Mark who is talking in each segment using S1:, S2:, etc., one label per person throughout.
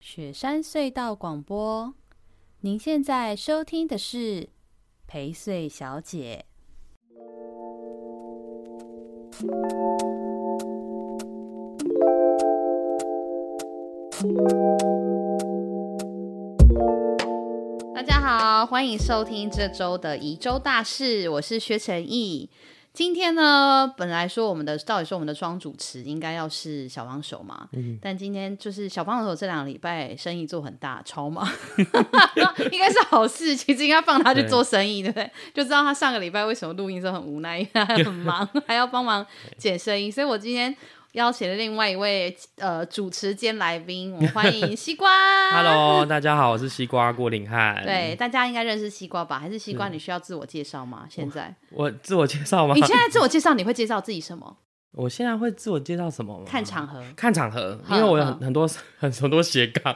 S1: 雪山隧道广播。您现在收听的是陪睡小姐。大家好，欢迎收听这周的宜州大事，我是薛成义。今天呢，本来说我们的到底说我们的双主持应该要是小帮手嘛，但今天就是小帮手这两个礼拜生意做很大，超忙， 应该是好事。其实应该放他去做生意，对不对？就知道他上个礼拜为什么录音时候很无奈，因为他很忙，还要帮忙剪声音。所以我今天邀请了另外一位呃主持兼来宾，我们欢迎西瓜。
S2: Hello，大家好，我是西瓜郭林汉。
S1: 对，大家应该认识西瓜吧？还是西瓜？你需要自我介绍吗？现 在
S2: 我自我介绍吗
S1: 你？现在自我介绍，你会介绍自己什么？
S2: 我现在会自我介绍什么吗？
S1: 看场合。嗯
S2: 看场合，
S1: 好
S2: 因为我有
S1: 好
S2: 很很多 很很多斜杠，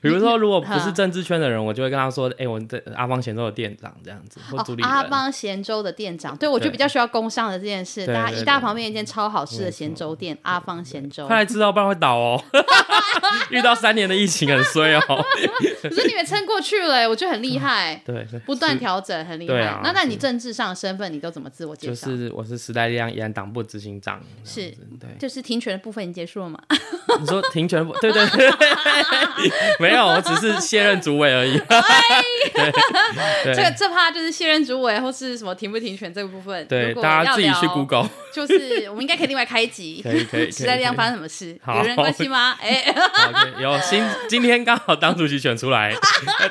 S2: 比如说如果不是
S1: 好
S2: 政治圈的人，我就会跟他说，哎、我的阿邦贤都有店长这样子，或主理
S1: 嗯
S2: 人。
S1: 哦阿邦咸粥的店长，对我就
S2: 对
S1: 比较需要工商的这件事。
S2: 对
S1: 大家
S2: 对
S1: 一
S2: 对
S1: 大旁边有一间超好吃的咸粥店，阿邦咸粥。
S2: 快来吃哦，不然会倒 哦。遇到三年的疫情很衰哦。
S1: 可是你们撑过去了、我觉得很厉 害，
S2: 对，
S1: 不断调整，很厉
S2: 对
S1: 害
S2: 啊。
S1: 那那你政治上的身份，你都怎么自我介
S2: 就
S1: 绍？
S2: 是我是时代力量宜兰党部执 行长。
S1: 是
S2: 对，
S1: 就是停权的部分已经结束了嘛？
S2: 你说停权不？对对对， 没有，我只是卸任主委而已。对
S1: 这个这趴就是卸任主委或是什么停不停权这个部分，
S2: 对，
S1: 如果
S2: 大家
S1: 要
S2: 自己去
S1: 聊
S2: Google。
S1: 就是我们应该可以另外开一集，
S2: 可以可以可以
S1: 时代力量发生什么事，
S2: 好
S1: 有人关心吗？ 哎，
S2: 好，OK，有新今天刚好当主席选出 来，哎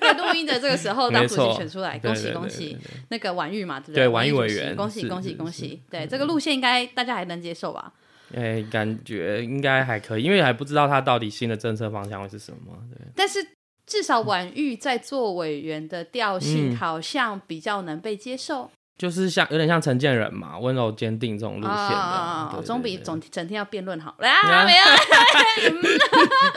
S1: 在录音的这个时候，当
S2: 没
S1: 主
S2: 错，
S1: 席选出来，恭喜
S2: 对
S1: 恭！喜
S2: 对对！对
S1: 那个婉玉嘛，对不
S2: 对
S1: 婉
S2: 婉玉
S1: 主
S2: 委
S1: 席
S2: 员
S1: 恭喜
S2: 是
S1: 恭喜
S2: 是
S1: 恭喜！对这个路线，应该大家还能接受吧？
S2: 对哎，感觉应该还可以，因为还不知道他到底新的政策方向会是什么。对，
S1: 但是至少婉玉在做委员的调
S2: 嗯
S1: 性，好像比较能被接受
S2: 就是像有点像陈建仁嘛，温柔坚定这种路线的，对
S1: 啊总比。
S2: 对对
S1: 总整天要辩论好。啊，没有，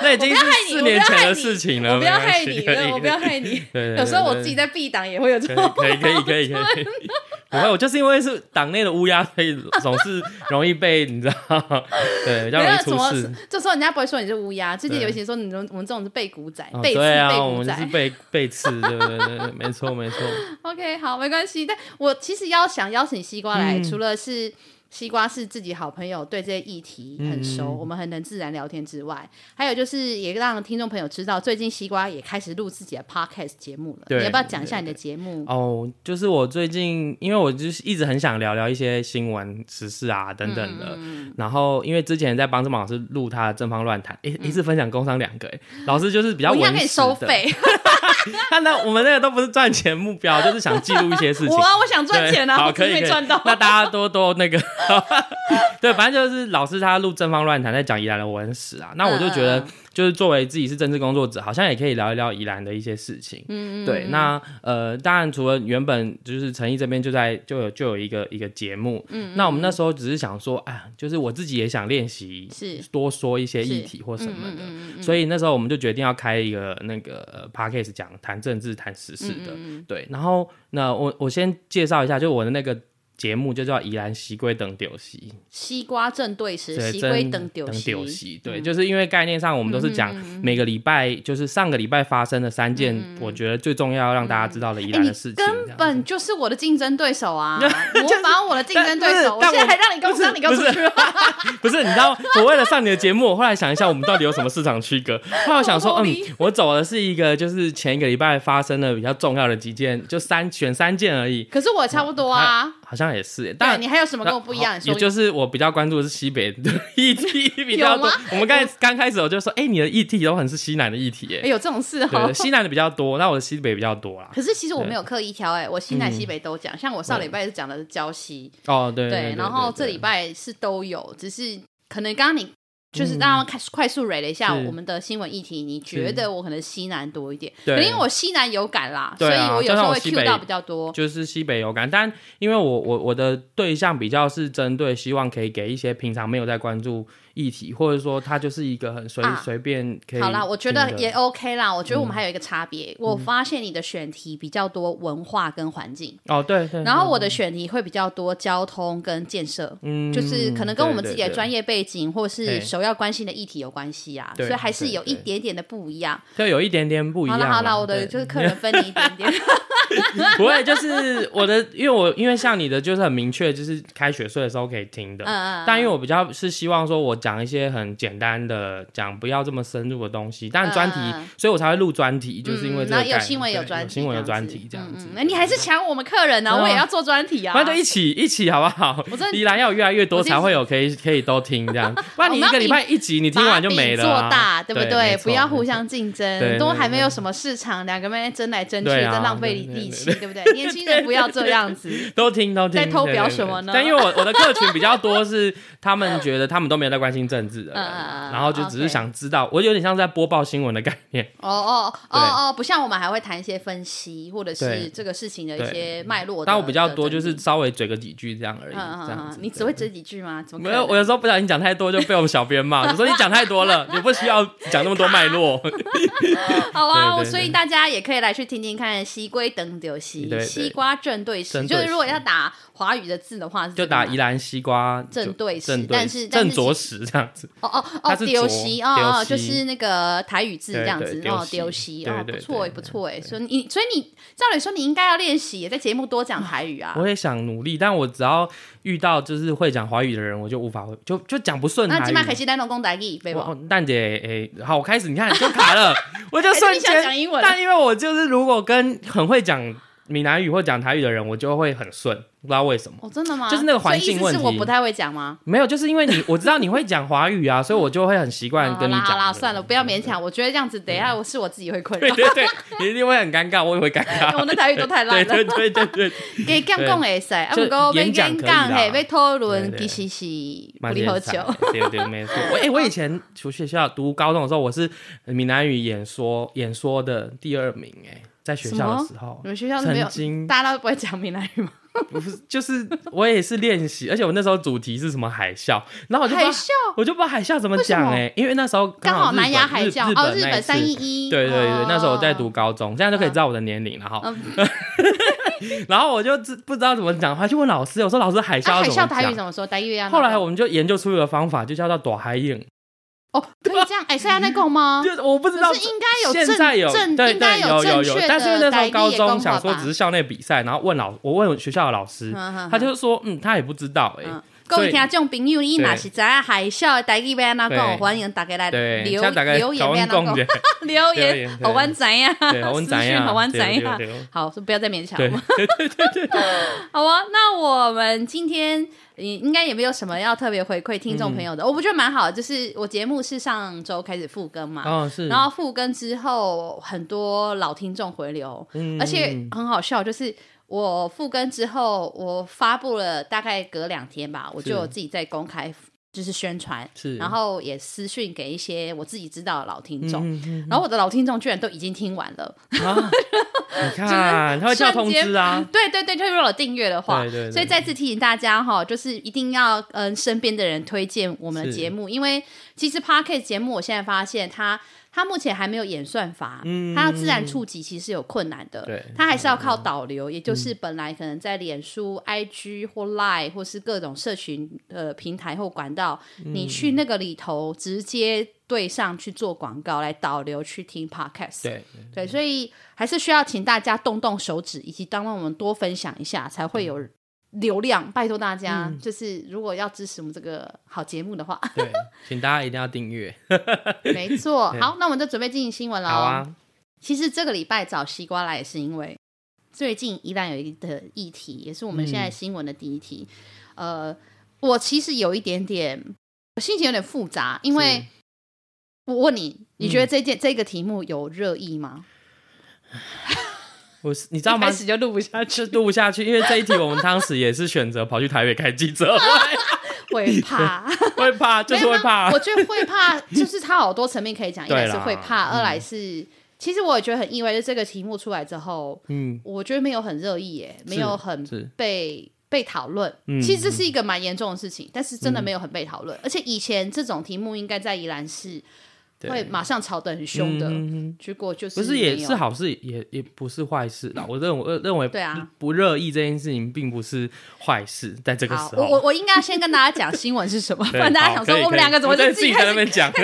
S2: 那已经是四年前的事情 了，
S1: 我不要
S2: 没关
S1: 害
S2: 系
S1: 你，
S2: 可以
S1: 对我不要害你。
S2: 对对对
S1: 有时候我自己在 B 档也会有这
S2: 可
S1: 种
S2: 以可以可以可以可以， 不会，我就是因为是党内的乌鸦，所以总是容易被你知道，对，比 较
S1: 没有
S2: 容易
S1: 什
S2: 出
S1: 么
S2: 事。，
S1: 这时候人家不会说你是乌鸦，最近
S2: 对
S1: 有一些说你们我们这种是背骨仔
S2: 哦、、
S1: 背刺、
S2: 对
S1: 背
S2: 啊，我
S1: 骨
S2: 们就是
S1: 仔。
S2: 被被刺，对对对对，没错没错，
S1: OK，好，没关系。但我其实要想邀请西瓜来，
S2: 嗯
S1: 除了是西瓜是自己好朋友，对这些议题
S2: 嗯
S1: 很熟，我们很能自然聊天之外，还有就是也让听众朋友知道，最近西瓜也开始录自己的 podcast 节目了。
S2: 对
S1: 你要不要讲一下你的节目？
S2: 哦，就是我最近，因为我就是一直很想聊聊一些新闻、时事啊等等
S1: 嗯
S2: 的。然后，因为之前在帮郑邦老师录他的《正方乱谈》，一一次分享工商两个，哎，老师就是比较
S1: 嗯我应该
S2: 文
S1: 可以
S2: 史
S1: 收
S2: 的。
S1: 费，
S2: 他 那我们那个都不是赚钱目标，就是想记录一些事 情
S1: 我。啊，我想赚钱
S2: 对
S1: 啊，
S2: 好
S1: 我
S2: 可
S1: 真
S2: 以
S1: 没
S2: 可以
S1: 赚到。
S2: 那大家多多那个， 对，反正就是老师他录《正方乱谈》在讲宜兰的文史啊，那我就觉
S1: 嗯嗯
S2: 得
S1: 嗯
S2: 就是作为自己是政治工作者，好像也可以聊一聊宜兰的一些事情。嗯对，那呃，当然除了原本就是陈毅这边就在就有就有一个一个节目，嗯，那我们那时候只是想说，啊，就是我自己也想练习，
S1: 是
S2: 多说一些
S1: 是
S2: 议题或
S1: 嗯
S2: 什么的，所以那时候我们就决定要开一个那个呃 podcast 讲谈政治、谈时事
S1: 嗯
S2: 的。对，然后那我我先介绍一下，就我的那个。节目就叫《宜兰西龟等丢西》，
S1: 西瓜正对时，
S2: 对，
S1: 西
S2: 真
S1: 龟等嗯丢
S2: 丢
S1: 西。
S2: 席，对，就是因为概念上我们都是
S1: 嗯
S2: 讲每个礼拜，就是上个礼拜发生的三件，我觉得最重要让大家知道的宜
S1: 哎
S2: 兰
S1: 你
S2: 的事情。这
S1: 根
S2: 样
S1: 本就是我的竞争对手 啊！模仿我的竞争对手，我
S2: 但
S1: 现
S2: 不
S1: 在
S2: 是
S1: 还让你工商，你
S2: 但
S1: 刚
S2: 我
S1: 出去了。
S2: 不是，你知道，我为了上你的节目，我后来想一下，我们到底有什么市场区 隔？后来我想说，
S1: 好无
S2: 嗯
S1: 理，
S2: 我走的是一个就是前一个礼拜发生的比较重要的几件，就三选三件而已。
S1: 可是我差不多啊。
S2: 好像也是，
S1: 对
S2: 但
S1: 你还有什么跟我不一样？
S2: 也
S1: 说
S2: 就是我比较关注的是西北的议题比较多
S1: 有吗。
S2: 我们刚才刚开始我就说，哎、你的议题都很是西南的议题、耶。
S1: 哎有这种事哈
S2: 对，。西南的比较多，那我的西北比较多啦。
S1: 可是其实我没有刻意挑哎、我西南西北都讲，像我上礼拜是讲的是礁溪，
S2: 哦，嗯对
S1: 对，然后这礼拜是都有，只是可能刚刚你就是让他快快速蕊了一下
S2: 嗯是
S1: 我们的新闻议题，你觉得我可能西南多一点，可
S2: 对
S1: 能因为我西南有感啦，所
S2: 对
S1: 以
S2: 啊
S1: 我有时候会
S2: 加上我西
S1: Q
S2: 北
S1: 到比较多。
S2: 就是西北有感，但因为我我我的对象比较是针对希望可以给一些平常没有在关注议题，或者说它就是一个很随
S1: 啊
S2: 随便可以。
S1: 好啦，我觉得也 OK 啦。我觉得
S2: 嗯
S1: 我们还有一个差别，我发现你的选题比较多文化跟环境，
S2: 哦，对对。
S1: 然后
S2: 对
S1: 我的选题会比较多交通跟建设，
S2: 嗯，
S1: 就是可能跟我们
S2: 对
S1: 自己的
S2: 对
S1: 专业背景或是
S2: 对
S1: 首要关心的议题有关系啊，
S2: 对
S1: 所以还是
S2: 对
S1: 有一
S2: 对
S1: 点点的不一样。
S2: 对就有一点点不一
S1: 好
S2: 样啦。
S1: 了好了，我的
S2: 对
S1: 就是客人分你一点 点。
S2: 不会，就是我的，因为我因为像你的就是很明确，就是开学岁的时候可以听的。
S1: 嗯嗯
S2: 但因为我比较是希望说，我讲一些很简单的，讲不要这么深入的东西。但专题，
S1: 嗯嗯
S2: 所以我才会录专题，就是因为这个
S1: 然
S2: 概
S1: 后有
S2: 念。
S1: 新闻有
S2: 对
S1: 专题，
S2: 新闻有专题这样子。
S1: 那嗯哎你还是抢我们客人呢、
S2: 对啊
S1: 我也要做专题啊。
S2: 不然就一起一起好不好
S1: 我真？的
S2: 依然要有越来越多
S1: 我真的
S2: 才会有可以可以都听 这样，不然你
S1: 我
S2: 一
S1: 们要
S2: 个礼拜一集你听完就没了啊、
S1: 把饼做大，对不
S2: 对？
S1: 不要互
S2: 相。
S1: 相竞
S2: 对
S1: 争，
S2: 对
S1: 都还没有什么市场，两个人争来争去，
S2: 对
S1: 真
S2: 啊
S1: 浪费
S2: 对对
S1: 力气，
S2: 对
S1: 对不对？年轻人不要这样 子。
S2: 都听都听，
S1: 在偷表
S2: 对对对
S1: 什么呢
S2: 但因为我我的客群比较多是他们觉得他们都没有在关心政治的人，
S1: 嗯嗯嗯嗯
S2: 然后就只是
S1: OK
S2: 想知道，我有点像在播报新闻的概念。
S1: 哦哦哦
S2: 对
S1: 哦，不像我们还会谈一些分析，或者是
S2: 对
S1: 这个事情的一些脉络的。
S2: 但我比较多
S1: 的
S2: 就
S1: 整
S2: 是
S1: 理
S2: 稍微嘴个几句这样而已，
S1: 嗯嗯
S2: 这样
S1: 嗯
S2: 子，。
S1: 你只会这几句吗？怎么
S2: 没
S1: 可
S2: 有，
S1: 能？
S2: 我有时候不小心讲太多，就被我们小编骂。我说你讲太多了，你不需要讲那么多脉 络。
S1: 好啊，
S2: 对对
S1: 我
S2: 对
S1: 所以大家也可以来去听听看“西归等丢西
S2: 对”，对
S1: 西瓜正对时，
S2: 正
S1: 就
S2: 对时
S1: 是如果要打华语的字的话，是
S2: 就
S1: 这个吗
S2: 打宜兰西瓜
S1: 正对时
S2: 正
S1: 但
S2: 对
S1: 是
S2: 时
S1: 但
S2: 正
S1: 是
S2: 着实这样子。
S1: 哦哦哦，
S2: 它是
S1: 丢
S2: 浊
S1: 西
S2: 丢
S1: 哦哦，
S2: 西
S1: 就是那个台语字这样子
S2: 对对
S1: 哦，丢
S2: 丢
S1: 西
S2: 西
S1: 哦，
S2: 对
S1: 不
S2: 对
S1: 错哎，
S2: 对对
S1: 不错哎，所以你所以你照理说你应该要练习，在节目多讲台语啊。
S2: 我也想努力，但我只要遇到就是会讲华语的人，我就无法会就就讲不顺台
S1: 那
S2: 语。
S1: 今晚可以去丹龙公台语，对吧？
S2: 我蛋姐，诶、好，我开始，你看就卡了，我就
S1: 还是你
S2: 瞬
S1: 想
S2: 间。
S1: 讲英文？
S2: 但因为我就是如果跟很会讲闽南语或讲台语的人，我就会很顺，不知道为什么。
S1: 哦，真的吗？
S2: 就是那个
S1: 所
S2: 环
S1: 以意
S2: 境
S1: 思
S2: 问
S1: 是
S2: 题
S1: 我不太会讲吗？
S2: 没有，就是因为你我知道你会讲华语啊，所以我就会很习惯跟你
S1: 好啦好
S2: 讲。嗯
S1: 啦，算了，不要勉强。我觉得这样子，等一下我是我自己会困
S2: 对
S1: 扰，
S2: 对对，你一定会很尴尬，我也会尴尬。
S1: 我的台语都太
S2: 啊对
S1: 烂了。
S2: 对对对对，
S1: 给讲讲会使，啊，
S2: 就
S1: 不过要
S2: 演讲
S1: 讲
S2: 可以
S1: 讲
S2: 啦
S1: 嘿，要讨论
S2: 对
S1: 其
S2: 对
S1: 实是不
S2: 蛮
S1: 离
S2: 厉害
S1: 合
S2: 的
S1: 球。
S2: 对对，没错。我哎、我以前读学校读高中的时候，我是闽南语演说演说的第二名、哎，在学校的时候
S1: 你，们学校是没有
S2: 曾，经
S1: 大家都不会讲闽南语吗？
S2: 不是，就是我也是练习，而且我那时候主题是什么海啸，然后我就不
S1: 海
S2: 知道
S1: 啸
S2: 我就不知道海啸怎么讲
S1: 为
S2: 哎、因为那时候
S1: 刚好
S2: 日本
S1: 南亚海啸
S2: 日
S1: 哦，
S2: 本
S1: 日
S2: 那一
S1: 本
S2: 次
S1: 三一一，
S2: 对对对
S1: 哦，嗯
S2: 那时候我在读高中，现在就可以知道我的年龄了哈。 然后我就知不知道怎么讲，还去问老师，我说老师海啸
S1: 啊，
S2: 要
S1: 海
S2: 怎
S1: 啸
S2: 么
S1: 台语
S2: 讲？
S1: 怎么说？台语要
S2: 后来我们就研究出一个方法，就叫做躲海影，
S1: 哦，可以这样，哎，是要那个吗？
S2: 就 我不知道
S1: 可。是应该有
S2: 现在有
S1: 正
S2: 对
S1: 正应该
S2: 对有
S1: 正
S2: 有
S1: 确，的
S2: 但是因为那时
S1: 台
S2: 候
S1: 语
S2: 高
S1: 的
S2: 中
S1: 讲法
S2: 想说
S1: 吧
S2: 只是校内比赛，然后问老我问学校的老师，
S1: 嗯嗯嗯
S2: 他就说嗯他也不知道哎，
S1: 各位
S2: 所以
S1: 听众朋友，你
S2: 对
S1: 若是知影海啸的台语要安怎讲，
S2: 对
S1: 欢迎大家来
S2: 对，
S1: 呃留
S2: 现在大概
S1: 留言要安怎
S2: 共
S1: 讲，
S2: 的，
S1: 留
S2: 留
S1: 言
S2: 言
S1: 好玩怎样？
S2: 对，好问
S1: 私
S2: 怎
S1: 讯
S2: 样，
S1: 好玩
S2: 对
S1: 怎样？
S2: 对对
S1: 好，不要再勉强
S2: 对
S1: 了。 好啊，那我们今天也应该也没有什么要特别回馈听众朋友
S2: 嗯
S1: 的，我不觉得蛮好的，就是我节目是上周开始复更嘛，
S2: 哦是，
S1: 然后复更之后很多老听众回流，
S2: 嗯
S1: 而且很好笑，就是我复更之后，我发布了大概隔两天吧，我就有自己在公开就是宣传，
S2: 是，
S1: 然后也私讯给一些我自己知道的老听众。
S2: 嗯嗯
S1: 然后我的老听众居然都已经听完了，
S2: 嗯啊你看他会跳通知啊，
S1: 对对对，就是如果有订阅的话，
S2: 对对对
S1: 所以再次提醒大家哈，就是一定要嗯身边的人推荐我们的
S2: 是
S1: 节目，因为其实 p o d c a s t 节目我现在发现它它目前还没有演算法，
S2: 嗯
S1: 它要自然触及其实有困难的，
S2: 对嗯
S1: 它还是要靠导流，也就是本来可能在脸书、IG 或 Line 或是各种社群呃平台或管道，你去
S2: 嗯
S1: 那个里头直接对上去做广告来导流去听 podcast，
S2: 对，
S1: 对，所以还是需要请大家动动手指，以及当然我们多分享一下，才会有流量。拜托大家，
S2: 嗯
S1: 就是如果要支持我们这个好节目的话，
S2: 对，请大家一定要订阅，
S1: 没 错。好，那我们就准备进行新闻了。
S2: 好啊，
S1: 其实这个礼拜找西瓜来也是因为最近依然有一个议题，也是我们现
S2: 嗯
S1: 在新闻的第一题。呃，我其实有一点点我心情有点复杂，因为我问你，你
S2: 嗯
S1: 觉得这件、这个题目有热议吗？
S2: 我是你知
S1: 这
S2: 道
S1: 样
S2: 吗
S1: 开？始就录不下
S2: 他就录不下去，因为这一题我们当时也是选择跑去台北开记者会，
S1: 会怕。
S2: 会怕，就是会
S1: 没
S2: 怕
S1: 有吗，我觉得会 怕，就是它好多层面可以讲，一来
S2: 对啦嗯
S1: 是会怕，二来是。其实我也觉得很意外，就这个题目出来之后，
S2: 嗯，
S1: 我觉得没有很热议耶，没有很
S2: 是
S1: 被被讨论。
S2: 嗯
S1: 其实这是一个蛮严重的事情，但是真的没有很被讨论。而且以前这种题目应该在宜兰市
S2: 对
S1: 会马上吵得很凶的，
S2: 嗯
S1: 结果就是
S2: 不是也
S1: 没有
S2: 是好事，也也不是坏事啦。我认为认为
S1: 对啊
S2: 不不热议这件事情并不是坏事，在这个
S1: 好，
S2: 时
S1: 我我
S2: 候，
S1: 我应该先跟大家讲新闻是什么，不
S2: 对
S1: 然大家
S2: 好
S1: 想
S2: 可
S1: 说
S2: 以
S1: 我们
S2: 可以
S1: 两个怎么
S2: 我在
S1: 就
S2: 自
S1: 己
S2: 己
S1: 开
S2: 在
S1: 始
S2: 那边讲？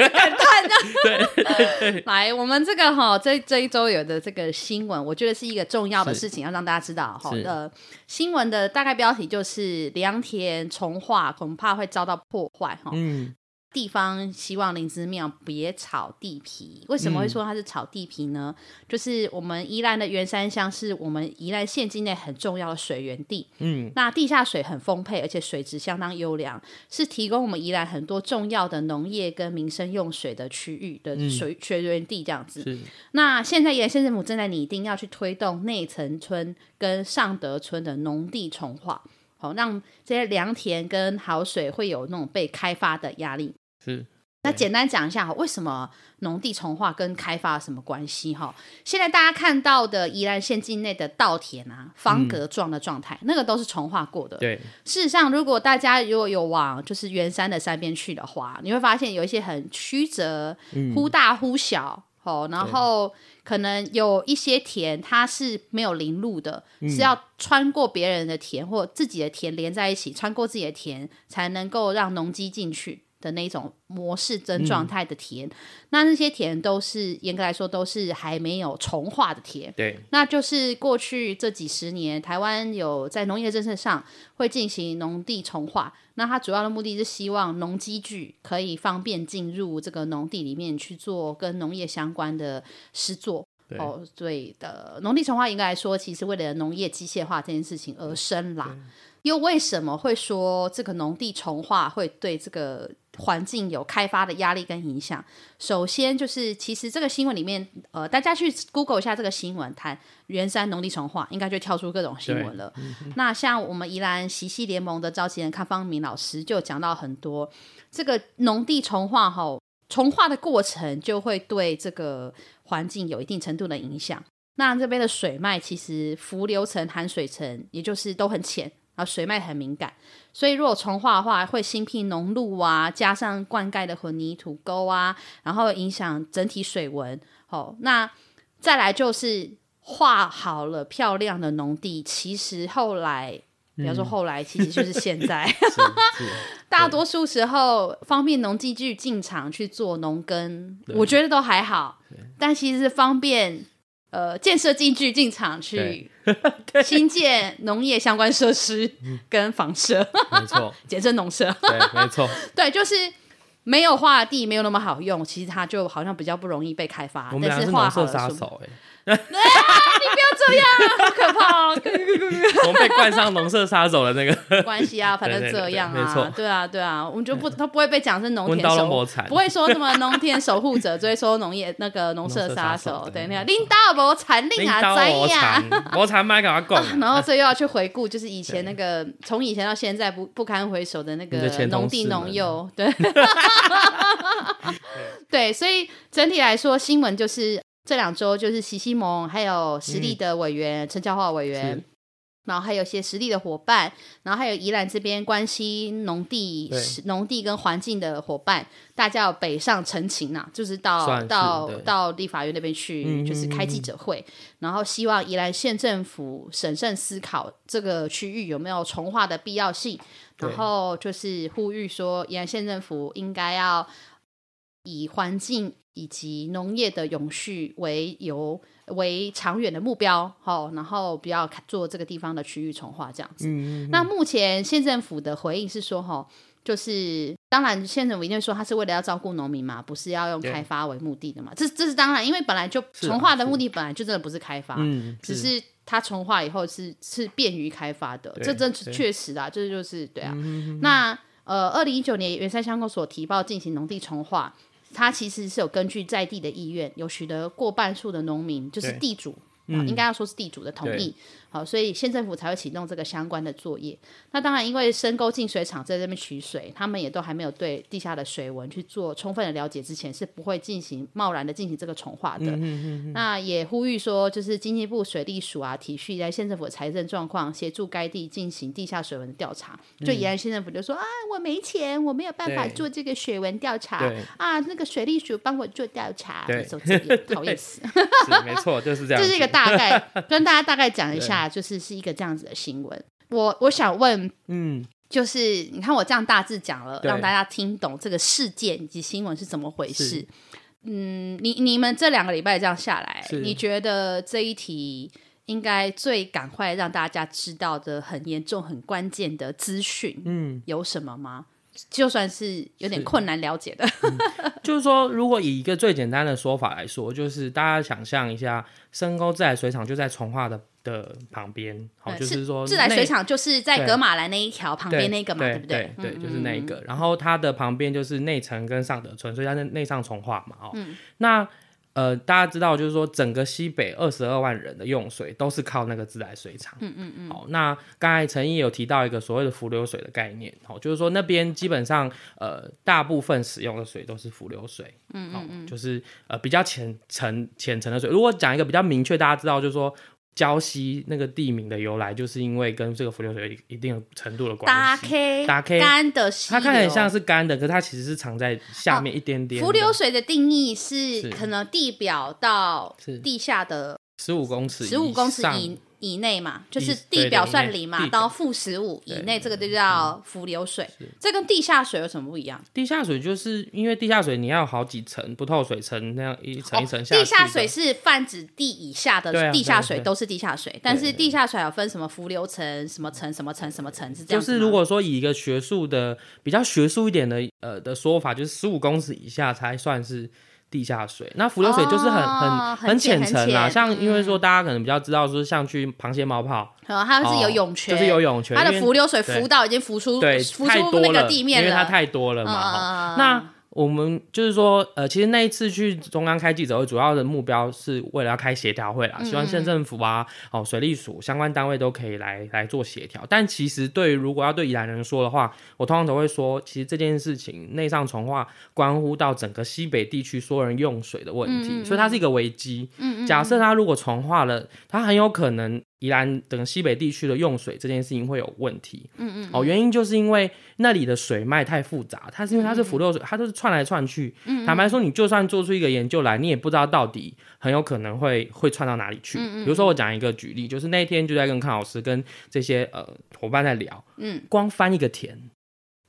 S1: 来，我们这个哈，这这一周有的这个新闻，我觉得是一个重要的
S2: 是
S1: 事情，要让大家知道哈。
S2: 是
S1: 呃，新闻的大概标题就是良田重化恐怕会遭到破坏哈。
S2: 嗯，
S1: 地方希望林芝庙别炒地皮。为什么会说它是炒地皮呢？
S2: 嗯
S1: 就是我们宜兰的圆山乡是我们宜兰县境内很重要的水源地。
S2: 嗯，
S1: 那地下水很丰沛，而且水质相当优良，是提供我们宜兰很多重要的农业跟民生用水的区域的
S2: 嗯
S1: 水、水源地这样子。
S2: 是
S1: 那现在宜兰县政府正在拟定要去推动内城村跟上德村的农地重化，好、让这些良田跟好水会有那种被开发的压力。
S2: 是，
S1: 那
S2: 对
S1: 简单讲一下，为什么农地重化跟开发有什么关系？哈，现在大家看到的宜兰县境内的稻田啊，方格状的状态，那个都是重化过的。
S2: 对，
S1: 事实上，如果大家如果有往就是圆山的山边去的话，你会发现有一些很曲折、忽大忽小。哦，然后可能有一些田它是没有林路的，是要穿过别人的田或自己的田连在一起，穿过自己的田才能够让农机进去的那种模式跟状态的田。那那些田都是严格来说都是还没有重化的田，
S2: 对，
S1: 那就是过去这几十年，台湾有在农业政策上会进行农地重化。那它主要的目的是希望农机具可以方便进入这个农地里面去做跟农业相关的施作。
S2: 对
S1: 哦，对的，农地重化应该来说，其实为了农业机械化这件事情而生啦。又为什么会说这个农地重化会对这个环境有开发的压力跟影响？首先就是，其实这个新闻里面，呃，大家去 Google 一下这个新闻，谈圆山农地重化，应该就跳出各种新闻了。那像我们宜兰习系联盟的召集人康方明老师就讲到很多这个农地重化吼，重化的过程就会对这个环境有一定程度的影响。那这边的水脉其实浮流层、含水层，也就是都很浅，然后水脉很敏感，所以如果重化的话，会新辟农路啊，加上灌溉的混凝土沟啊，然后影响整体水文。哦，那再来就是画好了漂亮的农地，其实后来，比方说后来，其实就是现在，
S2: 是是，
S1: 大多数时候方便农机具进场去做农耕，我觉得都还好，但其实是方便呃建设机具进场去 新建农业相关设施
S2: 嗯
S1: 跟房舍，
S2: 没错，
S1: 简称农舍。
S2: 对，没错，
S1: 对，就是没有画地没有那么好用，其实它就好像比较不容易被开发。
S2: 我们
S1: 但
S2: 俩是
S1: 画
S2: 农
S1: 好
S2: 舍
S1: 了
S2: 杀
S1: 树木，
S2: 手哎，
S1: 好可怕哦，
S2: 欸我们被冠上农舍杀手的 那个
S1: 没关系啊，反正
S2: 对对
S1: 这
S2: 对
S1: 样
S2: 没
S1: 啊
S2: 错，
S1: 对啊，对啊，我们就不 他不会被讲是农
S2: 温
S1: 田
S2: 刀
S1: 守
S2: 龙
S1: 护
S2: 博惨
S1: 不，会说什么农田守护者，只会说农业那个农舍杀
S2: 农舍杀
S1: 手
S2: 手，
S1: 对
S2: 对
S1: 那个拎大伯残令
S2: 拎
S1: 啊
S2: 刀
S1: 灾
S2: 我
S1: 呀。哦
S2: 缠，我缠麦给 他拱，
S1: 然后这又要去回顾，就是以前那个从以前到现在不不堪回首的那
S2: 你的
S1: 个
S2: 前同
S1: 农地
S2: 事
S1: 农
S2: 们
S1: 友，对，对，所以整体来说，新闻就是这两周就是席西蒙还有实力的委员陈教化委员
S2: 嗯是。
S1: 然后还有一些实力的伙伴，然后还有宜兰这边关系农地
S2: 对、
S1: 农地跟环境的伙伴，大家有北上成情呐、就是到
S2: 算是
S1: 到
S2: 对
S1: 到立法院那边去，
S2: 嗯
S1: 就是开记者会，然后希望宜兰县政府审慎思考这个区域有没有重化的必要性，
S2: 对
S1: 然后就是呼吁说，宜兰县政府应该要以环境以及农业的永续为由为长远的目标，好、然后不要看做这个地方的区域重化这样子。
S2: 嗯，
S1: 那目前县政府的回应是说，哈、就是当然县政府一定会说，它是为了要照顾农民嘛，不是要用
S2: 对
S1: 开发为目的的嘛。这这是当然，因为本来就是
S2: 啊
S1: 重化的目的本来就真的不是开发，
S2: 嗯，
S1: 只是它重化以后是是便于开发的，
S2: 对
S1: 这真是
S2: 对嗯
S1: 确实啊，这就是对啊。那呃，二零一九年原山乡公所提报进行农地重化，它其实是有根据在地的意愿，有取得过半数的农民，就是
S2: 对嗯
S1: 地主啊应该要说是地主的同意，好，所以县政府才会启动这个相关的作业。那当然，因为深沟净水厂在这边取水，他们也都还没有对地下的水文去做充分的了解之前，是不会进行贸然的进行这个重化
S2: 嗯
S1: 的。那也呼吁说，就是经济部水利署啊，体恤在县政府的财政状况，协助该地进行地下水文的调查。就宜兰县政府就说、啊，我没钱，我没有办法
S2: 嗯对
S1: 做这个水文调查
S2: 对
S1: 啊，那个水利署帮我做调查，
S2: 对
S1: 走这 里不好意思，
S2: 是没错，就是这 样
S1: 这
S2: 子。
S1: 是一个大 概跟大家大概讲一下，就是是一个这样子的新闻。我我想问，
S2: 嗯，
S1: 就是你看我这样大致讲了，
S2: 对
S1: 让大家听懂这个事件以及新闻是怎么回事
S2: 是。
S1: 嗯，你你们这两个礼拜这样下来，
S2: 是
S1: 你觉得这一题应该最赶快让大家知道的很严重、很关键的资讯，嗯，有什么吗？就算是有点
S2: 是
S1: 困难了解的，
S2: 就是说，如果以一个最简单的说法来说，就是大家想象一下，深沟自来水厂就在从化的的旁边，好，
S1: 嗯
S2: 就是说
S1: 自来
S2: 哦那
S1: 水厂就是在
S2: 对
S1: 格马兰那一条旁
S2: 对
S1: 边那个嘛，
S2: 对
S1: 不
S2: 对
S1: 对？？嗯
S2: 对，就是那一个。然后它的旁边就是内城跟上德村，所以它是内上重化嘛。哦，
S1: 嗯
S2: 那呃，大家知道，就是说整个西北二十二万人的用水都是靠那个自来水厂。嗯嗯嗯。好，那刚才陈毅有提到一个所谓的浮流水的概念，哦，就是说那边基本上呃大部分使用的水都是浮流水。嗯嗯嗯，就是呃比较浅层浅层的水。如果讲一个比较明确，大家知道就是说。礁溪那个地名的由来，就是因为跟这个浮流水有一定的程度的关
S1: 打
S2: 系。
S1: K
S2: 打 K
S1: 干的溪
S2: 它看起来
S1: 流
S2: 像是干的，可是它其实是藏在下面一点点的。
S1: 浮流水的定义是
S2: 是
S1: 可能地表到
S2: 是
S1: 地下的
S2: 十五公尺以上，
S1: 十五公尺以以内嘛，就是
S2: 以
S1: 地表算零
S2: 对
S1: 嘛，
S2: 对嗯
S1: 到负十五以内，这个就叫浮流水。这跟地下水有什么不一样？
S2: 地下水，就是因为地下水你要有好几层不透水层，那样一层一层哦下去的、
S1: 哦地下水是泛指地以下
S2: 对
S1: 的
S2: 啊
S1: 地下
S2: 对
S1: 水
S2: 对
S1: 都是地下水，但是地下水还有分什么浮流层、什么层、什么层、什么层，是这
S2: 就
S1: 样子吗。
S2: 是如果说以一个学术的比较学术一点的呃的说法，就是十五公尺以下才算是地下水。那浮流水就是很、
S1: 哦
S2: 很
S1: 很浅
S2: 浅层啦，
S1: 很浅
S2: 像因为说大家可能比较知道说像去螃蟹冒泡，哦
S1: 呃，它是有涌泉，
S2: 就是有涌泉，
S1: 它
S2: 因
S1: 的
S2: 为
S1: 浮流水
S2: 对
S1: 浮到已经浮出
S2: 对，
S1: 浮
S2: 太
S1: 出
S2: 多
S1: 那
S2: 了
S1: 个地面
S2: 因为它
S1: 了。
S2: 太多了嘛。哈
S1: 嗯嗯嗯
S2: 那我们就是说，呃，其实那一次去中央开记者会，主要的目标是为了要开协调会啦，希望县政府啊、哦水利署相关单位都可以来来做协调。但其实对于如果要对宜兰人说的话，我通常都会说，其实这件事情内上重化关乎到整个西北地区所有人用水的问题，所以它是一个危机。假设它如果重化了，它很有可能宜兰整个西北地区的用水这件事情会有问题。嗯嗯，哦，原因就是因为那里的水脉太复杂，它是因为它是浮流水，它都是窜来窜去。坦白说，你就算做出一个研究来，你也不知道到底很有可能会会窜到哪里去。比如说我讲一个举例，就是那一天就在跟康老师跟这些呃伙伴在聊，
S1: 嗯，
S2: 光翻一个田，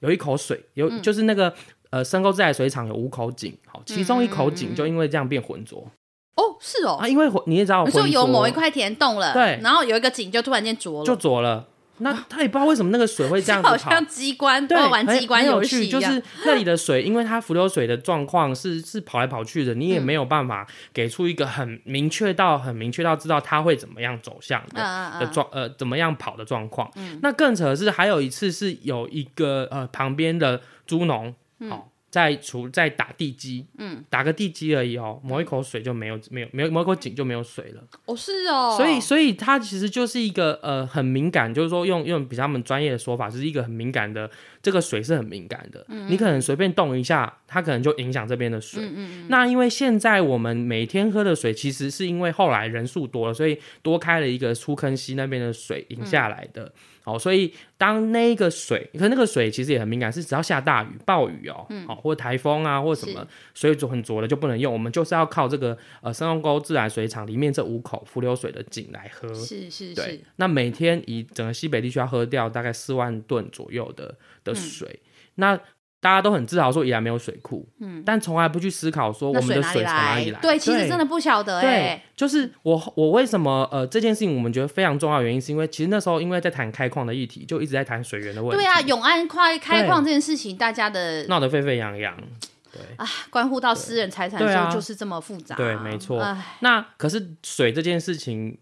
S2: 有一口水，有、就是那个呃深沟自来水厂有五口井，好，其中一口井就因为这样变浑浊、
S1: 哦，是哦
S2: 啊，，因为浑你也知道
S1: 你
S2: 浑浊
S1: 说有某一块田动了，
S2: 对
S1: 然后有一个井就突然间浊了，
S2: 就浊了，那他也不知道为什么那个水会这样
S1: 就
S2: 子
S1: 啊 好
S2: 跑
S1: 像。机关
S2: 对，
S1: 在玩
S2: 很
S1: 机关
S2: 很有
S1: 游戏
S2: 趣，
S1: 一
S2: 就
S1: 样。
S2: 是 那里的水，因为它浮流水的状况是是跑来跑去的，你
S1: 嗯
S2: 也没有办法给出一个很明确到很明确到知道它会怎么样走向的、
S1: 嗯嗯
S2: 的
S1: 嗯
S2: 状呃怎么样跑的状况。那更扯的是，还有一次是有一个呃旁边的猪农，
S1: 嗯
S2: 哦，在除在打地基，嗯，打个地基而已哦，某一口水就没有没有没有某一口井就没有水了。
S1: 哦，是哦，
S2: 所以，所以它其实就是一个呃很敏感，就是说用用比较他们专业的说法，就是一个很敏感的这个水是很敏感的，你可能随便动一下，它可能就影响这边的水。那因为现在我们每天喝的水，其实是因为后来人数多了，所以多开了一个出坑溪那边的水引下来的。哦，所以当那个水，可那个水其实也很敏感，是只要下大雨、暴雨哦，
S1: 嗯
S2: 哦或台风啊，或什么水浊很浊的就不能用，我们就是要靠这个呃深沟自来水厂里面这五口浮流水的井来喝。
S1: 是是
S2: 对
S1: 是，，
S2: 那每天以整个西北地区要喝掉大概四万吨左右的
S1: 嗯
S2: 的水，那大家都很自豪说宜兰没有水库，嗯，但从来不去思考说我
S1: 那
S2: 们的
S1: 哪里
S2: 水从哪里来。
S1: 对，其实真的不晓得
S2: 对
S1: 哎，，
S2: 就是我我为什么呃这件事情我们觉得非常重要的原因，是因为其实那时候因为在谈开矿的议题，就一直在谈水源的问题，
S1: 对啊，永安快开
S2: 对
S1: 矿这件事情，大家的
S2: 闹得沸沸扬扬。
S1: 啊关乎到私人财产的
S2: 对
S1: 时
S2: 啊
S1: 嗯候就是这么复杂，
S2: 对没错
S1: 哎
S2: 那可是水这件事情，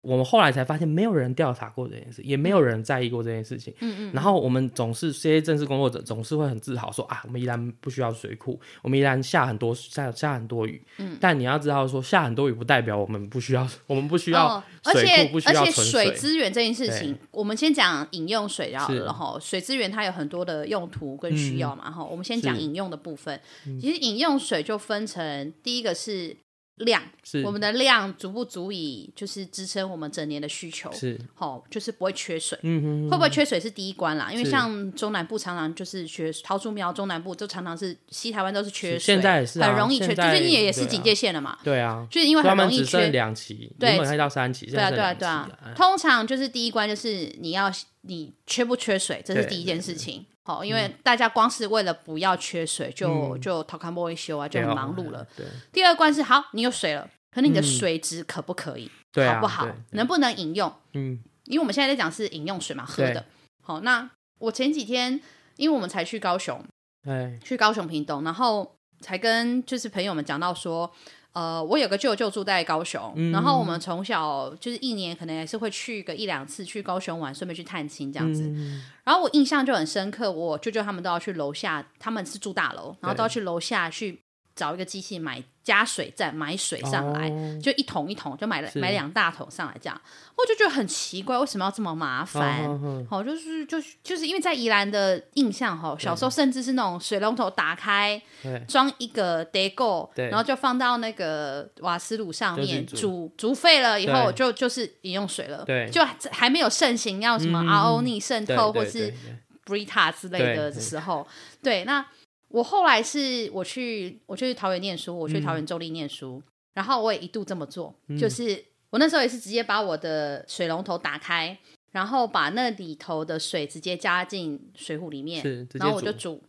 S2: 我们后来才发现，没有人调查过这件事，也没有人在意过这件事情。嗯嗯。然后我们总是这些政治工作者总是会很自豪说啊，我们依然不需要水库，我们依然下很多下下很多雨。嗯。但你要知道说，下很多雨不代表我们不需要，我们不需要
S1: 哦，而
S2: 水
S1: 且
S2: 库，不需
S1: 而
S2: 要
S1: 且
S2: 存
S1: 水资源这件事情，我们先讲饮用水然后
S2: 是嗯
S1: 然后水资源它有很多的用途跟需要嘛，哈、我们先讲
S2: 是嗯
S1: 饮用的部分。其实饮用水就分成第一个是量，
S2: 是
S1: 我们的量足不足以就是支撑我们整年的需求，
S2: 是
S1: 好，就是不会缺水。
S2: 嗯哼
S1: 会不会缺水是第一关啦，因为
S2: 是
S1: 像中南部常常就是缺桃竹苗，中南部就常常是西台湾都是缺水，
S2: 是现在也是啊
S1: 很容易缺，
S2: 现
S1: 就
S2: 在
S1: 是你也也是
S2: 对啊
S1: 警戒线了嘛，
S2: 对啊，
S1: 就是因为
S2: 所
S1: 很
S2: 以他们
S1: 容易
S2: 只
S1: 缺
S2: 剩两期，
S1: 对
S2: 原本还到三期，现
S1: 对啊，
S2: 在剩
S1: 对啊，
S2: 两期
S1: 对啊。通常就是第一关就是你要你缺不缺水，这是
S2: 对嗯
S1: 第一件事情。好，因为大家光是为了不要缺水，就就淘康波一修啊，就很忙碌了。。
S2: 对嗯
S1: 第二关是好，你有水了，可是你的水质可不可以，
S2: 对啊，
S1: 好不好
S2: 对，
S1: 能不能饮用？
S2: 嗯，
S1: 因为我们现在在讲是饮用水嘛，喝的
S2: 对。
S1: 好，那我前几天因为我们才去高雄，
S2: 对，
S1: 去高雄、屏东，然后才跟就是朋友们讲到说，呃，我有个舅舅住在高雄，
S2: 嗯
S1: 然后我们从小就是一年可能也是会去个一两次去高雄玩，顺便去探亲这样
S2: 嗯
S1: 子。然后我印象就很深刻，我舅舅他们都要去楼下，他们是住大楼，然后都要去楼下去找一个机器买加水站买水上来。
S2: 哦
S1: 就一桶一桶，就买了
S2: 是
S1: 买两大桶上来这样，我就觉得很奇怪，为什么要这么麻烦？
S2: 嗯嗯
S1: 好，就是就是就是因为在宜兰的印象哈，小时候甚至是那种水龙头打开
S2: 对
S1: 装一个 d e g o
S2: 对
S1: 然后就放到那个瓦斯炉上
S2: 就去
S1: 面
S2: 煮
S1: 煮煮沸了以后
S2: 对
S1: 就就是饮用水了，
S2: 对
S1: 就还还没有盛行要什么
S2: 嗯
S1: RO 逆渗
S2: 对
S1: 透
S2: 对
S1: 或
S2: 对
S1: 是
S2: 对
S1: Brita 之类的
S2: 对对
S1: 时候，对，那我后来是我去我去桃园念书，我去
S2: 嗯
S1: 桃园州立念书，然后我也一度这么做，就是我那时候也是直接把我的水龙头打开，然后把那里头的水直接加进水壶里面，
S2: 是，直接
S1: 然后我就
S2: 煮
S1: 煮。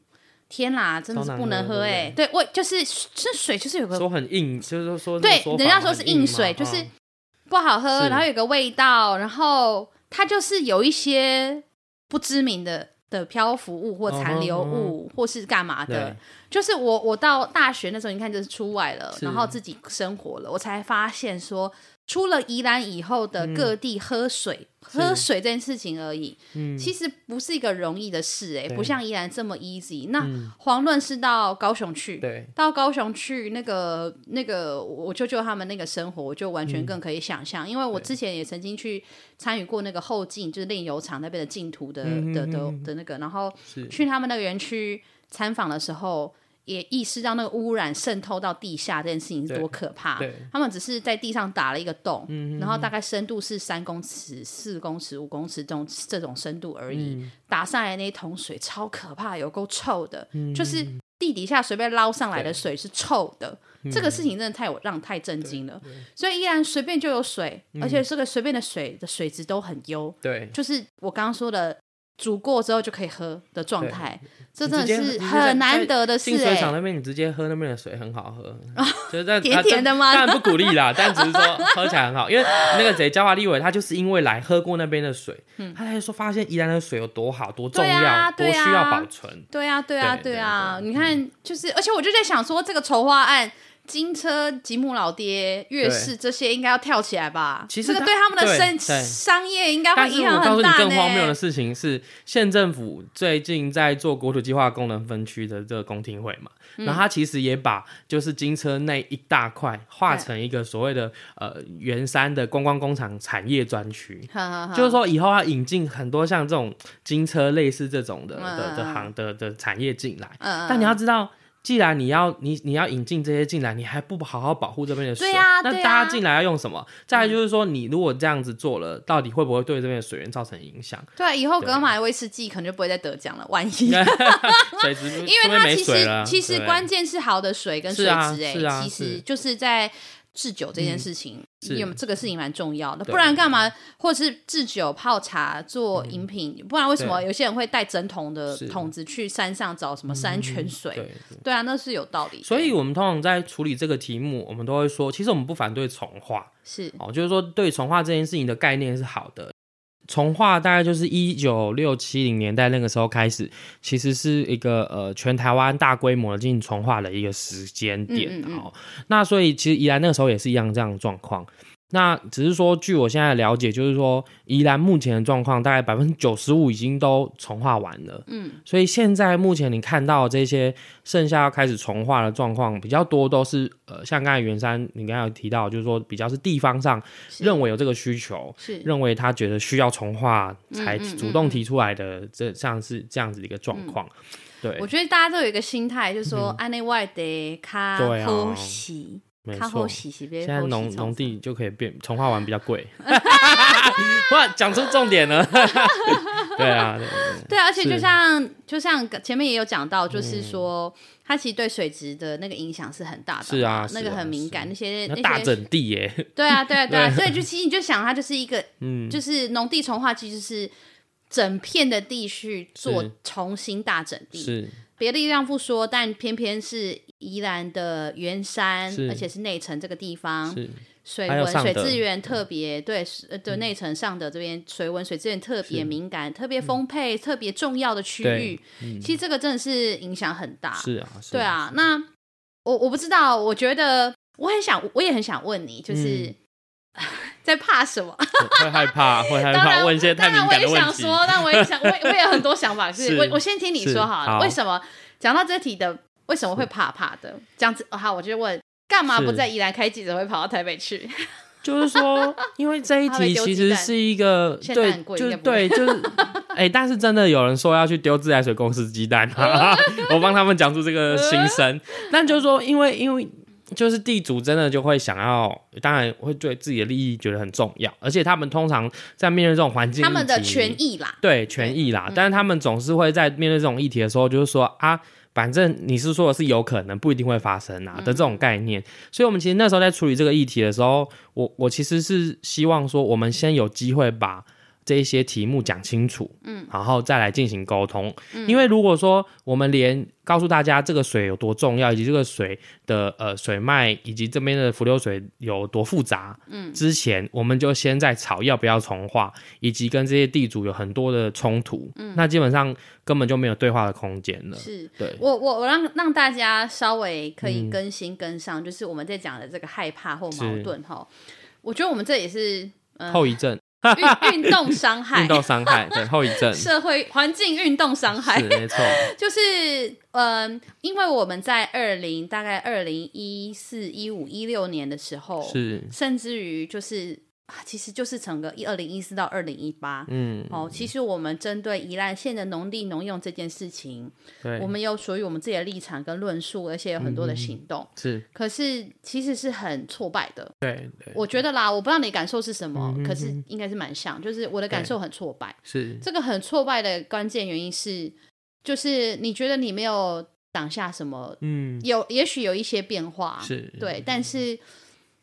S1: 天啦，真的是
S2: 超难
S1: 不能
S2: 喝
S1: 喝
S2: 对
S1: 哎、对我就是这水就是有个
S2: 说很硬，就是说说
S1: 对
S2: 那个说，法
S1: 人家说是
S2: 很硬
S1: 硬水，
S2: 嘛
S1: 就是
S2: 嗯
S1: 不好喝，
S2: 是
S1: 然后有个味道，然后它就是有一些不知名的的漂浮物或残留
S2: 嗯哼嗯
S1: 物，或是干嘛的
S2: 对。
S1: 就是我我到大学那时候，你看就是出外了，
S2: 是
S1: 然后自己生活了，我才发现说，出了宜兰以后的各地喝水、
S2: 嗯是
S1: 喝水这件事情而已，
S2: 嗯
S1: 其实不是一个容易的事、欸，哎，
S2: 对
S1: 不像宜兰这么 easy。那
S2: 嗯
S1: 遑论是到高雄去，
S2: 对
S1: 到高雄去那个那个我舅舅他们那个生活，我就完
S2: 嗯
S1: 全更可以想象，因为我之前也曾经去参与过那个后进，就是炼油厂那边的净土的、
S2: 嗯
S1: 的
S2: 嗯
S1: 的
S2: 嗯
S1: 的那个，然后
S2: 是
S1: 去他们那个园区参访的时候，也意识到那个污染渗透到地下这件事情是
S2: 对
S1: 多可怕。
S2: 对嗯
S1: 他们只是在地上打了一个洞，然后大概深度是三公尺、四公尺、五公尺这种这种深度而已。
S2: 嗯
S1: 打上来那一桶水超可怕，有够臭的，
S2: 嗯
S1: 就是地底下随便捞上来的水是臭的。
S2: 嗯
S1: 这个事情真的太我让太震惊了，所以依然随便就有水，
S2: 嗯
S1: 而且这个随便的水的水质都很优，
S2: 对。
S1: 就是我刚刚说的煮过之后就可以喝的状态，这真的
S2: 你直
S1: 是
S2: 接
S1: 很难得的事
S2: 进水
S1: 哎、
S2: 厂那边，你直接喝那边的水很好喝，嗯就是 但
S1: 甜甜的吗
S2: 啊当然不鼓励啦，但只是说喝起来很好。因为那个谁，焦华立伟，他就是因为来喝过那边的水，他才说发现宜兰的水有多好、多重
S1: 嗯对啊
S2: 要、多
S1: 对啊
S2: 需要保存。
S1: 对啊，对啊，
S2: 对嗯
S1: 对啊！你看，就是，而且我就在想说，这个筹划案，金车、吉姆老爹、乐视这些应该要跳起来吧？
S2: 其实
S1: 这个
S2: 他
S1: 对他们的
S2: 对
S1: 生
S2: 对
S1: 商业应该会
S2: 但是
S1: 影
S2: 我
S1: 响
S2: 告诉
S1: 很
S2: 你
S1: 大
S2: 更荒谬的
S1: 呢。
S2: 事情是，县政府最近在做国土计划功能分区的这个公听会嘛，
S1: 嗯
S2: 然后他其实也把就是金车那一大块划成一个所谓的呃圆山的观光工厂产业专区。
S1: 哈哈
S2: 就是说，以后要引进很多像这种金车类似这种的的的
S1: 嗯嗯嗯
S2: 行的的产业进来，
S1: 嗯
S2: 但你要知道，既然你要你你要引进这些进来，你还不好好保护这边的水，
S1: 对啊
S2: 那
S1: 对啊嗯
S2: 大家进来要用什么？再来就是说，你如果这样子做了，到底会不会对这边的水源造成影响？
S1: 对，啊以后格马威士忌可能就不会再得奖了，万一。
S2: 水质
S1: 因
S2: 因
S1: 为它
S2: 没
S1: 其
S2: 水
S1: 实
S2: 了，
S1: 其实
S2: 对
S1: 关键是好的水跟水质、
S2: 是啊
S1: 哎、
S2: 是啊
S1: 其实
S2: 是嗯
S1: 就是在制酒这件事情，
S2: 是
S1: 因为这个事情蛮重要的，
S2: 对嗯
S1: 不然干嘛？或是制酒泡茶做饮品，不然为什么有些人会带整桶的
S2: 是嗯
S1: 桶子去山上找什么山泉水？
S2: 对。
S1: 对啊，那是有道理的。
S2: 所以，我们通常在处理这个题目，我们都会说，其实我们不反对重化，
S1: 是
S2: 哦，就是说对重化这件事情的概念是好的。重化大概就是一九六七零年代那个时候开始，其实是一个呃全台湾大规模进行重化的一个时间点
S1: 嗯嗯嗯
S2: 哦。那所以其实宜兰那个时候也是一样这样的状况。那只是说，据我现在了解，就是说宜兰目前的状况，大概百分之九十五已经都重化完了。嗯，所以现在目前你看到这些剩下要开始重化的状况比较多，都是呃，像刚才袁山你刚才有提到，就是说比较是地方上
S1: 是
S2: 认为有这个需求，
S1: 是
S2: 认为他觉得需要重化才
S1: 嗯嗯嗯嗯
S2: 主动提出来的，这像是这样子的一个状况。对嗯
S1: 我，觉得大家都有一个心态，就是说安内外的卡
S2: 对啊
S1: 后洗，
S2: 没
S1: 卡后
S2: 错。
S1: 洗洗别
S2: 现在
S1: 后
S2: 农
S1: 洗
S2: 农地就可以变重化完比较贵， 哇，讲出重点了， 对 啊，对
S1: 对，而且就是像就像前面也有讲到，
S2: 嗯
S1: 就是说、它其实对水质的那个影响是很大的嘛，
S2: 是啊
S1: 那
S2: 是
S1: 个
S2: 啊
S1: 很敏
S2: 是
S1: 感，那些
S2: 那
S1: 那
S2: 大
S1: 些
S2: 整地耶，
S1: 对啊，对啊， 对啊，所以就其实你就想，它就是一个，
S2: 嗯
S1: 就是农地重化区，就是整片的地区做
S2: 是
S1: 重新大整地。
S2: 是
S1: 别的地方不说，但偏偏是宜兰的圆山，
S2: 是
S1: 而且是内城这个地方，
S2: 是，
S1: 水
S2: 还有
S1: 文
S2: 上嗯
S1: 水
S2: 德
S1: 资源特别对是呃对内城上的这边水文水资源特别敏感，特别丰沛，特别重要的区域
S2: 嗯对。
S1: 其实这个真的是影响很大。
S2: 嗯是啊，是
S1: 对，啊，那我我不知道，我觉得我很想，我也很想问你，
S2: 嗯
S1: 就是、在怕什么？
S2: 会会害怕，会害
S1: 当然
S2: 怕，问一些太
S1: 当
S2: 敏
S1: 然我
S2: 感
S1: 也
S2: 的
S1: 想
S2: 问题，
S1: 说，但我也想，我也我也有很多想 法。是，
S2: 是
S1: 我我先听你
S2: 是
S1: 说好了，
S2: 好
S1: 为什么讲到这题的，为什么会怕怕的？这样子，哦好，我就问。干嘛不
S2: 是
S1: 在宜兰开记者会，跑到台北去？
S2: 就是说，因为这一
S1: 他会
S2: 题
S1: 丢
S2: 其
S1: 鸡
S2: 实
S1: 蛋
S2: 是一个
S1: 现在
S2: 对
S1: 很，贵
S2: 就
S1: 应该
S2: 是
S1: 不会
S2: 对，就是哎、但是真的有人说要去丢自来水公司鸡 蛋，哈哈哈我帮他们讲出这个心声。但就是说，因为因为就是地主真的就会想要，当然会对自己的利益觉得很重要，而且他们通常在面对这种环境，
S1: 他们的权。益啦，
S2: 对权益啦，但是他们总是会在面对这种议题的时候，就是说啊，反正你是说的是有可能，不一定会发生啊的这种概念。所以，我们其实那时候在处理这个议题的时候，我我其实是希望说，我们先有机会把这一些题目讲清楚，嗯，然后再来进行沟通。因为如果说我们连告诉大家这个水有多重要，以及这个水的呃水脉，以及这边的浮流水有多复杂，嗯，之前我们就先在吵要不要重化，以及跟这些地主有很多的冲突，嗯，那基本上根本就没有对话的空间了。
S1: 是
S2: 对，
S1: 我我我让让大家稍微可以更新跟上，就是我们在讲的这个害怕或矛
S2: 嗯是
S1: 盾哈。我觉得我们这也是
S2: 后遗症，
S1: 运运动伤嗯害
S2: 运，动 伤害，对，后遗症是
S1: 社会环境运动伤害，
S2: 没错，
S1: 就是嗯、因为我们在二零大概二零一四一五一六年的时候，
S2: 是
S1: 甚至于就是啊其实就是整个一二零一四到二零一八。
S2: 嗯，
S1: 哦，其实我们针对宜兰县的农地农用这件事情，
S2: 对，
S1: 我们有属于我们自己的立场跟论述，而且有很多的行动。
S2: 是
S1: 可是其实是很挫败的，
S2: 对对嗯
S1: 我觉得啦，我不知道你感受是什么，可是应该是蛮像，就是我的感受很挫败。
S2: 是
S1: 这个很挫败的关键原因是，就是你觉得你没有挡下什么，
S2: 嗯
S1: 有也许有一些变化，
S2: 是嗯
S1: 对，但是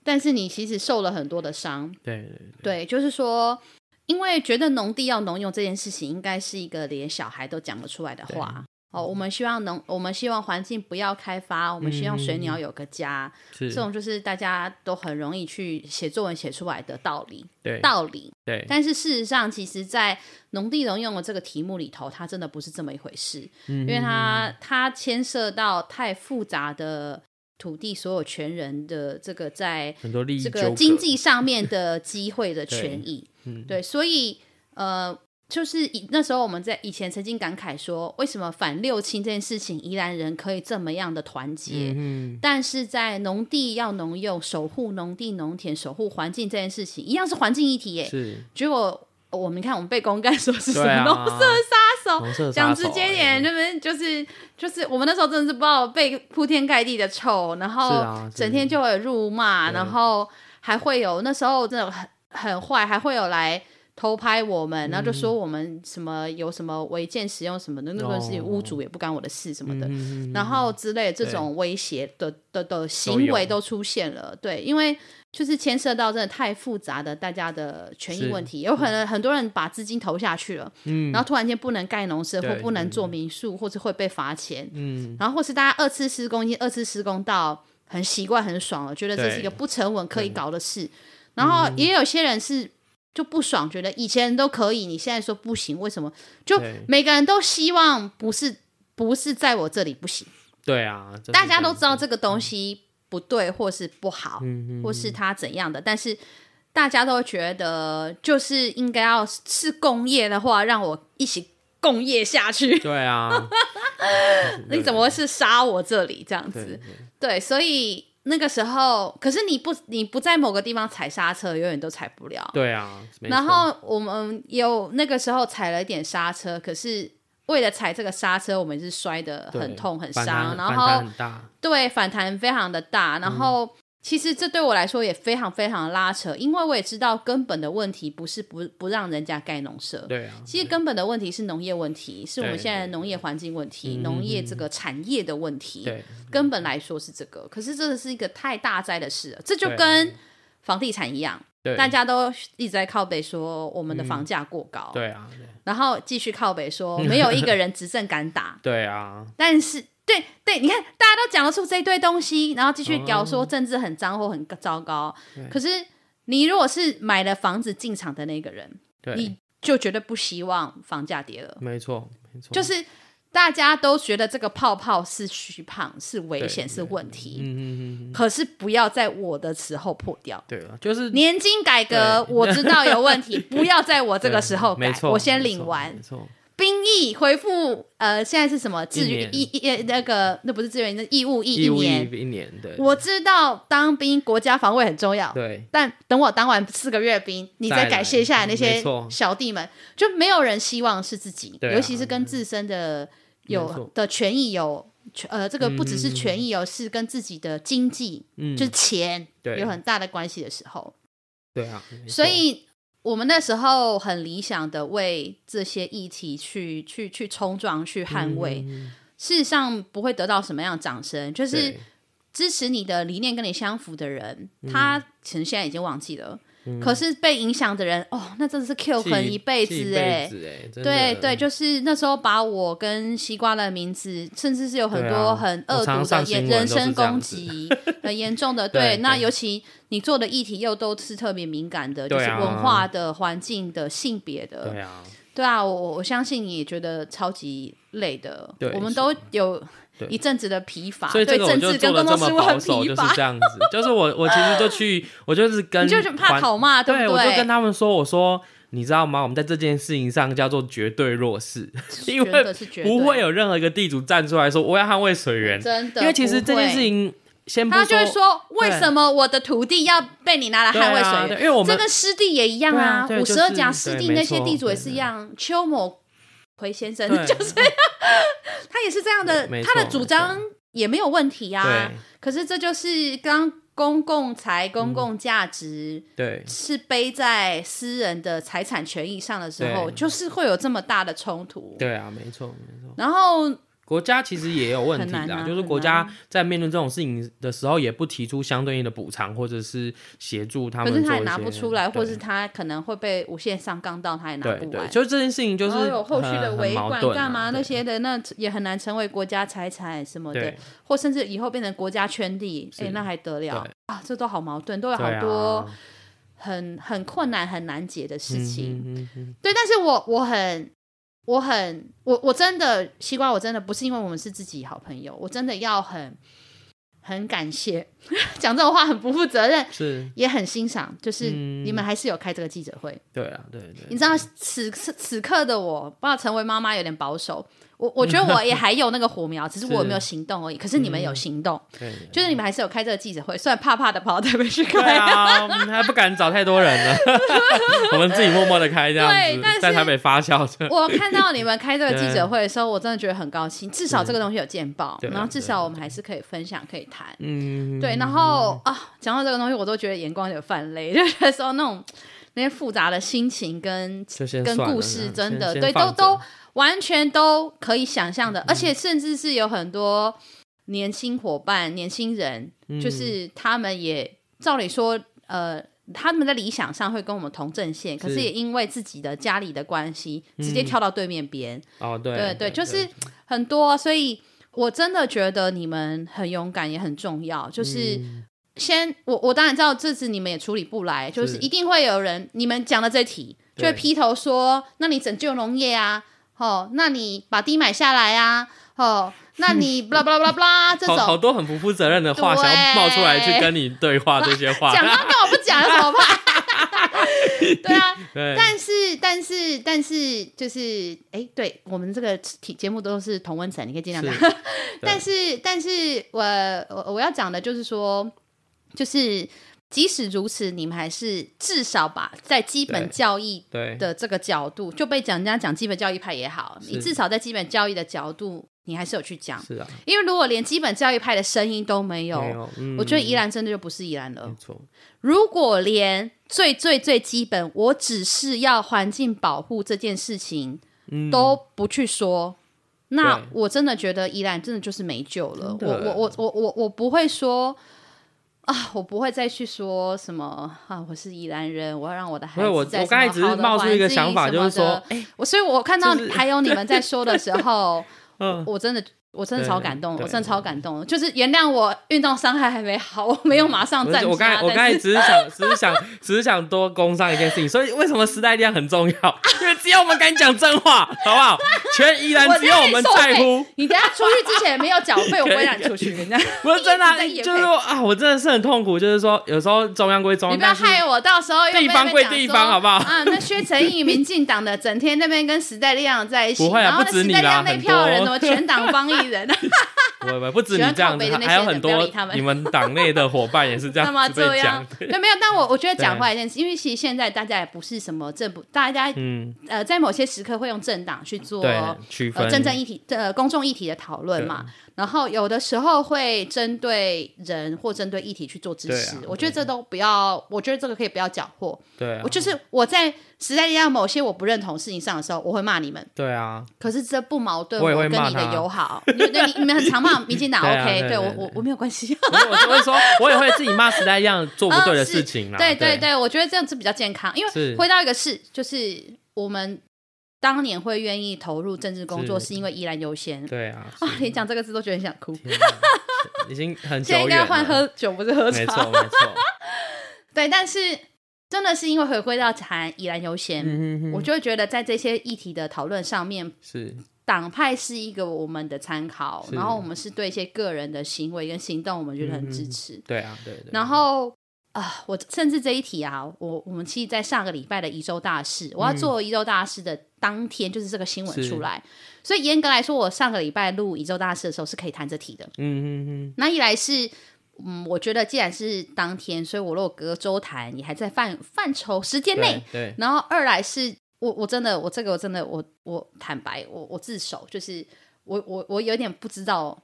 S1: 但是你其实受了很多的伤，
S2: 对对
S1: 对，就是说。因为觉得农地要农用这件事情，应该是一个连小孩都讲得出来的话哦。我
S2: 嗯
S1: 们希望农，我们希望环境不要开发，我们希望
S2: 嗯
S1: 水鸟有个家，
S2: 是
S1: 这种就是大家都很容易去写作文写出来的道理
S2: 对
S1: 道理，
S2: 对
S1: 但是事实上，其实，在农地农用的这个题目里头，它真的不是这么一回事，因
S2: 嗯
S1: 为它它牵涉到太复杂的土地所有权人的这个在
S2: 很多利益
S1: 这
S2: 纠
S1: 个
S2: 葛
S1: 经济上面 的机会的权益，
S2: 嗯
S1: 对，所以呃。就是以那时候我们在以前曾经感慨说，为什么反六亲这件事情，宜兰人可以这么样的团结，
S2: 嗯
S1: 但是在农地要农用、守护农地、农田、守护环境这件事情，一样是环境议题耶。
S2: 是
S1: 结果我们看，我们被公干说是 什
S2: 对啊
S1: 么农舍杀手，
S2: 红色
S1: 讲
S2: 杀
S1: 直
S2: 手
S1: 接
S2: 欸
S1: 一点，那边就是就是我们那时候真的是不知道被铺天盖地的臭，然
S2: 是
S1: 后
S2: 啊
S1: 整天就会有辱骂，然后还会有那时候真的很很坏，还会有来。偷拍我们，然后就说
S2: 嗯
S1: 我们什么有什么违建使用什么的，那个是
S2: 哦
S1: 屋主也不干我的事什么的。
S2: 嗯
S1: 然后之类的这种威胁的的的行
S2: 有
S1: 为都出现了，对，因为就是牵涉到真的太复杂的大家的权益
S2: 是嗯
S1: 问题，有可能很多人把资金投下去了，嗯，然后突然间不能盖农舍或
S2: 对
S1: 不能做民宿，或是会被罚钱，
S2: 嗯
S1: 然后或是大家二次施工已经二次施工到很习惯很爽了，觉得这是一个
S2: 对嗯
S1: 不成文可以搞的事，然后也有些人是。就不爽，觉得以前都可以，你现在说不行，为什么？就
S2: 对
S1: 每个人都希望不是不是在我这里不行，
S2: 对啊，真的
S1: 大家
S2: 这
S1: 都
S2: 样嗯
S1: 知道这个东西不对，或是不好，或是它怎样的，但是大家都觉得就是应该要是共业的话，让我一起共业下去。
S2: 对啊，
S1: 你怎么会是杀我这里这样
S2: 对
S1: 子？
S2: 对
S1: 对，所以那个时候，可是你不你不在某个地方踩刹车，永远都踩不了。
S2: 对啊，没
S1: 然
S2: 错
S1: 后我们有那个时候踩了一点刹车，可是为了踩这个刹车，我们是摔得
S2: 对
S1: 很痛很
S2: 反
S1: 伤，
S2: 弹
S1: 然
S2: 反弹
S1: 后
S2: 很大，
S1: 对反弹非常的大，
S2: 嗯
S1: 然后。其实这对我来说也非常非常的拉扯，因为我也知道根本的问题不是不不让人家盖农舍，
S2: 对啊，
S1: 其实根本的问题是农业问题，是我们
S2: 对嗯
S1: 现在的农业环境问题，农业这个产业的问题。
S2: 对，
S1: 根本来说是这个，可是这是一个太大灾的事了，这就
S2: 对啊
S1: 跟房地产一样，
S2: 对，嗯
S1: 大家都一直在靠北说我们的房价过高，
S2: 对嗯啊，对
S1: 然后继续靠北说没 有一个人执政敢打，
S2: 对啊，
S1: 但是。对对，你看，大家都讲得出这一堆东西，然后继
S2: 哦
S1: 续屌说政治很脏或很糟糕。可是你如果是买了房子进场的那个人，
S2: 对，
S1: 你就绝对不希望房价跌了。
S2: 没错，没错，
S1: 就是大家都觉得这个泡泡是虚胖、是危
S2: 对
S1: 险、
S2: 对
S1: 是问题，
S2: 嗯嗯嗯嗯，
S1: 可是不要在我的时候破掉。
S2: 对啊，就是
S1: 年金改革
S2: 对
S1: 我知道有问 题，不要在我这个时候
S2: 没
S1: 改，
S2: 错，
S1: 我先
S2: 没
S1: 领
S2: 错
S1: 完
S2: 没。错，
S1: 兵役恢复，呃，现在是什么？志愿
S2: 年
S1: 义义那个那不是志愿，那义务役一
S2: 义务
S1: 年。
S2: 一一年，对，
S1: 我知道当兵国家防卫很重要，
S2: 对
S1: 但等我当完四个月兵，你再
S2: 再来
S1: 感谢一下那些
S2: 没错
S1: 小弟们，就没有人希望是自己，
S2: 对啊
S1: 尤其是跟自身的
S2: 没
S1: 有
S2: 错
S1: 的权益有。权呃，这个不只是权益哦，是跟自己的经济，
S2: 嗯
S1: 就是钱
S2: 对
S1: 有很大的关系的时候，
S2: 对啊，没
S1: 所
S2: 错
S1: 以我们那时候很理想的为这些议题去去去冲撞、去捍卫，
S2: 嗯
S1: 事实上不会得到什么样的掌声，就是
S2: 对
S1: 支持你的理念跟你相符的人，他
S2: 嗯
S1: 其实现在已经忘记了，可是被影响的人，哦，那真的是 Q
S2: 记
S1: 痕一辈子哎、
S2: 哎，哎，真
S1: 对
S2: 的
S1: 对，就是那时候把我跟西瓜的名字，甚至是有很
S2: 对啊
S1: 多很恶
S2: 我常
S1: 毒
S2: 常
S1: 的
S2: 上
S1: 言、
S2: 新闻
S1: 人
S2: 都是
S1: 身
S2: 这样
S1: 攻
S2: 子
S1: 击，很严重 的。
S2: 对
S1: 对，那
S2: 对
S1: 尤其你做的议题又都是特别敏感的，就是
S2: 对啊
S1: 文化的、环境的、性别的，
S2: 对啊，
S1: 对啊，我我我相信你也觉得超级累的，
S2: 对
S1: 我们都有
S2: 对
S1: 一阵子的疲乏，
S2: 所以这
S1: 啊对
S2: 个我
S1: 政
S2: 就
S1: 治
S2: 做
S1: 跟
S2: 的
S1: 公共
S2: 这
S1: 事
S2: 么
S1: 务很
S2: 保守，
S1: 疲
S2: 就
S1: 乏，呃
S2: 是这样子。 就是我，我其实就去，我就是跟
S1: 你就是怕
S2: 环
S1: 讨骂，
S2: 对
S1: 不
S2: 我就跟
S1: 对？
S2: 他们说，我说你知道吗？我们在这件事情上叫做绝对弱势， 因
S1: 真
S2: 为
S1: 的是绝对
S2: 不会有任何一个地主站出来说我要捍卫水源，
S1: 真的，
S2: 因为其实这件事
S1: 不会，
S2: 情先不
S1: 他就会
S2: 说
S1: 说为什么我的土地要被你拿来
S2: 对
S1: 捍卫
S2: 啊，
S1: 水源？
S2: 对因为我
S1: 这
S2: 们
S1: 跟湿地也一样
S2: 对啊对
S1: 五十二
S2: 就是
S1: 甲湿地
S2: 对
S1: 那些
S2: 没错
S1: 地主也是
S2: 对
S1: 一样。邱某奎先生
S2: 对
S1: 就是 他也是这样的
S2: 对，没
S1: 他的
S2: 错
S1: 主
S2: 没错
S1: 张也没有问题啊
S2: 对。
S1: 可是这就是刚公共财、公共价值
S2: 对
S1: 是背在私人的财产权益上的时候，
S2: 对
S1: 就是会有这么大的冲突。
S2: 对啊，没错没错。
S1: 然后
S2: 国家其实也有问
S1: 很
S2: 题啦，
S1: 难啊
S2: 就是国家在面对这种事情的时候，也不提出相对应的补偿或者是协助他
S1: 可
S2: 们
S1: 是
S2: 做
S1: 他
S2: 一些。
S1: 也拿不出来，
S2: 对
S1: 或是他可能会被无限上纲到，他也拿
S2: 对
S1: 不
S2: 对，
S1: 完。
S2: 就是这件事情就
S1: 然
S2: 是
S1: 后有后续的
S2: 很
S1: 维
S2: 很矛
S1: 管
S2: 盾啊
S1: 干嘛那
S2: 对
S1: 些的，那也很难成为国家财产什么的
S2: 对，
S1: 或甚至以后变成国家圈地，哎，那还得了
S2: 对
S1: 啊？这都好矛盾，都有好
S2: 对啊
S1: 多很很困难、很难解的事情。
S2: 嗯嗯嗯
S1: 对，但是我我很我很我我真的西瓜，我真的不是因为我们是自己好朋友，我真的要很很感谢， 讲这种话很不负责任，
S2: 是
S1: 也很欣赏，就是
S2: 嗯
S1: 你们还是有开这个记者会。
S2: 对啊，对对
S1: 你知道此此此刻的我，不知道成为妈妈有点保守。我我觉得我也还有那个火苗，只是我没有行动而已。可是你们
S2: 嗯
S1: 有行动，
S2: 对对
S1: 就是你们还是有开这个记者会，虽然怕怕的跑到台北 去
S2: 对
S1: 开。
S2: 啊，我们还不敢找太多人呢，我们自己默默的开这样
S1: 对
S2: 子
S1: 但是，
S2: 在台北发酵 着。
S1: 我看到你们开这个记者会的时候，我真的觉得很高兴，至少这个东西有见报，
S2: 对啊
S1: 然后至少我们还是可以分享、可以谈。
S2: 嗯，
S1: 对，然后啊，讲到这个东西，我都觉得眼光有点泛泪， 就觉得说那种那些复杂的心情跟
S2: 就先
S1: 跟
S2: 算了
S1: 故事，
S2: 那
S1: 真的
S2: 先
S1: 对，
S2: 先
S1: 都
S2: 放着
S1: 都完全都可以想象的，而且甚至是有很多年轻伙伴、年轻人，就是他们也照理说，呃。他们在理想上会跟我们同阵线，可是
S2: 是
S1: 也因为自己的家里的关系，直接跳到对面边。
S2: 哦，对
S1: 对对，就是很多，啊所以我真的觉得你们很勇敢也很重要。就是先，我我当然知道这次你们也处理不来，就是
S2: 是
S1: 一定会有人你们讲的这题就会
S2: 对
S1: 劈头说，那你拯救农业啊，哦，那你把地买下来啊，哦，那你 blah blah blah blah 这
S2: 好好
S1: 种。
S2: 多很不负责任的话，想要冒出来去跟你对话这些话，
S1: 讲到跟我不讲有什么怕？对啊，
S2: 对，
S1: 但是但是但是就是哎，对我们这个题节目都是同温层，你可以尽量
S2: 是
S1: 讲。啊但是但是我我我要讲的就是说，就是即使如此，你们还是至少把在基本
S2: 对
S1: 教义
S2: 对
S1: 的这个角度，就被讲人家讲基本教育派也好，
S2: 是
S1: 你至少在基本教育的角度，你还是有去讲，
S2: 是啊，
S1: 因为如果连基本教育派的声音都没有，
S2: 没有，嗯
S1: 我觉得宜兰真的就不是宜兰了
S2: 没。错，
S1: 如果连最最最基本，我只是要环境保护这件事情
S2: 嗯，
S1: 都不去说。那
S2: 对
S1: 我真的觉得宜兰真的就是没救了。我
S2: 真的
S1: 我我我我我不会说啊，我不会再去说什么啊，我是宜兰人，我要让我的孩
S2: 因为
S1: 子
S2: 我
S1: 在什
S2: 我
S1: 么
S2: 刚才只是
S1: 好的
S2: 冒出一
S1: 环境
S2: 个想法，
S1: 什
S2: 就
S1: 么
S2: 是说哎
S1: 的，我所以，我看到
S2: 就是
S1: 还有你们在说的时 候，
S2: 嗯，
S1: 我真的，我真的
S2: 对
S1: 超感动，
S2: 对
S1: 我真的超感动。就是原谅我运动伤害还没好， 我没有马上
S2: 不
S1: 站起
S2: 是
S1: 来。
S2: 我刚才我刚
S1: 啊但
S2: 才
S1: 是
S2: 只是想只是想只是想多工商一件事情，所以为什么时代力量很重要？因为只有我们敢讲真话，好不好？全宜兰
S1: 我
S2: 只有我们在乎，
S1: 你等一下出去之前没有缴费，我不会让你 出去。你这样
S2: 不是真的啊、
S1: 一直在演
S2: 就是
S1: 配
S2: 说啊，我真的是很痛苦，就是说有时候中央归中
S1: 你
S2: 央，
S1: 不要
S2: 但是
S1: 害我，到时候又被
S2: 地方归
S1: 那边
S2: 地方
S1: 讲说
S2: 好不好
S1: 啊，那薛成义、民进党的整天那边跟时代力量在一起，
S2: 不会啊
S1: 然后
S2: 不
S1: 那
S2: 止
S1: 时
S2: 你
S1: 代
S2: 啦
S1: 力量那
S2: 很
S1: 票人
S2: 多
S1: 怎么全党帮一 人？
S2: 不不不止
S1: 喜
S2: 你
S1: 欢
S2: 这样
S1: 靠
S2: 子
S1: 北的，那
S2: 还有
S1: 些人
S2: 很
S1: 不要
S2: 多
S1: 理他们
S2: 你们党内的伙伴也是 这
S1: 干嘛
S2: 样子
S1: 这
S2: 被
S1: 样
S2: 讲？
S1: 对，没有。但我我觉得讲
S2: 对
S1: 回来一件事，因为其实现在大家也不是什么政府，大家
S2: 嗯，
S1: 呃，在某些时刻会用政党去做
S2: 对，区
S1: 呃
S2: 分
S1: 政政议题、呃公众议题的讨论嘛，然后有的时候会针对人或针对议题去做支
S2: 对
S1: 持，
S2: 啊
S1: 我觉得这都不要，我觉得这个可以不要搅和。
S2: 对啊
S1: 我，就是我在时代力量某些我不认同事情上的时候，我会骂你们，
S2: 对啊，
S1: 可是这不矛盾
S2: 我也会
S1: 跟
S2: 骂
S1: 你的
S2: 他
S1: 友好。你们对你你们很常骂民 进党哦
S2: 对啊
S1: ，OK？
S2: 对
S1: 对我
S2: 对
S1: 我我没有关 系。
S2: 我我我会说，我也会自己骂时代一样做不对的事情啦。
S1: 哦对
S2: 啊对
S1: 对，我觉得这样子比较健康。因为
S2: 是
S1: 回到一个事，就是我们当年会愿意投入政治工作，
S2: 是
S1: 是因为依然优先。
S2: 对啊，
S1: 啊，连讲这个字都觉得很想哭。
S2: 天哪已经很久
S1: 现在应
S2: 远
S1: 该
S2: 了
S1: 换喝酒，不是喝
S2: 没
S1: 茶。
S2: 错没错，
S1: 对，但是真的是因为回归到谈依然优先，
S2: 嗯哼
S1: 我就会觉得在这些议题的讨论上面，
S2: 是
S1: 党派是一个我们的参考，
S2: 是
S1: 然后我们是对一些个人的行为跟行动，我们觉得很支
S2: 嗯
S1: 持。
S2: 对啊对对，
S1: 然后啊、我甚至这一题啊，我我们其实在上个礼拜的宜州大事，我要做宜州大事的当天，就是这个新闻
S2: 嗯是
S1: 出来，所以严格来说，我上个礼拜录宜州大事的时候是可以谈这题的。
S2: 嗯嗯嗯
S1: 那一来是。嗯，我觉得既然是当天，所以我如果隔周谈，你还在范范畴时间内
S2: 对，对
S1: 然后二来是我我真的我这个我真的我我坦白我我自首，就是我我我有点不知道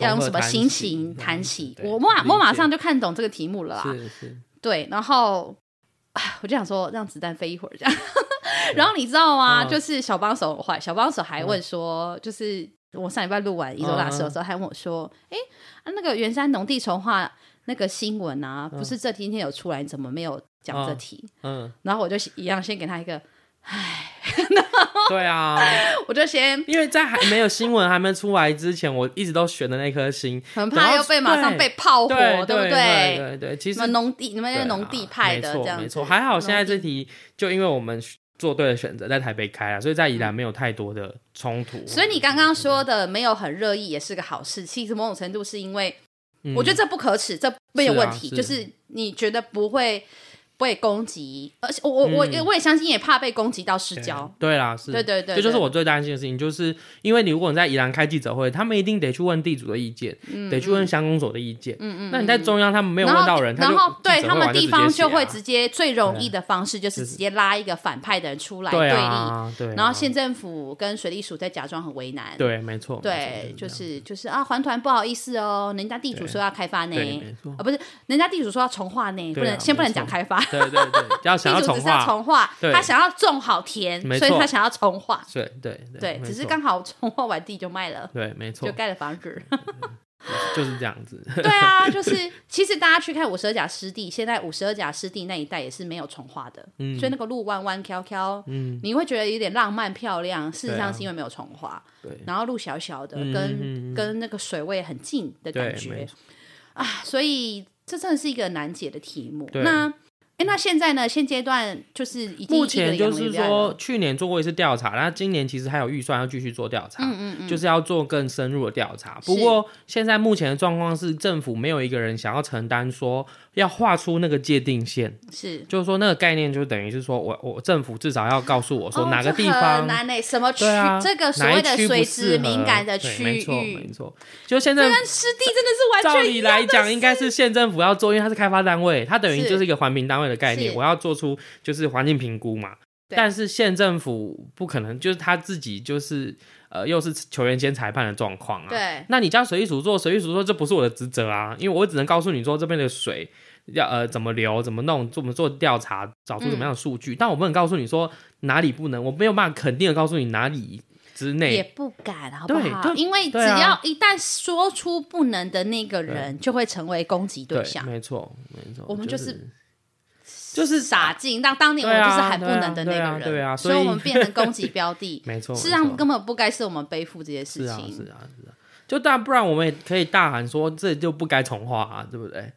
S1: 要用什么心情
S2: 嗯
S1: 谈起，我马我马上就看懂这个题目了啊啦。
S2: 是是
S1: 对，然后唉我就想说让子弹飞一会儿 这样。然后你知道吗？
S2: 嗯
S1: 就是小帮手很坏，小帮手还问说，就是我上礼拜录完《一周大事》的
S2: 嗯
S1: 时候，还问我说：“哎、啊那个圆山农地重化那个新闻啊，不是这今天有出来，你怎么没有讲这
S2: 嗯
S1: 题？”
S2: 嗯
S1: 然后我就一样先给他一个，
S2: 对啊，
S1: 我就 先
S2: 因为在还没有新闻还没出来之前，我一直都选的那颗心，
S1: 很怕又被马上被炮火，
S2: 对
S1: 不
S2: 对对对对，其
S1: 你
S2: 实
S1: 们农地，你们
S2: 对
S1: 那
S2: 啊
S1: 农地派的
S2: 没错
S1: 这样子，
S2: 没错，还好现在
S1: 农地
S2: 这题就因为我们做对了选择，在台北开啊了，所以在宜兰没有太多的冲突。
S1: 所以你刚
S2: 嗯
S1: 刚说的没有很热议也是个好事，其实某种程度是因为、
S2: 嗯
S1: 我觉得这不可耻，这没有问题，
S2: 是啊
S1: 就
S2: 是
S1: 是你觉得不会被攻击，而且我我我、
S2: 嗯
S1: 我也相信也怕被攻击到失
S2: 对
S1: 焦，
S2: 对啦，是
S1: 对对对
S2: 这就是
S1: 对
S2: 我最担心的事情，就是因为你如果你在宜兰开记者会，他们一定得去问地主的意见，
S1: 嗯
S2: 得去问乡公所的意见。嗯嗯，那你在中央他们没有
S1: 然
S2: 问
S1: 后
S2: 到人，
S1: 然后
S2: 他就
S1: 对
S2: 记者
S1: 他
S2: 会
S1: 们
S2: 完就
S1: 地方
S2: 直接写
S1: 就会
S2: 啊
S1: 直接最容易的方式就是直接拉一个反派的人出来对
S2: 对
S1: 立，
S2: 啊，对啊，
S1: 然后县政府跟水利署在假装很为难，
S2: 对，没错，没错
S1: 对，就
S2: 这样
S1: 是就是啊，环团不好意思哦，人家地主说要开发呢，
S2: 对没错
S1: 啊不是，人家地主说要重化呢，不
S2: 对啊
S1: 能先不能讲
S2: 没错
S1: 开发，
S2: 对对对，要想要
S1: 地主
S2: 重
S1: 只是要
S2: 化，
S1: 重化，
S2: 对
S1: 他想要种好田，
S2: 没
S1: 所以
S2: 错
S1: 他想要重化，
S2: 对对
S1: 对，
S2: 没
S1: 只是
S2: 错
S1: 刚好重化完地就卖了，
S2: 对，没错
S1: 就，盖了房 子。
S2: 就是这样子。
S1: 对啊，就是其实大家去看五十二甲湿地，现在五十二甲湿地那一带也是没有重化的，
S2: 嗯
S1: 所以那个路弯弯翘翘，
S2: 嗯，
S1: 你会觉得有点浪漫漂亮，事实
S2: 对
S1: 上
S2: 啊
S1: 是因为没有重化，
S2: 对
S1: 然后路小小的，
S2: 嗯
S1: 跟
S2: 嗯嗯
S1: 跟那个水位很近的
S2: 对
S1: 感，觉
S2: 没
S1: 啊，所以这真的是一个难解的题目。
S2: 对
S1: 那哎，那现在呢？现阶段就是已经
S2: 目
S1: 一
S2: 前
S1: 个
S2: 就
S1: 阳痿
S2: 是
S1: 立案
S2: 说，
S1: 了，
S2: 去年做过一次调查，那今年其实还有预算要继续做调查，嗯嗯就是要做更深入的调查。不过现在目前的状况是，政府没有一个人想要承担说要画出那个界定线，
S1: 是
S2: 就是说那个概念就等于是说我我政府至少要告诉我说
S1: 哦
S2: 哪个
S1: 这
S2: 地
S1: 很
S2: 方。
S1: 难呢？什么区？
S2: 对啊，
S1: 这个所
S2: 哪一
S1: 谓的
S2: 区不
S1: 水
S2: 适
S1: 质敏
S2: 合
S1: 感的
S2: 对
S1: 区
S2: 没错没
S1: 域，
S2: 错。就现在
S1: 跟湿地真的是
S2: 照
S1: 完全
S2: 理
S1: 一样
S2: 来
S1: 的
S2: 讲，应该是县政府要做，因为它是开发单位，它等于
S1: 是
S2: 就是一个环评单位的概念，
S1: 是
S2: 我要做出就是环境评估嘛。
S1: 对
S2: 但是县政府不可能，就是他自己就是呃，又是球员兼裁判的状况啊。，
S1: 对，
S2: 那你叫水利署做，水利署说这不是我的职责啊，因为我只能告诉你说这边的水要呃怎么流、怎么弄、怎么做调查，找出怎
S1: 嗯
S2: 么样的数据，但我不能告诉你说哪里不能，我没有办法肯定的告诉你哪里之
S1: 也
S2: 内。
S1: 不敢，好不
S2: 对
S1: 好？
S2: 就
S1: 因为只
S2: 对啊
S1: 要一旦说出不能的那个人，就会成为攻击对象。
S2: 没错，没错，
S1: 我们
S2: 就
S1: 就是
S2: 就是
S1: 傻劲，当当年我
S2: 对啊
S1: 就是很不能的那
S2: 对
S1: 个
S2: 啊
S1: 人，
S2: 对啊
S1: 所
S2: 所以。
S1: 我们变成攻击标的
S2: 没错，
S1: 事实
S2: 没
S1: 上
S2: 错
S1: 根本不该是我们背负这些
S2: 是
S1: 事
S2: 啊，
S1: 情，
S2: 是啊，是啊，就但不然我们也可以大喊说，这就不该重画啊，对不对？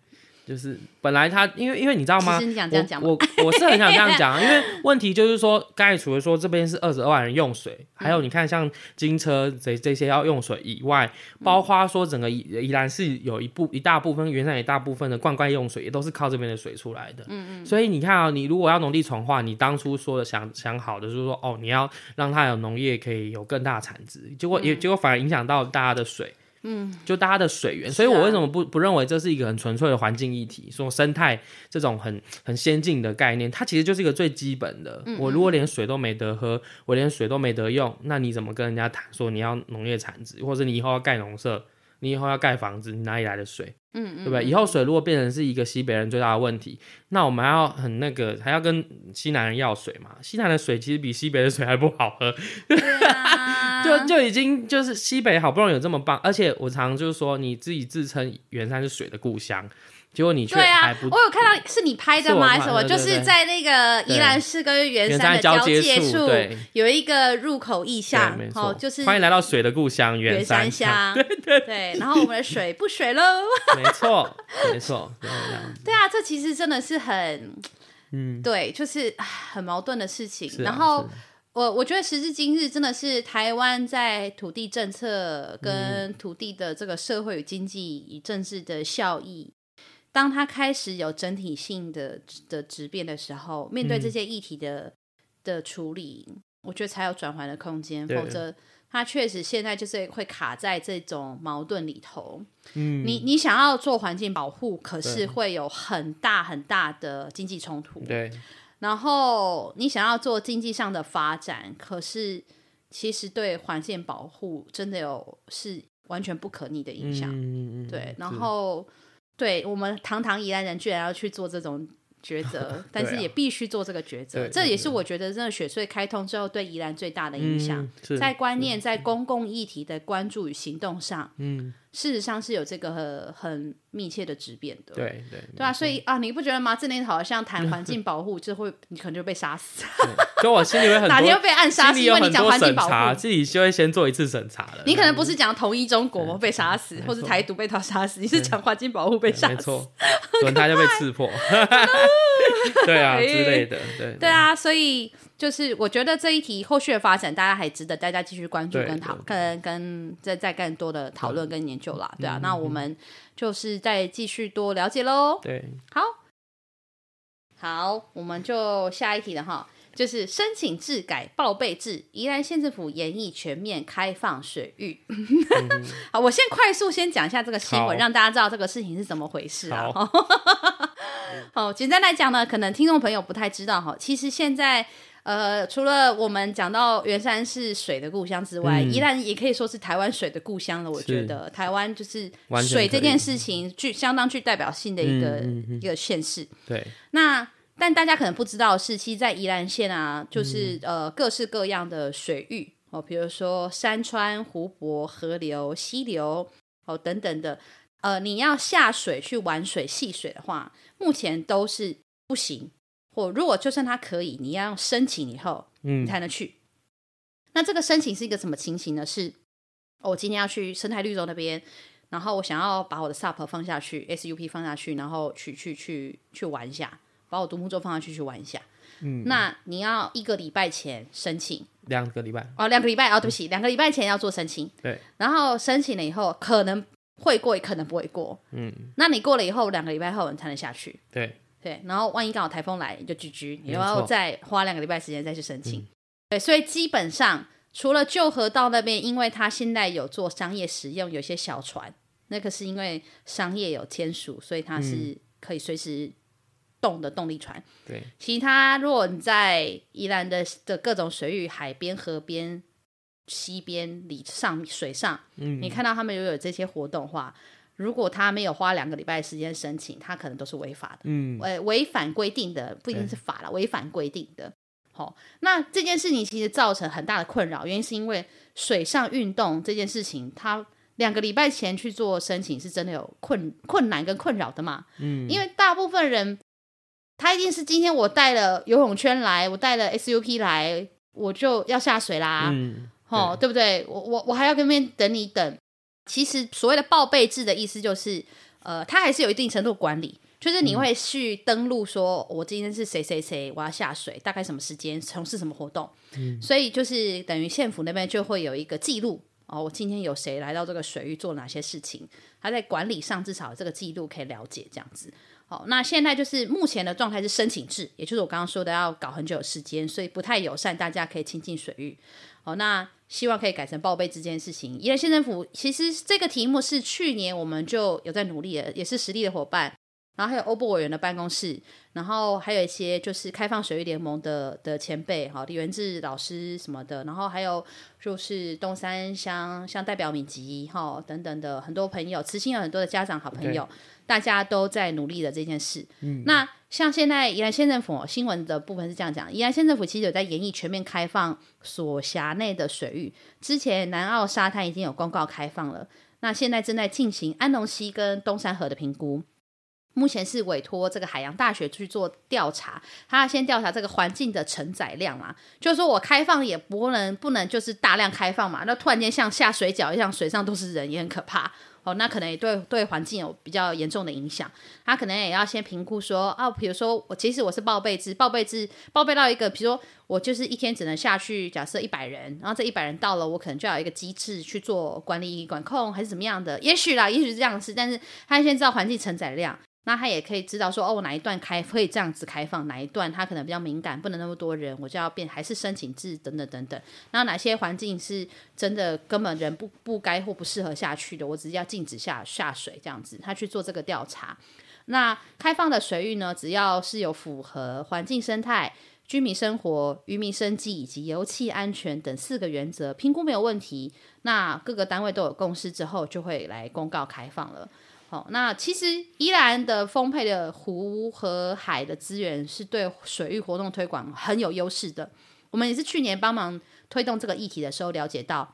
S2: 就是本来他，因为因为你知道吗？
S1: 其实你想这样讲吗
S2: 我我我是很想这样讲啊，因为问题就是说，刚才除了说这边是二十二万人用
S1: 嗯
S2: 水，还有你看像金车这这些要用水以外，
S1: 嗯
S2: 包括说整个宜宜兰是有一部一大部分原来一大部分的灌溉用水也都是靠这边的水出来的，嗯嗯，所以你看啊，你如果要农地重化，你当初说的想想好的就是说，哦，你要让它有农业可以有更大的产值，结果也、结果反而影响到大家的水。嗯，就大家的水源，所以
S1: 是啊
S2: 我为什么不不认为这是一个很纯粹的环境议题？说生态这种很很先进的概念，它其实就是一个最基本的。我如果连水都没得喝，我连水都没得用，那你怎么跟人家谈说你要农业产值，或者你以后要盖农舍，你以后要盖房子，你哪里来的水？嗯嗯，对不对？以后水如果变成是一个西北人最大的问题，那我们还要很那个，还要跟西南人要水嘛？西南的水其实比西北的水还不好喝，
S1: 对 啊
S2: 就就已经就是西北好不容易有这么棒，而且我常就是说你自己自称圆山是水的故乡，结果你却
S1: 对
S2: 还
S1: 啊
S2: 不，
S1: 我有看到是你拍的吗？还是
S2: 是
S1: 什么？
S2: 我拍的
S1: 就
S2: 对
S1: 是
S2: 对
S1: 在那个宜兰市跟圆
S2: 圆
S1: 山
S2: 山
S1: 的
S2: 交
S1: 界
S2: 接处，对。
S1: 有一个入口意
S2: 对，
S1: 向
S2: 没，错，
S1: 哦，就是
S2: 欢迎来到水的故乡
S1: 圆
S2: 圆
S1: 山
S2: 乡，
S1: 乡，对对对。然后我们的水不水喽？
S2: 没错，没错，对这样
S1: 对啊，这其实真的是很，
S2: 嗯，
S1: 对，就是唉很矛盾的事情。
S2: 是啊
S1: 然后
S2: 是啊
S1: 我我觉得时至今日，真的是台湾在土地政策
S2: 嗯
S1: 跟土地的这个社会与经济与政治的效益，当它开始有整体性的的质变的时候，面
S2: 嗯
S1: 对这些议题的、的处理，我觉得才有转圜的空间，
S2: 对
S1: 否则。它确实现在就是会卡在这种矛盾里头，
S2: 嗯，
S1: 你你想要做环境保护，可
S2: 对
S1: 是会有很大很大的经济冲突。
S2: 对，
S1: 然后你想要做经济上的发展，可是其实对环境保护真的有是完全不可逆的影响。
S2: 嗯嗯嗯
S1: 对，然
S2: 是
S1: 后对我们堂堂宜兰人居然要去做这种抉 择，但是也必须做这个抉择。
S2: 啊对
S1: 这
S2: 对
S1: 也是我觉得真的雪穗开通之后对宜兰最大的影响。
S2: 嗯是
S1: 在观念、在公共议题的关注与行动上，
S2: 嗯，
S1: 事实上是有这个很很密切的质变的。
S2: 对嗯对
S1: 对啊，所以啊，你不觉得吗？这年头好像谈环境保护，就会你可能就被杀死，
S2: 对，就我心里会 很
S1: 哪天
S2: 多，
S1: 会被暗杀，
S2: 心
S1: 是
S2: 里
S1: 因
S2: 有
S1: 为你
S2: 很
S1: 讲
S2: 多
S1: 环境
S2: 审
S1: 保
S2: 查，
S1: 护。
S2: 自己就会先做一次审查了。
S1: 你可能不是讲同一中国被杀死，或是
S2: 错
S1: 台独被他杀死，你是讲环境保护被
S2: 对
S1: 杀
S2: 没
S1: 死。
S2: 错，轮胎就被刺破， 对啊
S1: 哎
S2: 之类的，对
S1: 对啊，所以就是我觉得这一题后续的发展，大家还值得大家继续关注
S2: 对
S1: 跟讨跟跟再再更多的讨论跟研究啦。
S2: 嗯
S1: 对啊，那我们就是再继续多了解喽。
S2: 对，
S1: 好，好，我们就下一题了哈，就是申请制改报备制，宜兰县政府研议全面开放水域。 好，我先快速先讲一下这个新
S2: 嗯好
S1: 闻，让大家知道这个事情是怎么回事啊。
S2: 好
S1: 好，简单来讲呢，可能听众朋友不太知道哈，其实现在。呃，除了我们讲到圆山是水的故乡之外，
S2: 嗯
S1: 宜兰也可以说是台湾水的故乡了。我觉得台湾就是
S2: 完全
S1: 水
S2: 可
S1: 这
S2: 以
S1: 件事情具相当具代表性的一个、
S2: 嗯嗯嗯
S1: 一个县市。
S2: 对，
S1: 那但大家可能不知道的是，其实，在宜兰县啊，就是、
S2: 嗯
S1: 呃各式各样的水域哦，比如说山川、湖泊、河流、溪流哦等等的，呃，你要下水去玩水、戏水的话，目前都是不行，或如果就算它可以，你要申请以后，你
S2: 嗯，
S1: 才能去。那这个申请是一个什么情形呢？是、哦我今天要去生态绿洲那边，然后我想要把我的 SUP 放下去，SUP 放下去，然后去去去去玩一下。把我独木舟放下去去玩一下。嗯，那你要一个礼拜前申请
S2: 两个礼拜，
S1: 哦，两个礼拜哦，对不起，两个礼拜前要做申请。
S2: 对，
S1: 然后申请了以后，可能会过，也可能不会过。嗯，那你过了以后，两个礼拜后你才能下去。
S2: 对
S1: 对，然后万一刚好台风来，你就 GG，你
S2: 没
S1: 又要
S2: 错嗯
S1: 再花两个礼拜时间再去申请。对，所以基本上除了旧河道那边，因为它现在有做商业使用，有些小船，那个是因为商业有签署，所以它
S2: 嗯
S1: 是可以随时动的动力船。
S2: 对，
S1: 其他如果你在宜兰的的各种水域、海边、河边、溪边、里上水上，
S2: 嗯
S1: 你看到他们又有这些活动的话，如果他没有花两个礼拜的时间申请，他可能都是违法的，
S2: 嗯，
S1: 呃，违反规定的，不一定是法了，违反规定的。好、那这件事情其实造成很大的困扰，原因是因为水上运动这件事情，它两个礼拜前去做申请是真的有困困难跟困扰的嘛？
S2: 嗯，
S1: 因为大部分人他一定是今天我带了游泳圈来，我带了 SUP 来，我就要下水啦，
S2: 嗯，
S1: 哦，对不对？我我我还要跟那边等你等。其实所谓的报备制的意思就是，呃，它还是有一定程度管理，就是你会去登录说，哦我今天是谁谁谁，我要下水，大概什么时间，从事什么活动，所以就是等于县府那边就会有一个记录。哦，我今天有谁来到这个水域做哪些事情？他在管理上至少有这个记录可以了解这样子。好，那现在就是目前的状态是申请制，也就是我刚刚说的要搞很久的时间，所以不太友善，大家可以亲近水域。好，那希望可以改成报备这件事情。宜兰县政府其实这个题目是去年我们就有在努力了，也是实力的伙伴，然后还有欧部委员的办公室，然后还有一些就是开放水域联盟的的前辈，哈，李元志老师什么的，然后还有就是东山乡乡代表敏吉哈等等的很多朋友，慈心有很多的家长好朋友，大家都在努力的这件事。嗯，那像现在宜兰县政府新闻的部分是这样讲，宜兰县政府其实有在研议全面开放所辖内的水域，之前南澳沙滩已经有公告开放了，那现在正在进行安龙溪跟东山河的评估。目前是委托这个海洋大学去做调查，他要先调查这个环境的承载量嘛，就是说我开放也不能不能就是大量开放嘛，那突然间像下水饺一样，水上都是人也很可怕哦，那可能也对对环境有比较严重的影响。他可能也要先评估说，啊，比如说我其实我是报备制，报备制报备到一个，比如说我就是一天只能下去，假设一百人，然后这一百人到了，我可能就要有一个机制去做管理管控还是怎么样的，也许啦，也许是这样是，但是他先知道环境承载量。那他也可以知道说，哦，我哪一段开可以这样子开放，哪一段他可能比较敏感，不能那么多人，我就要变还是申请制等等等等。那哪些环境是真的根本人不不该或不适合下去的，我只是要禁止下下水这样子，他去做这个调查。那开放的水域呢，只要是有符合环境生态、居民生活、渔民生计以及油气安全等四个原则，评估没有问题，那各个单位都有共识之后，就会来公告开放了。好、那其实宜兰的丰沛的湖和海的资源是对水域活动推广很有优势的。我们也是去年帮忙推动这个议题的时候了解到，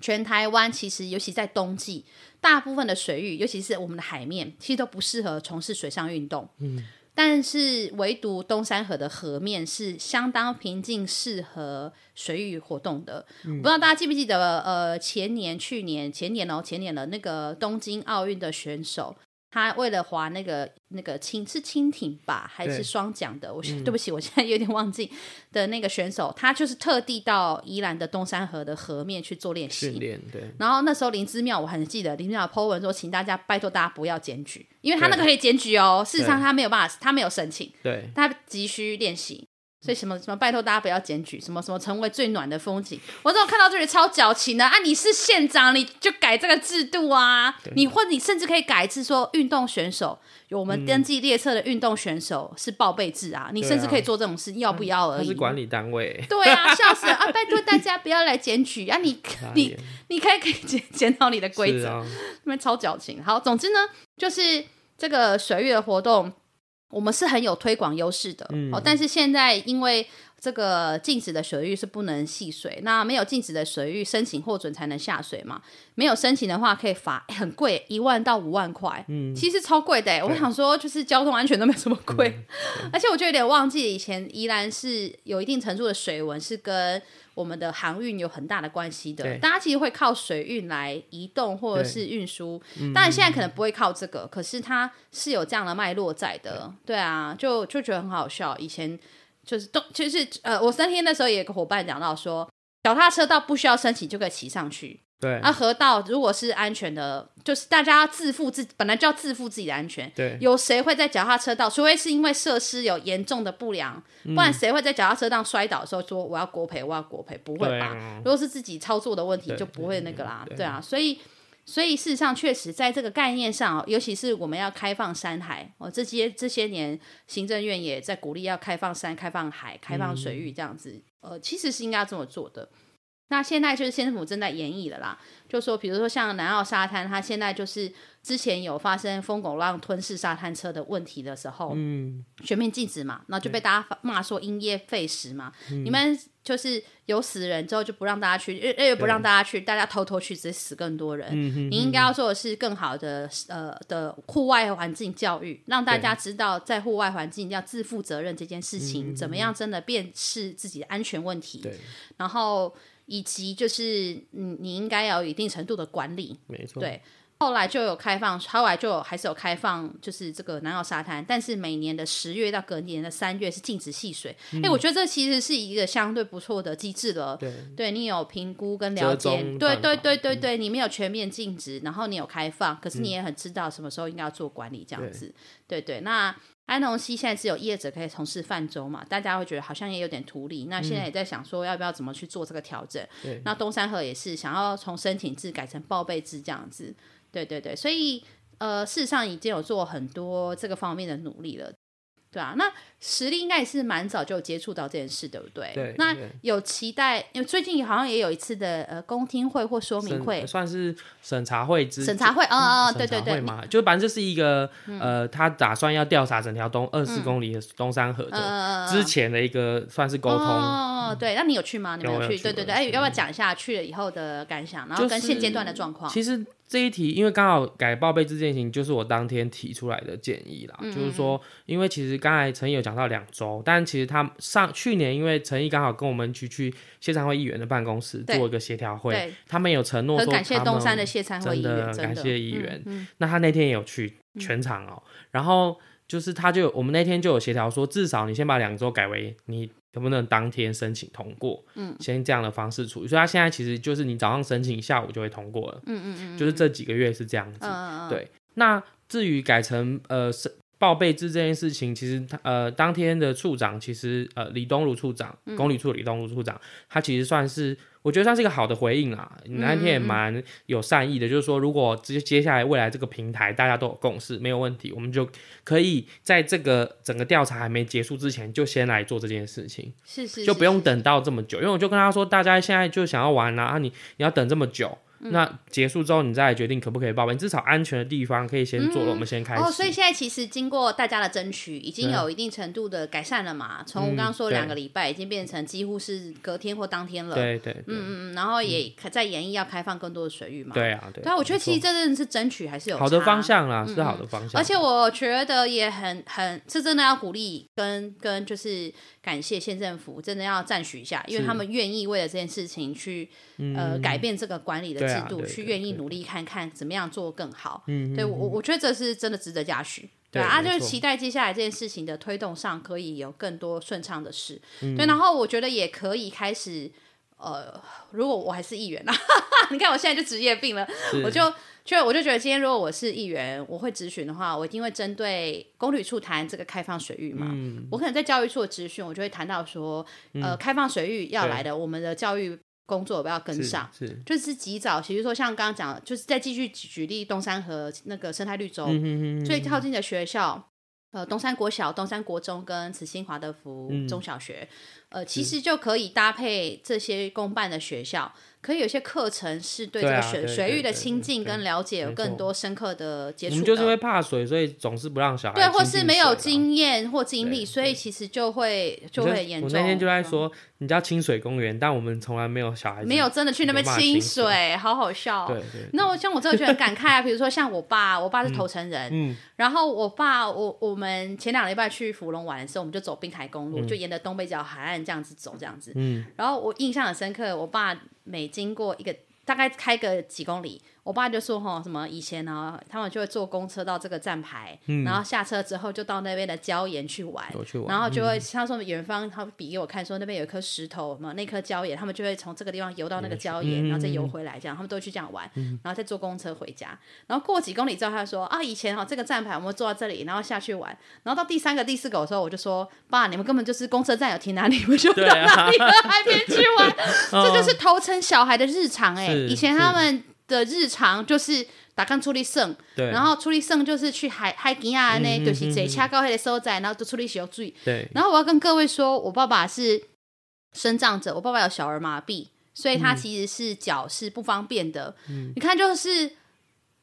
S1: 全台湾其实尤其在冬季，大部分的水域，尤其是我们的海面，其实都不适合从事水上运动。嗯，但是唯独东山河的河面是相当平静，适合水域活动的。我不知道大家记不记得，呃，前年、去年、前年哦，前年的那个东京奥运的选手。他为了划那个那个轻是轻艇吧，还是
S2: 对
S1: 双桨的？我现对不起，我现在有点忘记的那个选手，他就是特地到宜兰的东山河的河面去做练习
S2: 训。练对，
S1: 然后那时候林之妙，我很记得林之妙 po 文说，请大家拜托大家不要检举，哦因为他那个可以检举哦。事实上他没有办法，他没有申请，
S2: 对，
S1: 他急需练习，所以什么什 么拜托大家不要检举，什么什么成为最暖的风景。我这种看到这里超矫情的啊！你是县长，你就改这个制度啊！你或你甚至可以改制说，运动选手有我们登记列册的运动选手是报备制啊，你
S2: 对啊嗯
S1: 甚至可以做这种事，要不要而
S2: 他
S1: 已。
S2: 是管理单位，
S1: 对啊，笑死了啊！拜托大家不要来检举啊！ 你 你
S2: 傻眼
S1: 你可以可以检检讨你的规
S2: 是
S1: 则，
S2: 啊，
S1: 那边超矫情。好，总之呢，就是这
S2: 嗯
S1: 个水域的活动，我们是很有推广优势的、哦。但是现在因为这个禁止的水域是不能戏水，那没有禁止的水域申请获准才能下水嘛？没有申请的话，可以罚、欸很贵，一万到五万块，嗯，其实超贵的、欸。我想说，就是交通安全都没什么贵，而且我就有点忘记以前宜兰是有一定程度的水文是跟我们的航运有很大的关系的
S2: 对，
S1: 大家其实会靠水运来移动或者是运输，
S2: 嗯
S1: 当然现在可能不会靠这个，可是它是有这样的脉络在的，对啊，就就觉得很好笑。以前就是都就是呃，我三天那时候也有个伙伴讲到说，脚踏车道不需要申请就可以骑上去，
S2: 对
S1: 啊，河道如果是安全的，就是大家自负自本来就要自负自己的安全，
S2: 对
S1: 有谁会在脚踏车道？除非是因为设施有严重的不良，
S2: 嗯
S1: 不然谁会在脚踏车道摔倒的时候说我要国赔，我要国赔？不会
S2: 对
S1: 吧？
S2: 啊
S1: 如果是自己操作的问题，
S2: 对嗯
S1: 就不会那个啦。
S2: 对
S1: 对啊，所以所以事实上，确实在这个概念上，尤其是我们要开放山海，哦，这些这些年行政院也在鼓励要开放山、开放海、开放水域这样子，呃，其实是应该要这么做的。那现在就是县政府正在演绎的啦，就说比如说像南澳沙滩，它现在就是之前有发生疯狗浪吞噬沙滩车的问题的时候，
S2: 嗯，
S1: 全面禁止嘛，然后就被大家骂说因噎废食嘛，
S2: 嗯
S1: 你们就是有死人之后就不让大家去，越越不让大家去，大家偷偷去，直接死更多人。你应该要做的是更好的呃的户外环境教育，让大家知道在户外环境要自负责任这件事情，怎么样真的辨识自己的安全问题，
S2: 对，
S1: 然后以及就是你你应该要有一定程度的管理，
S2: 没错，
S1: 对，后来就有开放，后来就有还是有开放，就是这个南澳沙滩，但是每年的十月到隔年的三月是禁止戏水。哎、我觉得这其实是一个相对不错的机制了。
S2: 嗯对
S1: 你有评估跟了
S2: 折
S1: 解
S2: 中，
S1: 对
S2: 办
S1: 对
S2: 法嗯
S1: 对对对，你没有全面禁止，然后你有开放，可是你也很知道什么时候应该要做管理这样
S2: 对
S1: 子。对对，那。安农溪现在是有业者可以从事泛舟嘛，大家会觉得好像也有点图利。那现在也在想说，要不要怎么去做这个调整？
S2: 嗯对
S1: 那东山河也是想要从申请制改成报备制这样子。对对对，所以呃，事实上已经有做很多这个方面的努力了。对啊，那实力应该也是蛮早就有接触到这件事，对不对？
S2: 对
S1: 那
S2: 对
S1: 有期待，因为最近好像也有一次的呃公听会或说明
S2: 审
S1: 会、
S2: 算是审查会之
S1: 审查会，哦哦，哦对
S2: 审
S1: 对
S2: 查
S1: 对嗯
S2: 会，嘛，就是反正这是一个呃，他打算要调查整条东二十公里的东山河
S1: 嗯
S2: 的
S1: 嗯嗯
S2: 之前的一个算是沟通，嗯
S1: 哦，对，那你有去吗？你们
S2: 有
S1: 去？
S2: 有去
S1: 对对对，
S2: 我
S1: 哎，
S2: 有去
S1: 要不要讲一下去了以后的感想，然后
S2: 就
S1: 跟现阶
S2: 是
S1: 段的状况？
S2: 其实这一题，因为刚好改报备这件事情，就是我当天提出来的建议
S1: 嗯
S2: 啦，就是说，因为其实刚才陈毅有讲到两周，但其实他上去年因为陈毅刚好跟我们去去谢长会议员的办公室
S1: 对
S2: 做一个协调会，
S1: 对，
S2: 他们有承诺
S1: 很
S2: 说
S1: 感谢
S2: 他
S1: 东
S2: 们
S1: 山的谢参会议
S2: 真
S1: 员，
S2: 的
S1: 真
S2: 感谢议
S1: 嗯
S2: 员那他那天也有去全场哦，然后就是他就有我们那天就有协调说，至少你先把两周改为你能不能当天申请通过，嗯，先这样的方式处理。所以他现在其实就是你早上申请，下午就会通过了，嗯嗯嗯，就是这几个月是这样子。
S1: 嗯嗯，
S2: 对那至于改成呃是报备制这件事情，其实他呃当天的处长其实呃李东如处长，公理处的李东如处长，他其实算是我觉得算是一个好的回应啦。那天也蛮有善意的，就是说如果接接下来未来这个平台大家都有共识，没有问题，我们就可以在这个整个调查还没结束之前，就先来做这件事情。
S1: 是是，
S2: 就是不用
S1: 是
S2: 等到这么久，因为我就跟他说，大家现在就想要玩啦、啊，你你要等这么久，
S1: 嗯
S2: 那结束之后你再来决定可不可以报备，你至少安全的地方可以先做了，我们先开始。
S1: 哦，所以现在其实经过大家的争取，已经
S2: 对啊
S1: 有一定程度的改善了嘛。从我刚刚说
S2: 嗯对
S1: 两个礼拜，已经变成几乎是隔天或当天了。
S2: 对对对、
S1: 嗯，嗯，然后也开在演绎要开放更多的水域嘛。
S2: 对啊，对
S1: 对啊，我觉得
S2: 没错
S1: 其实这真的是争取还是有
S2: 好
S1: 差
S2: 的
S1: 啊嗯
S2: 方。向啦，是好的方向，
S1: 而且我觉得也很很，这真的要鼓励跟跟就是感谢县政府，真的要赞许一下，因为
S2: 是嗯
S1: 他们愿意为了这件事情去、呃改变这个管理的
S2: 对
S1: 制
S2: 啊
S1: 度，
S2: 对
S1: 去
S2: 对
S1: 愿意
S2: 对
S1: 努力看看怎么样做更好。嗯，对我我我觉得这是真的值得嘉许。对啊，
S2: 对
S1: 啊就
S2: 没
S1: 是
S2: 错
S1: 期待接下来这件事情的推动上可以有更多顺畅的事。
S2: 嗯
S1: 对，然后我觉得也可以开始，呃，如果我还是议员啊， 你看我现在就职业病了，我就就我就觉得今天如果我是议员，我会咨询的话，我一定会针对公旅处谈这个开放水域嘛。
S2: 嗯
S1: 我可能在教育处的咨询，我就会谈到说，呃，开放水域要来的，我们的教育工作要不要跟
S2: 是
S1: 上？
S2: 是
S1: 就是及早，比如说像刚刚讲的，就是再继续举举例东山河那个生态绿
S2: 嗯
S1: 洲、最靠近的学校，呃，东山国小、东山国中跟慈心华德
S2: 嗯
S1: 福中小学，呃，其实就可以搭配这些公办的学校，可以有些课程是对这
S2: 对
S1: 个
S2: 啊
S1: 水
S2: 对对
S1: 水域的
S2: 对
S1: 亲
S2: 对
S1: 近
S2: 对
S1: 跟了解有
S2: 没
S1: 更
S2: 错
S1: 多深刻的接
S2: 我
S1: 触
S2: 们
S1: 的，
S2: 就是会怕水，所以总是不让小孩
S1: 对，啊或
S2: 亲近
S1: 是没有
S2: 水嘛
S1: 经验或经历，
S2: 对
S1: 所以其实就会就
S2: 我
S1: 会
S2: 那
S1: 很严重。嗯
S2: 我那天就在说，你叫清水公园，但我们从来没有小孩子
S1: 没有真的去那边
S2: 没办法
S1: 清
S2: 清水
S1: 水，好好笑哦。
S2: 对对
S1: 那我像我这个就很感慨啊，比如说像我爸，我爸是头城人，
S2: 嗯
S1: 然后我爸我我们前两个礼拜去芙蓉玩的时候，我们就走滨海公路，就沿着东北角海岸这样子走，这样子。
S2: 嗯，
S1: 然后我印象很深刻，我爸每经过一个大概开个几公里，我爸就说哦哈什么以前呢、他们就会坐公车到这个站牌，然后下车之后就到那边的礁岩去玩，
S2: 嗯有去玩嗯
S1: 然后就会、他说远方他比给我看说那边有一颗石头嘛，那颗礁岩，他们就会从这个地方游到那
S2: 嗯
S1: 个礁岩，然后再游回来，这样他们都会去这样玩，然后再坐公车回家。然后过几公里之后，他就说啊，以前哈、这个站牌我们坐到这里，然后下去玩。然后到第三个、第四个的时候，我就说爸，你们根本就是公车站有停哪里，你 们就到
S2: 对啊
S1: 哪里的海边去玩， 这
S2: 哦
S1: 就是头城小孩的日常哎、
S2: 嗯是
S1: 以前他们的日常就是打干出力胜，
S2: 对，
S1: 然后出力胜就是去海海边啊，那、
S2: 嗯
S1: 就是坐车到迄个所在，然后就出力游水。
S2: 对
S1: 然后我要跟各位说，我爸爸是身障者，我爸爸有小儿麻痹，所以
S2: 嗯
S1: 他其实是脚是不方便的。你看，就是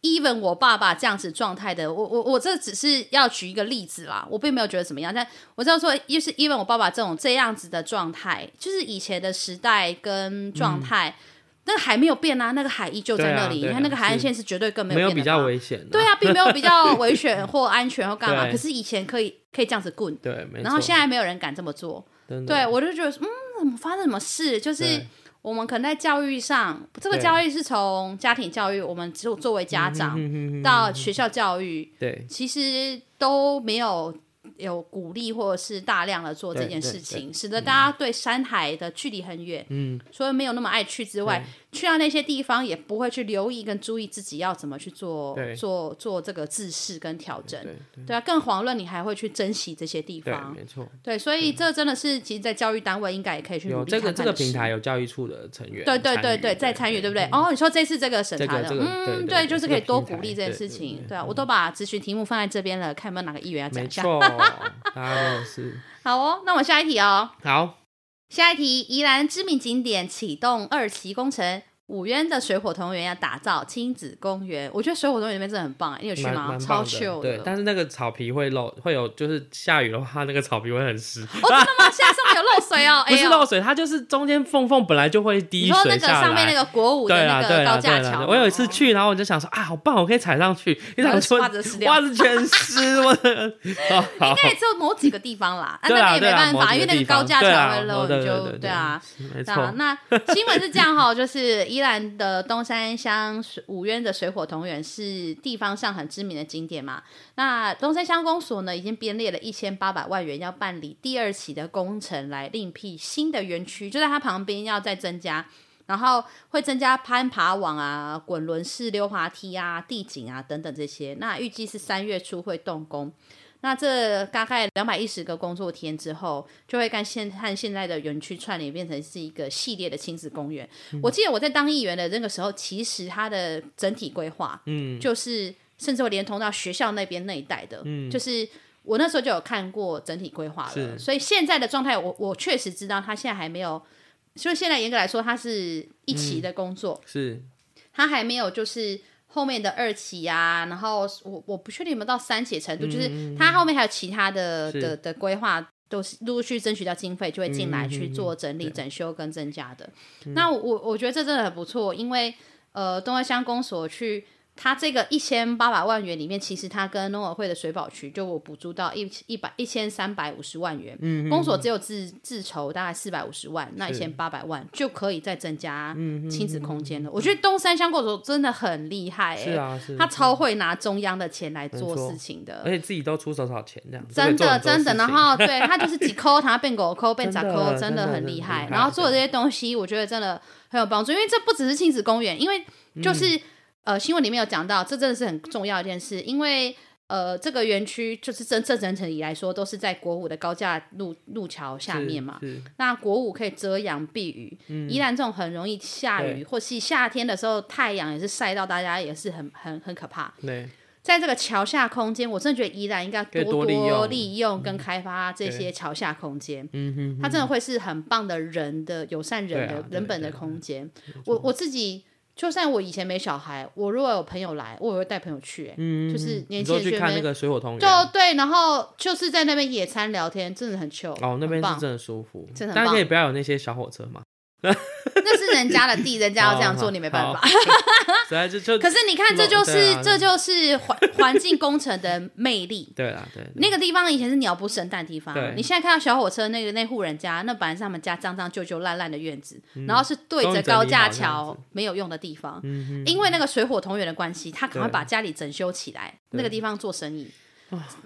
S1: even 我爸爸这样子状态的，我我我这只是要举一个例子啦，我并没有觉得怎么样，但我知道说，就是 even 我爸爸这种这样子的状态，就是以前的时代跟状态。那个海没有变啊，那个海依旧在那里。
S2: 嗯对啊对啊
S1: 你看那个海岸
S2: 是
S1: 线是绝对更没
S2: 没
S1: 有
S2: 有
S1: 变的
S2: 比较
S1: 吧
S2: 危险啊，
S1: 对啊，并没有比 较危险或安全或干嘛。
S2: 对
S1: 可是以前可以可以这样子棍，
S2: 对，没错。
S1: 然后现在没有人敢这么做，
S2: 真的
S1: 对我就觉得，嗯，怎么发生什么事？就是
S2: 对
S1: 我们可能在教育上，这个
S2: 对
S1: 教育是从家庭教育，我们作作为家长
S2: 嗯嗯嗯
S1: 到学校教育，
S2: 对
S1: 其实都没有有鼓励或者是大量的做这
S2: 对
S1: 件
S2: 对
S1: 事
S2: 对
S1: 情，使得大家对山海的距离很远，
S2: 嗯，
S1: 所以没有那么爱去之外，去到那些地方也不会去留意跟注意自己要怎么去做
S2: 对
S1: 做做这个自视跟调整，
S2: 对
S1: 对啊，更遑论你还会去珍惜这些地
S2: 对，
S1: 方。
S2: 没错。
S1: 对，所以这真的是，其实，在教育单位应该也可以去努
S2: 有
S1: 力
S2: 这个
S1: 看
S2: 这
S1: 看
S2: 个
S1: 的事
S2: 平台，有教育处的成员
S1: 对
S2: 参与，
S1: 对
S2: 嗯
S1: 对对，在参与，对不对？哦，你说这次这个审查的，
S2: 这个这个对
S1: 嗯，
S2: 对
S1: 对，
S2: 对
S1: 就是
S2: 这
S1: 可
S2: 个
S1: 以多
S2: 平
S1: 鼓
S2: 台
S1: 励这件
S2: 对
S1: 事
S2: 对
S1: 情，
S2: 对
S1: 对啊，我都把咨询题目放在这边了，看有没有哪个议员要讲
S2: 没
S1: 一下。
S2: 错， 大家都是
S1: 好哦，那我们下一题哦，
S2: 好，
S1: 下一题，宜兰知名景点启动二期工程。五渊的水火同源要打造亲子公园，我觉得水火同源那边真的很棒，你有去
S2: 蛮
S1: 吗？
S2: 蛮
S1: 超
S2: 棒
S1: 秀
S2: 的，对，但是那个草皮会漏，会有就是下雨的话，那个草皮会很湿，
S1: 哦，真的吗？现在上面有漏水哦，哎
S2: 不
S1: 呦
S2: 是漏水，它就是中间缝缝本来就会滴
S1: 你说那
S2: 水
S1: 个
S2: 下
S1: 上面那
S2: 来。
S1: 个国五
S2: 对
S1: 的
S2: 啦
S1: 那
S2: 对
S1: 个
S2: 啦
S1: 高
S2: 对
S1: 架
S2: 啦
S1: 桥，
S2: 对我有一次
S1: 哦
S2: 去，然后我就想说啊，好棒，我可以踩上去。一
S1: 然后
S2: 想说
S1: 袜子湿掉
S2: 袜子全湿，我 的哦好
S1: 那也只有某几个地方啦，啊，
S2: 对
S1: 那
S2: 啦
S1: 边也没
S2: 对啦
S1: 办法，
S2: 某
S1: 因
S2: 几
S1: 为
S2: 个
S1: 那个
S2: 地方
S1: 高架
S2: 对
S1: 桥
S2: 啦
S1: 会漏，
S2: 哦对
S1: 你就
S2: 对对
S1: 对啊。
S2: 没
S1: 对啊
S2: 错，，
S1: 那新闻是这样哈，就是宜兰的东山乡水五渊的水火同源是地方上很知名的景点嘛。那东山乡公所呢，已经编列了一千八百万元，要办理第二期的工程，来另辟新的园区，就在它旁边要再增加，然后会增加攀爬网啊、滚轮式溜滑梯啊、地景啊等等这些。那预计是三月初会动工。那这大概两百一十个工作天之后，就会跟现和现在的园区串联，变成是一个系列的亲子公园。我记得我在当议员的那个时候，其实它的整体规划，嗯，就是甚至会连通到学校那边那一带的，嗯，就是。我那时候就有看过整体规划了，
S2: 是
S1: 所以现在的状态我，我确实知道它现在还没有，就是现在严格来说，它是一期的工作，
S2: 是
S1: 他还没有就是后面的二期啊，然后我我不确定有没有到三期的程度，就是他后面还有其他的
S2: 是
S1: 的的规划。都是陆续争取到经费，就会进来
S2: 嗯嗯
S1: 去
S2: 嗯
S1: 做整理、整修跟增加的。那我我我觉得这真的很不错，因为呃，东湾乡公所去它这个一千八百万元里面，其实它跟农委会的水保局就我补助到一一百一千三百五十万元，
S2: 嗯
S1: 公所只有自自筹大概四百五十万，那一千八百万就可以再增加
S2: 嗯
S1: 亲子空间了。我觉得东山乡公所真的很厉害、欸，
S2: 是啊是，
S1: 他超会拿中央的钱来做
S2: 没错
S1: 事情的
S2: 而。且自己都出手少钱这样，
S1: 呃真
S2: 这个
S1: 的
S2: 做
S1: 真
S2: 很
S1: 的，
S2: 多事
S1: 然
S2: 情
S1: 后对他就是几抠，他变狗 抠，变咋
S2: 真的
S1: 抠，
S2: 真
S1: 的
S2: 的
S1: 很
S2: 很
S1: 厉
S2: 厉
S1: 害
S2: 害。
S1: 然后做的
S2: 对
S1: 这些东西，我觉得真的很有帮助，因为这不只是亲子公园，因为就是、
S2: 嗯
S1: 呃新闻里面有讲到，这真的是很重要的一件事，因为。呃，这个园区就是真正整体来说都是在国五的高架路路桥下
S2: 是
S1: 面嘛，
S2: 是嗯
S1: 那国五可以遮阳避雨，宜兰这种很容易下雨，
S2: 对
S1: 或是夏天的时候太阳也是晒到大家也是很很很可怕。
S2: 对
S1: 在这个桥下空间，我真的觉得宜兰应该
S2: 可以
S1: 多
S2: 多利用
S1: 利用跟开发这些桥下空间，
S2: 嗯哼，
S1: 它真的会是很棒的人的友善人的、
S2: 对啊对
S1: 人本的空间。我我自己，就算我以前没小孩，我如果有朋友来，我也会带朋友去、欸，
S2: 嗯
S1: 就是年
S2: 你
S1: 轻
S2: 说
S1: 人
S2: 去
S1: 去
S2: 看
S1: 那
S2: 那
S1: 边。
S2: 个水火同源，
S1: 就对，然后就是在那边野餐聊天，真的很 chill。
S2: 哦，那边
S1: 很棒
S2: 是真的舒服，
S1: 真的很
S2: 但
S1: 棒
S2: 可以不要有那些小火车嘛，
S1: 那是人家的地，人家要这样做，
S2: 哦好
S1: 你没办法。，
S2: 实在就就
S1: 啊可是你看，这就
S2: 对
S1: 是
S2: 啊
S1: 这就是环环境工程的魅力。
S2: 对啦，对，
S1: 那个地方以前是鸟不生蛋的地方啊
S2: 对，
S1: 你现在看到小火车那个那户人家，那本来是他们家脏脏旧旧烂烂的院子，
S2: 嗯
S1: 然后是对着高架桥没有用的地方，因为那个水火同源的关系，他赶快
S2: 对
S1: 把家里整修起来，那个地方做生意。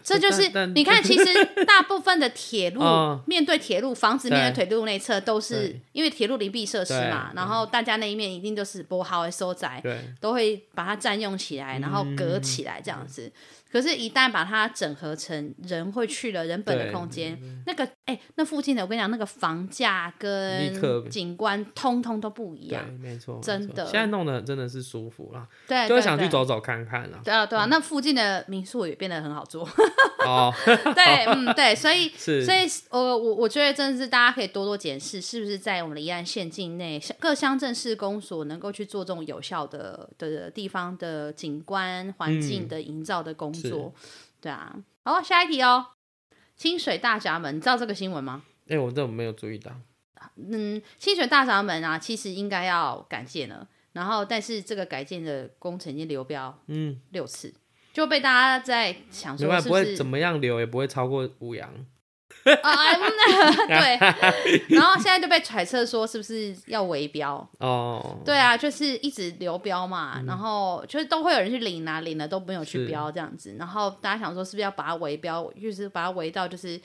S1: 这
S2: 这
S1: 就是
S2: 嗯但但
S1: 你看，其 实大部分的铁路
S2: 嗯
S1: 面对铁路，房子面对
S2: 对
S1: 铁路内侧都是
S2: 对
S1: 因为铁路邻避设施嘛，
S2: 对
S1: 然后大家那一面一定都是波豪的收窄，
S2: 对
S1: 都会把它占用起来，然后
S2: 嗯
S1: 隔起来这样子。可是，一旦把它整合成人会去的人本的
S2: 对
S1: 空间，那个哎、那附近的我跟你讲，那个房价
S2: 立刻
S1: 跟景观通通都不一
S2: 对
S1: 样。，
S2: 没错，没
S1: 真
S2: 错
S1: 的
S2: 现在弄得真的是舒服啦，
S1: 对，
S2: 就
S1: 对
S2: 会想去。
S1: 对
S2: 走走看看啦。
S1: 对啊，对啊，那附近的民宿也变得很好 做。
S2: 哦，
S1: 对，嗯，对，所以
S2: 是
S1: 所以，呃，我我觉得真的是大家可以多多检视，是不是在我们的宜兰县境内，像各乡镇市公所能够去做这种有效的的地方的景观
S2: 嗯
S1: 环境的营造的工作。对啊，好，下一题哦。清水大闸门，你知道这个新闻吗？
S2: 哎，我这没有注意到，
S1: 嗯，清水大闸门啊，其实应该要改建了，然后但是这个改建的工程已经流标
S2: 嗯，
S1: 六次，就被大家在想
S2: 没
S1: 说
S2: 办
S1: 是
S2: 法，
S1: 不
S2: 不
S1: 是
S2: 会怎么样流，也不会超过五羊。
S1: 啊，哎 嗯对，然后现在就被揣测说是不是要围标？
S2: 哦，嗯
S1: 对啊，就是一直流标嘛，然后就是都会有人去领啊，领了都没有去
S2: 是
S1: 标这样子，然后大家想说是不是要把它围标，就是把它围到就是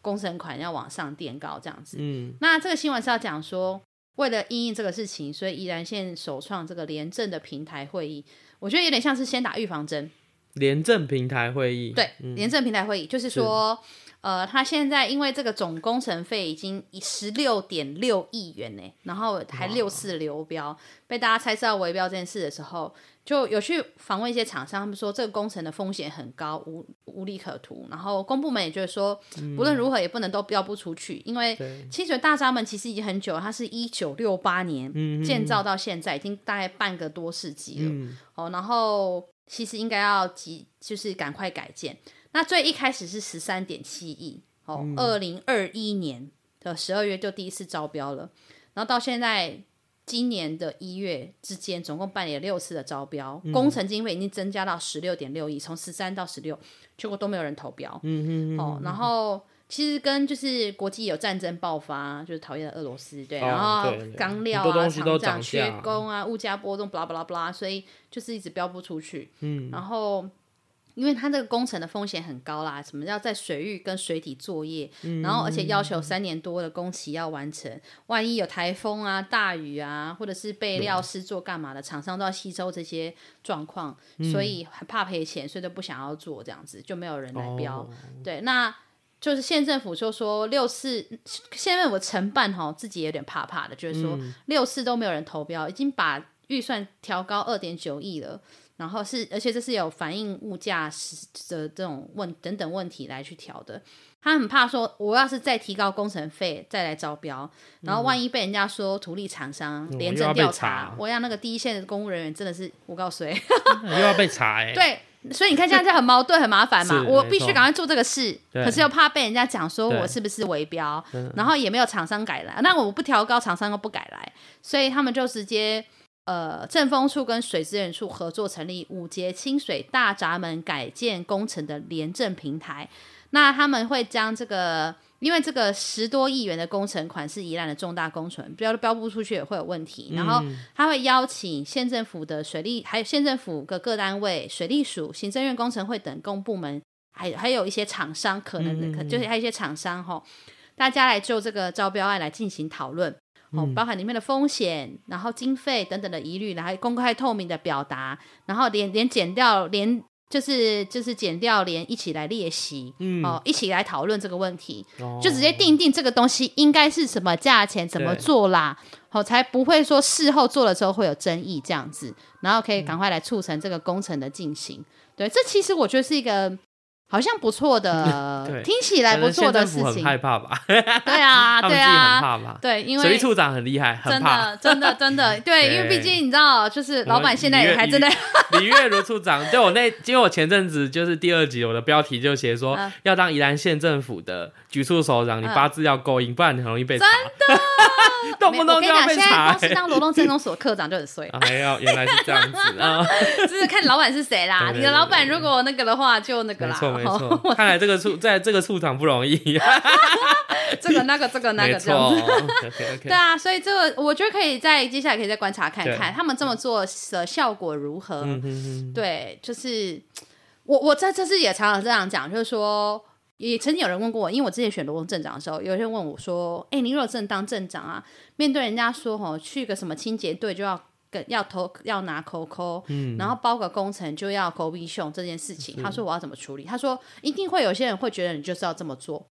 S1: 工程款要往上垫高这样子。
S2: 嗯，
S1: 那这个新闻是要讲说，为了因应这个事情，所以宜兰县首创这个廉政的平台会议，我觉得有点像是先打预防针。
S2: 廉政平台会议，嗯
S1: 对，廉政平台会议就是说，呃，他现在因为这个总工程费已经十六点六亿元呢，然后还六次流标，被大家猜测到围标这件事的时候，就有去访问一些厂商，他们说这个工程的风险很高，无无利可图。然后公部门也觉得说，无论如何也不能都标不出去，因为
S2: 嗯对
S1: 清水大闸门其实已经很久了，它是一九六八年建造到现在，已经大概半个多世纪了。
S2: 嗯
S1: 哦，然后其实应该要急，就是赶快改建。那最一开始是十三点七亿，
S2: 嗯
S1: 哦，二零二一年的十二月就第一次招标了，然后到现在今年的一月之间，总共办理了六次的招标，
S2: 嗯
S1: 工程经费已经增加到十六点六亿，从十三到十六，结果都没有人投标。
S2: 嗯嗯，
S1: 哦，然后其实跟就是国际有战争爆发，就是讨厌的俄罗斯，对，
S2: 哦
S1: 然后
S2: 对对
S1: 钢料
S2: 很多
S1: 啊、
S2: 东西
S1: 厂
S2: 都
S1: 长
S2: 涨
S1: 缺
S2: 价
S1: 工啊、物价波动，巴拉巴拉巴拉，所以就是一直标不出去。嗯，然后。因为它这个工程的风险很高啦，什么要在水域跟水底作业，
S2: 嗯
S1: 然后而且要求三年多的工期要完成，万一有台风啊、大雨啊，或者是备料失做干嘛的，厂商都要吸收这些状况，
S2: 嗯
S1: 所以很怕赔钱，所以都不想要做这样子，就没有人来标。
S2: 哦
S1: 对，那就是县政府就说六次，县政府承办哈自己也有点怕怕的，就是说
S2: 嗯
S1: 六次都没有人投标，已经把预算调高二点九亿了。然后是，而且这是有反映物价时的这种问等等问题来去调的。他很怕说，我要是再提高工程费，再来招标，然后万一被人家说图利厂商
S2: 嗯
S1: 廉
S2: 又
S1: 政
S2: 要被
S1: 调查
S2: 查，
S1: 我要那个第一线的公务人员真的是我告谁？
S2: 又要被查哎，
S1: 对，啊所以你看这样就很矛盾、很麻烦嘛。
S2: 是
S1: 我
S2: 没
S1: 必须
S2: 错
S1: 赶快做这个事，
S2: 对
S1: 可是又怕被人家讲说我
S2: 对
S1: 是不是围标，然后也没有厂商改来，那我不调高，厂商又不改来，所以他们就直接呃，政风处跟水资源处合作成立五节清水大闸门改建工程的廉政平台。那他们会将这个，因为这个十多亿元的工程款是宜兰的重大工程，标标不出去也会有问题。然后他会邀请县政府的水利，还有县政府各各单位、水利署、行政院工程会等公部门，还有还有一些厂商，可能的、可就是还有一些厂商吼，大家来就这个招标案来进行讨论。哦，包含里面的风险，然后经费等等的疑虑，然后公开透明的表达，然后连连减掉连就是就是减掉连一起来练习，
S2: 嗯
S1: 哦，一起来讨论这个问题，
S2: 哦
S1: 就直接定定这个东西应该是什么价钱，怎么做啦，好、才不会说事后做了之后会有争议这样子，然后
S2: 嗯
S1: 可以赶快来促成这个工程的进行。对，这其实我觉得是一个好像不错的
S2: 对，
S1: 听起来
S2: 可
S1: 不
S2: 能
S1: 错
S2: 县
S1: 的
S2: 政
S1: 事
S2: 府很
S1: 情。
S2: 害怕吧？
S1: 对啊，
S2: 他们
S1: 对
S2: 自己很
S1: 啊，
S2: 怕吧？
S1: 对，因
S2: 水利
S1: 为
S2: 处长很厉害，很
S1: 真
S2: 怕。
S1: 的，真的，真 的，对，因为毕
S2: 对
S1: 竟你知道，就是老
S2: 我
S1: 板
S2: 们
S1: 现在
S2: 一
S1: 也
S2: 月
S1: 还
S2: 一
S1: 正在
S2: 李月如 处长，对我那，因为我前阵子就是第二集，我的标题就写说、
S1: 嗯
S2: 要当宜兰县政府的局处首长，你
S1: 嗯
S2: 八字要够硬，不然你很容易被查， 动
S1: 没
S2: 不
S1: 我
S2: 动
S1: 跟你
S2: 就
S1: 讲，
S2: 要被
S1: 现在
S2: 查、
S1: 光是
S2: 欸。
S1: 当罗东镇公所科长就很衰，
S2: 啊，没有，原来是这样 子啊，
S1: 就是看老板是谁啦。
S2: 对对
S1: 你的
S2: 对
S1: 老板
S2: 对对
S1: 如果那个的话，就那个
S2: 没
S1: 啦。
S2: 错没
S1: 哦
S2: 错，看来这个处在这个处长不容易，啊
S1: 这个那个这个那
S2: 没
S1: 个这
S2: 错
S1: 样子。
S2: ，OK
S1: 对
S2: OK，
S1: 啊，所以这个我觉得可以在接下来可以再观察看
S2: 对
S1: 看他们这么做的效果如何。
S2: 嗯哼
S1: 对，就是我我在这次也常常这样讲，就是说，也曾经有人问过我，因为我之前选罗东镇长的时候，有人问我说：“哎、你如果真的当镇长啊，面对人家说吼去个什么清洁队就要跟要投要拿口口，然后包个工程就要口鼻胸这件事情，他说我要怎么处理？他说一定会有些人会觉得你就是要这么做。”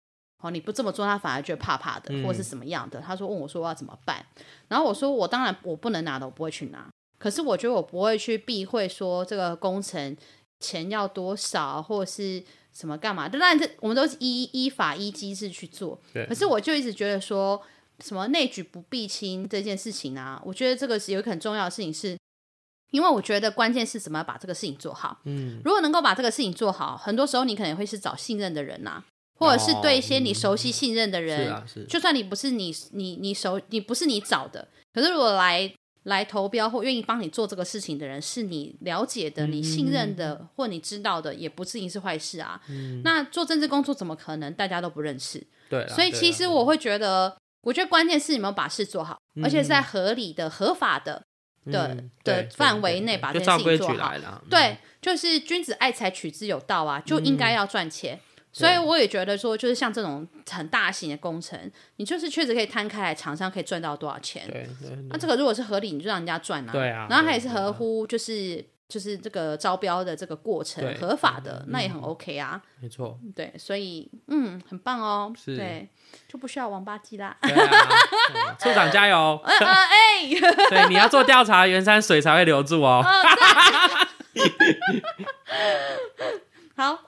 S1: 哦，你不这么做，他反而觉得怕怕的，或是什么样的？他说问我说我要怎么办，然后我说我当然我不能拿的，我不会去拿。可是我觉得我不会去避讳说这个工程钱要多少或是什么干嘛，当然这我们都是依依法依机制去做。
S2: 对
S1: 可是我就一直觉得说什么内举不避亲这件事情啊，我觉得这个是有一个很重要的事情是。因为我觉得关键是怎么把这个事情做好。嗯，如果能够把这个事情做好，很多时候你可能会是找信任的人呐、或者是对一些你熟悉信任的人，
S2: 哦嗯是啊是
S1: 就算你不是你你你熟你不是你找的，可是如果来来投标或愿意帮你做这个事情的人是你了解的、你信任
S2: 嗯
S1: 的或你知道的，也不是一定是坏事啊。那做政治工作怎么可能大家都不认识？
S2: 对啦，
S1: 所以
S2: 对啊
S1: 其
S2: 啦
S1: 实我会觉得，我觉得关键是你们把事做好，而且是在合理的、合法的的
S2: 嗯对
S1: 的
S2: 对
S1: 范围
S2: 对
S1: 内
S2: 对
S1: 把这
S2: 就
S1: 件
S2: 照
S1: 事
S2: 规
S1: 情
S2: 矩
S1: 做好。
S2: 来啦，嗯
S1: 对，就是君子爱财，取之有道啊，就应该要赚钱。所以我也觉得说，就是像这种很大型的工程，你就是确实可以摊开来，厂商可以赚到多少钱。
S2: 对对
S1: 那这个如果是合理，你就让人家赚啊。
S2: 嗯对啊
S1: 然后它
S2: 对
S1: 也是
S2: 对啊
S1: 合乎就是就是这个招标的这个过程
S2: 对嗯
S1: 合法的，那也很 OK 啊。
S2: 没错，
S1: 对，所以嗯，很棒哦。
S2: 是
S1: 对，就不需要王八鸡 啦。
S2: 对啊， 嗯处长 加油！
S1: 呃呃，哎，
S2: 对，你要做调查，圆山水才会留住哦。
S1: 好，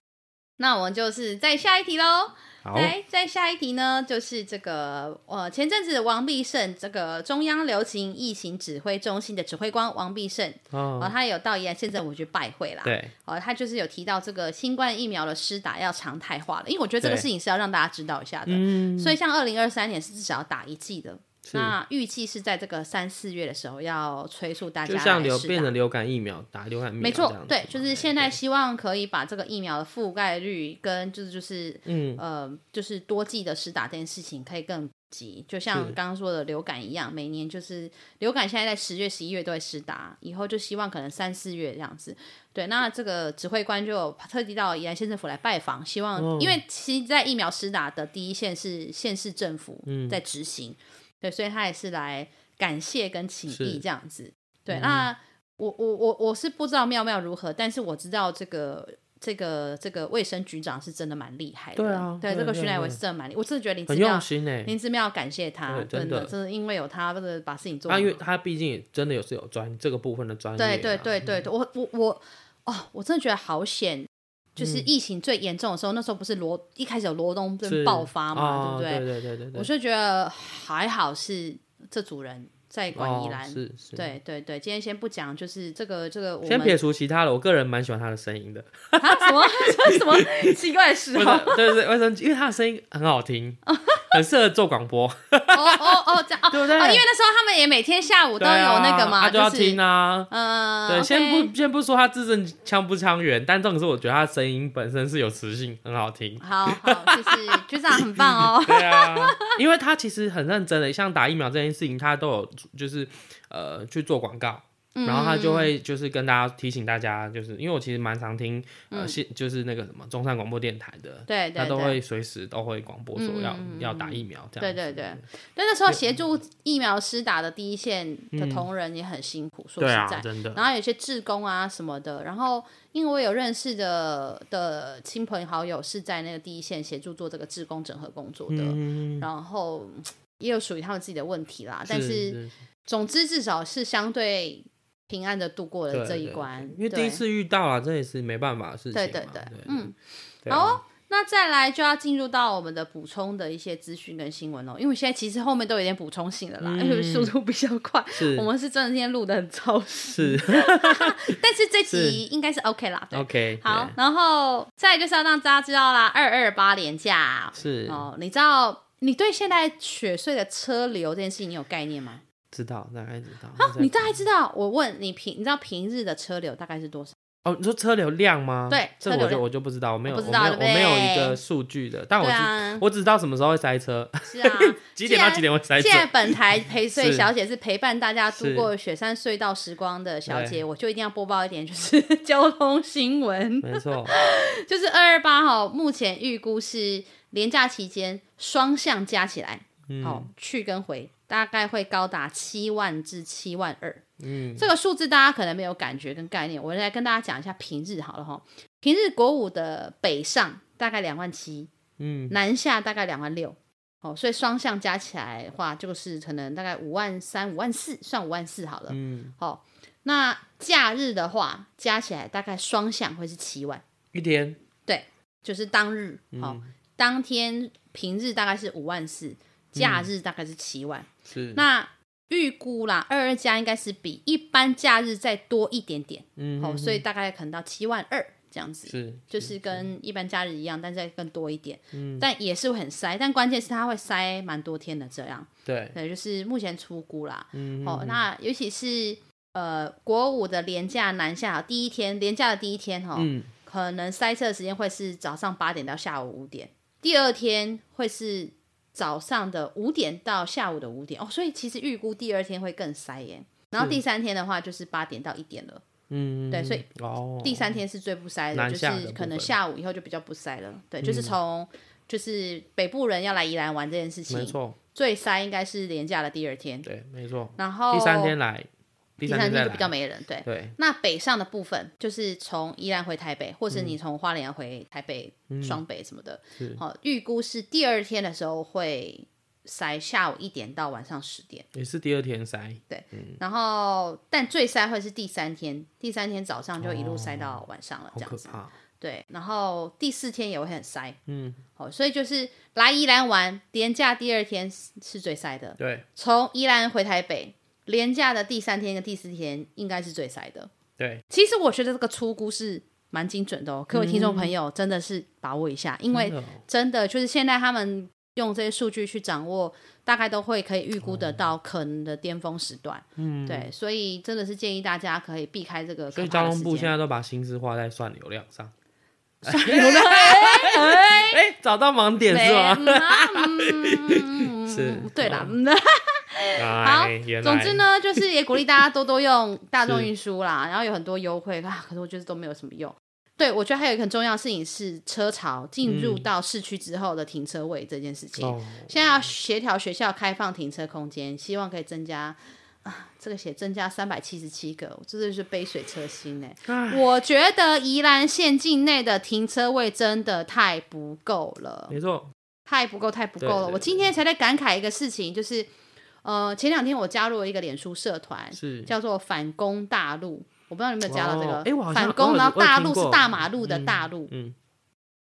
S1: 那我们就是再下一题喽。
S2: 好，
S1: 来，再下一题呢，就是这个呃，前阵子王必胜这个中央流行疫情指挥中心的指挥官王必胜，哦，
S2: 嗯，
S1: 他有到宜兰县政府去拜会啦。
S2: 对，
S1: 哦，他就是有提到这个新冠疫苗的施打要常态化了，因为我觉得这个
S2: 对
S1: 事情是要让大家知道一下的。
S2: 嗯，
S1: 所以像二零二三年是至少要打一剂的，
S2: 是
S1: 那预计是在这个三四月的时候要催促大家
S2: 就
S1: 来
S2: 像流
S1: 施
S2: 变
S1: 打
S2: 成流感疫苗，打流感疫苗，
S1: 没错，对，就是现在，希望可以把这个疫苗的覆盖率跟就是就是
S2: 嗯，
S1: 呃，就是多剂的施打这件事情可以更急，就像
S2: 是
S1: 刚刚说的流感一样，每年就是流感现在在十月、十一月都会施打，以后就希望可能三四月这样子。对，那这个指挥官就有特地到宜兰县政府来拜访，希望、
S2: 哦
S1: 因为其实，在疫苗施打的第一线是县市政府
S2: 嗯
S1: 在执行，对，所以他也是来感谢跟请意
S2: 是嗯
S1: 这样子。对，那我我我我是不知道妙妙如何，但是我知道这个这个这个卫生局长是真的蛮厉害的。
S2: 对啊
S1: 对
S2: 对
S1: 这个徐
S2: 对
S1: 乃
S2: 对
S1: 文是真的蛮厉，我真的觉得林
S2: 很
S1: 志
S2: 用
S1: 妙，
S2: 心欸诶。
S1: 林志妙要感谢他，
S2: 对真
S1: 真
S2: 的
S1: 的真的因为有他，真的把事情做
S2: 他
S1: 好。
S2: 啊因为他毕竟也真的有是有专这个部分的专业啦，
S1: 对对对对
S2: 嗯
S1: 对，我我我哦，我真的觉得好险。就是疫情最严重的时候，那时候不是罗一开始有罗东
S2: 嗯是
S1: 症爆发嘛，
S2: 哦
S1: 对不
S2: 对？对对对对，
S1: 我就觉得还好是这组人在管宜
S2: 哦
S1: 兰，
S2: 是是，
S1: 对对对，今天先不讲，就是这个这个我
S2: 先
S1: 们
S2: 撇除其他的，我个人蛮喜欢他的声 音的，
S1: 啊什么什 么奇怪的
S2: 为
S1: 时
S2: 什
S1: 候，
S2: 么对对对，为什么？因为他的声音很 好听，很适合做广播，
S1: 哦哦哦这样哦，
S2: 对不对
S1: 哦因为那时候他们也每天下午都
S2: 对
S1: 有
S2: 啊
S1: 那个嘛，
S2: 他就要
S1: 是
S2: 听啊，
S1: 嗯，
S2: 对
S1: OK
S2: 先不先不说他字正腔不腔圆，但重点是我觉得他声音本身是有磁性，很好听。，
S1: 好好，就是局长很棒哦
S2: 对 啊，因为他其实很认真的，像打疫苗这件事情，他都有就是呃去做广告，
S1: 嗯
S2: 然后他就会就是跟大家提醒大家，就是因为我其实蛮常听呃，是、就是那个什么中山广播电台的，
S1: 嗯对对
S2: 他都
S1: 对。嗯
S2: 会随时都会广播说要、要打疫苗这
S1: 对
S2: 样
S1: 对
S2: 子。
S1: 对，但那时候协助疫苗施打的第一线的同仁也很辛苦，说
S2: 对
S1: 实
S2: 啊
S1: 在，，
S2: 真的，
S1: 然后有些志工啊什么的，然后因为我有认识的的亲朋好友是在那个第一线协助做这个志工整合工作
S2: 嗯
S1: 的，然后嗯也有属于他们自己的问题啦，但是
S2: 是
S1: 总之至少是相对平安的度过了
S2: 对
S1: 这一
S2: 对
S1: 关，
S2: 因为第一次遇到啊，这也是没办法的事情
S1: 对
S2: 嘛。
S1: 对对，嗯，
S2: 对啊
S1: 好、哦。那再来就要进入到我们的补充的一些资讯跟新闻哦，因为现在其实后面都有点补充性的啦，因为速度比较快，
S2: 嗯是
S1: 我们是真的今天录的很超时，
S2: 是
S1: 但是这集应该是 OK 啦，对。
S2: OK，
S1: 好，然后再来就是要让大家知道啦，二二八连假
S2: 对是、
S1: 哦，你知道你对现在雪隧的车流这件事情你有概念吗？
S2: 知道，大概知道。
S1: 啊，你大概
S2: 知
S1: 知道？我问你平，你知道平日的车流大概是多少？
S2: 哦？你说车流量吗？
S1: 对
S2: 这
S1: 车流
S2: 个我就
S1: 量
S2: 我就不知道，我没有，
S1: 我
S2: 我
S1: 不知
S2: 没
S1: 道
S2: 有，我
S1: 对不
S2: 没有一
S1: 对
S2: 个数据的，但我
S1: 对
S2: 知、
S1: 啊，
S2: 我只知道什么时候会塞车，，
S1: 是啊
S2: 几点到几点会塞
S1: 既然？既。
S2: 车
S1: 然本台 陪睡
S2: 是
S1: 小姐是陪伴大家度
S2: 是
S1: 过雪山隧道时光的小姐，
S2: 对
S1: 我就一定要播报一点，就是 交通新闻。
S2: 没错，
S1: 就是二二八号，目前预估是连假期间双向加起来，好、
S2: 嗯
S1: 去跟回大概会高达七万至七万二。
S2: 嗯，
S1: 这个数字大家可能没有感觉跟概念，我来跟大家讲一下平日好了哈。平日国五的北上大概两万七，
S2: 嗯，
S1: 南下大概两万六，哦，所以双向加起来的话，就是可能大概五万三、五万四，算五万四好了。
S2: 嗯，
S1: 好、那假日的话，加起来大概双向会是七万。
S2: 一天，
S1: 就是当日，好、
S2: 嗯
S1: 当天平日大概是五万四，
S2: 嗯
S1: 假日大概是七万。
S2: 是，
S1: 那预估啦，二二加应该是比一般假日再多一点点，
S2: 嗯
S1: 好、所以大概可能到七万二这样子。
S2: 是
S1: 就是跟一般假日一样，但再更多一点，
S2: 嗯
S1: 但也是会很塞，但关键是它会塞蛮多天的这样，
S2: 对，
S1: 对，就是目前出估啦，
S2: 嗯，
S1: 哦，那尤其是呃国五的连假南下第一天，连假的第一天哈、哦，
S2: 嗯
S1: 可能塞车的时间会是早上八点到下午五点，第二天会是早上的五点到下午的五点哦，所以其实预估第二天会更塞耶。然后第三天的话就是八点到一点了，
S2: 嗯，
S1: 对所以
S2: 哦，
S1: 第三天是最不塞的，
S2: 南
S1: 就
S2: 下的
S1: 是
S2: 部
S1: 可能
S2: 分嗯
S1: 下午以后就比较不塞了。对，就是从就是北部人要来宜兰玩这件事
S2: 没
S1: 情，
S2: 错，
S1: 最塞应该是连假的第二天，
S2: 对，没错，
S1: 然后
S2: 第三天来，第
S1: 哦第
S2: 三
S1: 三
S2: 再
S1: 天就
S2: 来
S1: 比较，没人，对。
S2: 对，
S1: 那北上的部分，就是从宜兰回台北，或是你从花莲回台北、
S2: 嗯
S1: 双北什么的，好、预估是第二天的时候会塞下午一点到晚上十点，
S2: 也是第二天塞，嗯
S1: 然后但最塞会是第三天，第三天早上就一路塞到晚上了，
S2: 嗯好
S1: 这样
S2: 可
S1: 子。
S2: 怕，
S1: 对，然后第四天也会很塞，
S2: 嗯，
S1: 好、所以就是来宜兰玩，连假第二天是是最塞的，
S2: 对
S1: 从宜兰回台北，连假的第三天跟第四天应该是最塞的。
S2: 对，
S1: 其实我觉得这个出估是蛮精准的哦，各位听众朋友真的是把握一下，因为
S2: 嗯真的哦
S1: 真的就是现在他们用这些数据去掌握，大概都会可以预估
S2: 哦
S1: 得到可能的巅峰时段。嗯，对，所以真的是建议大家可以避开这个可
S2: 所以
S1: 怕
S2: 交
S1: 的时间。
S2: 通部现在都把心思花在算流量上，
S1: 有的
S2: 哎，找到盲 点是吗？
S1: 嗯啊嗯
S2: 是
S1: 对啦，嗯
S2: 好哎
S1: 好， 总之，呢，就是也鼓励大家多多 用大众运输啦，然后有很多优惠啊，可是我觉得都没有什么用。对，我觉得还有一个很重要的事情是车潮进入到市区之后的停车位这件事情。
S2: 哦，
S1: 现在要协调学校开放停车空间，希望可以增加啊，这个写增加三百七十七个，这就是杯水车薪呢、
S2: 嗯
S1: 我觉得宜兰县境内的停车位真的太不够了。
S2: 没错，
S1: 太不够，太不够
S2: 对
S1: 了！
S2: 对
S1: 我今天才在感慨一个事情，就是，呃，前两天我加入了一个脸书社团，
S2: 是
S1: 叫做“反攻大陆”，我不知道你有没有加到这个。
S2: 哦诶我好像
S1: 反
S2: 我
S1: 攻，
S2: 有
S1: 然后大
S2: 我有
S1: 陆
S2: 听
S1: 是
S2: 过
S1: 大马路的大陆，
S2: 嗯，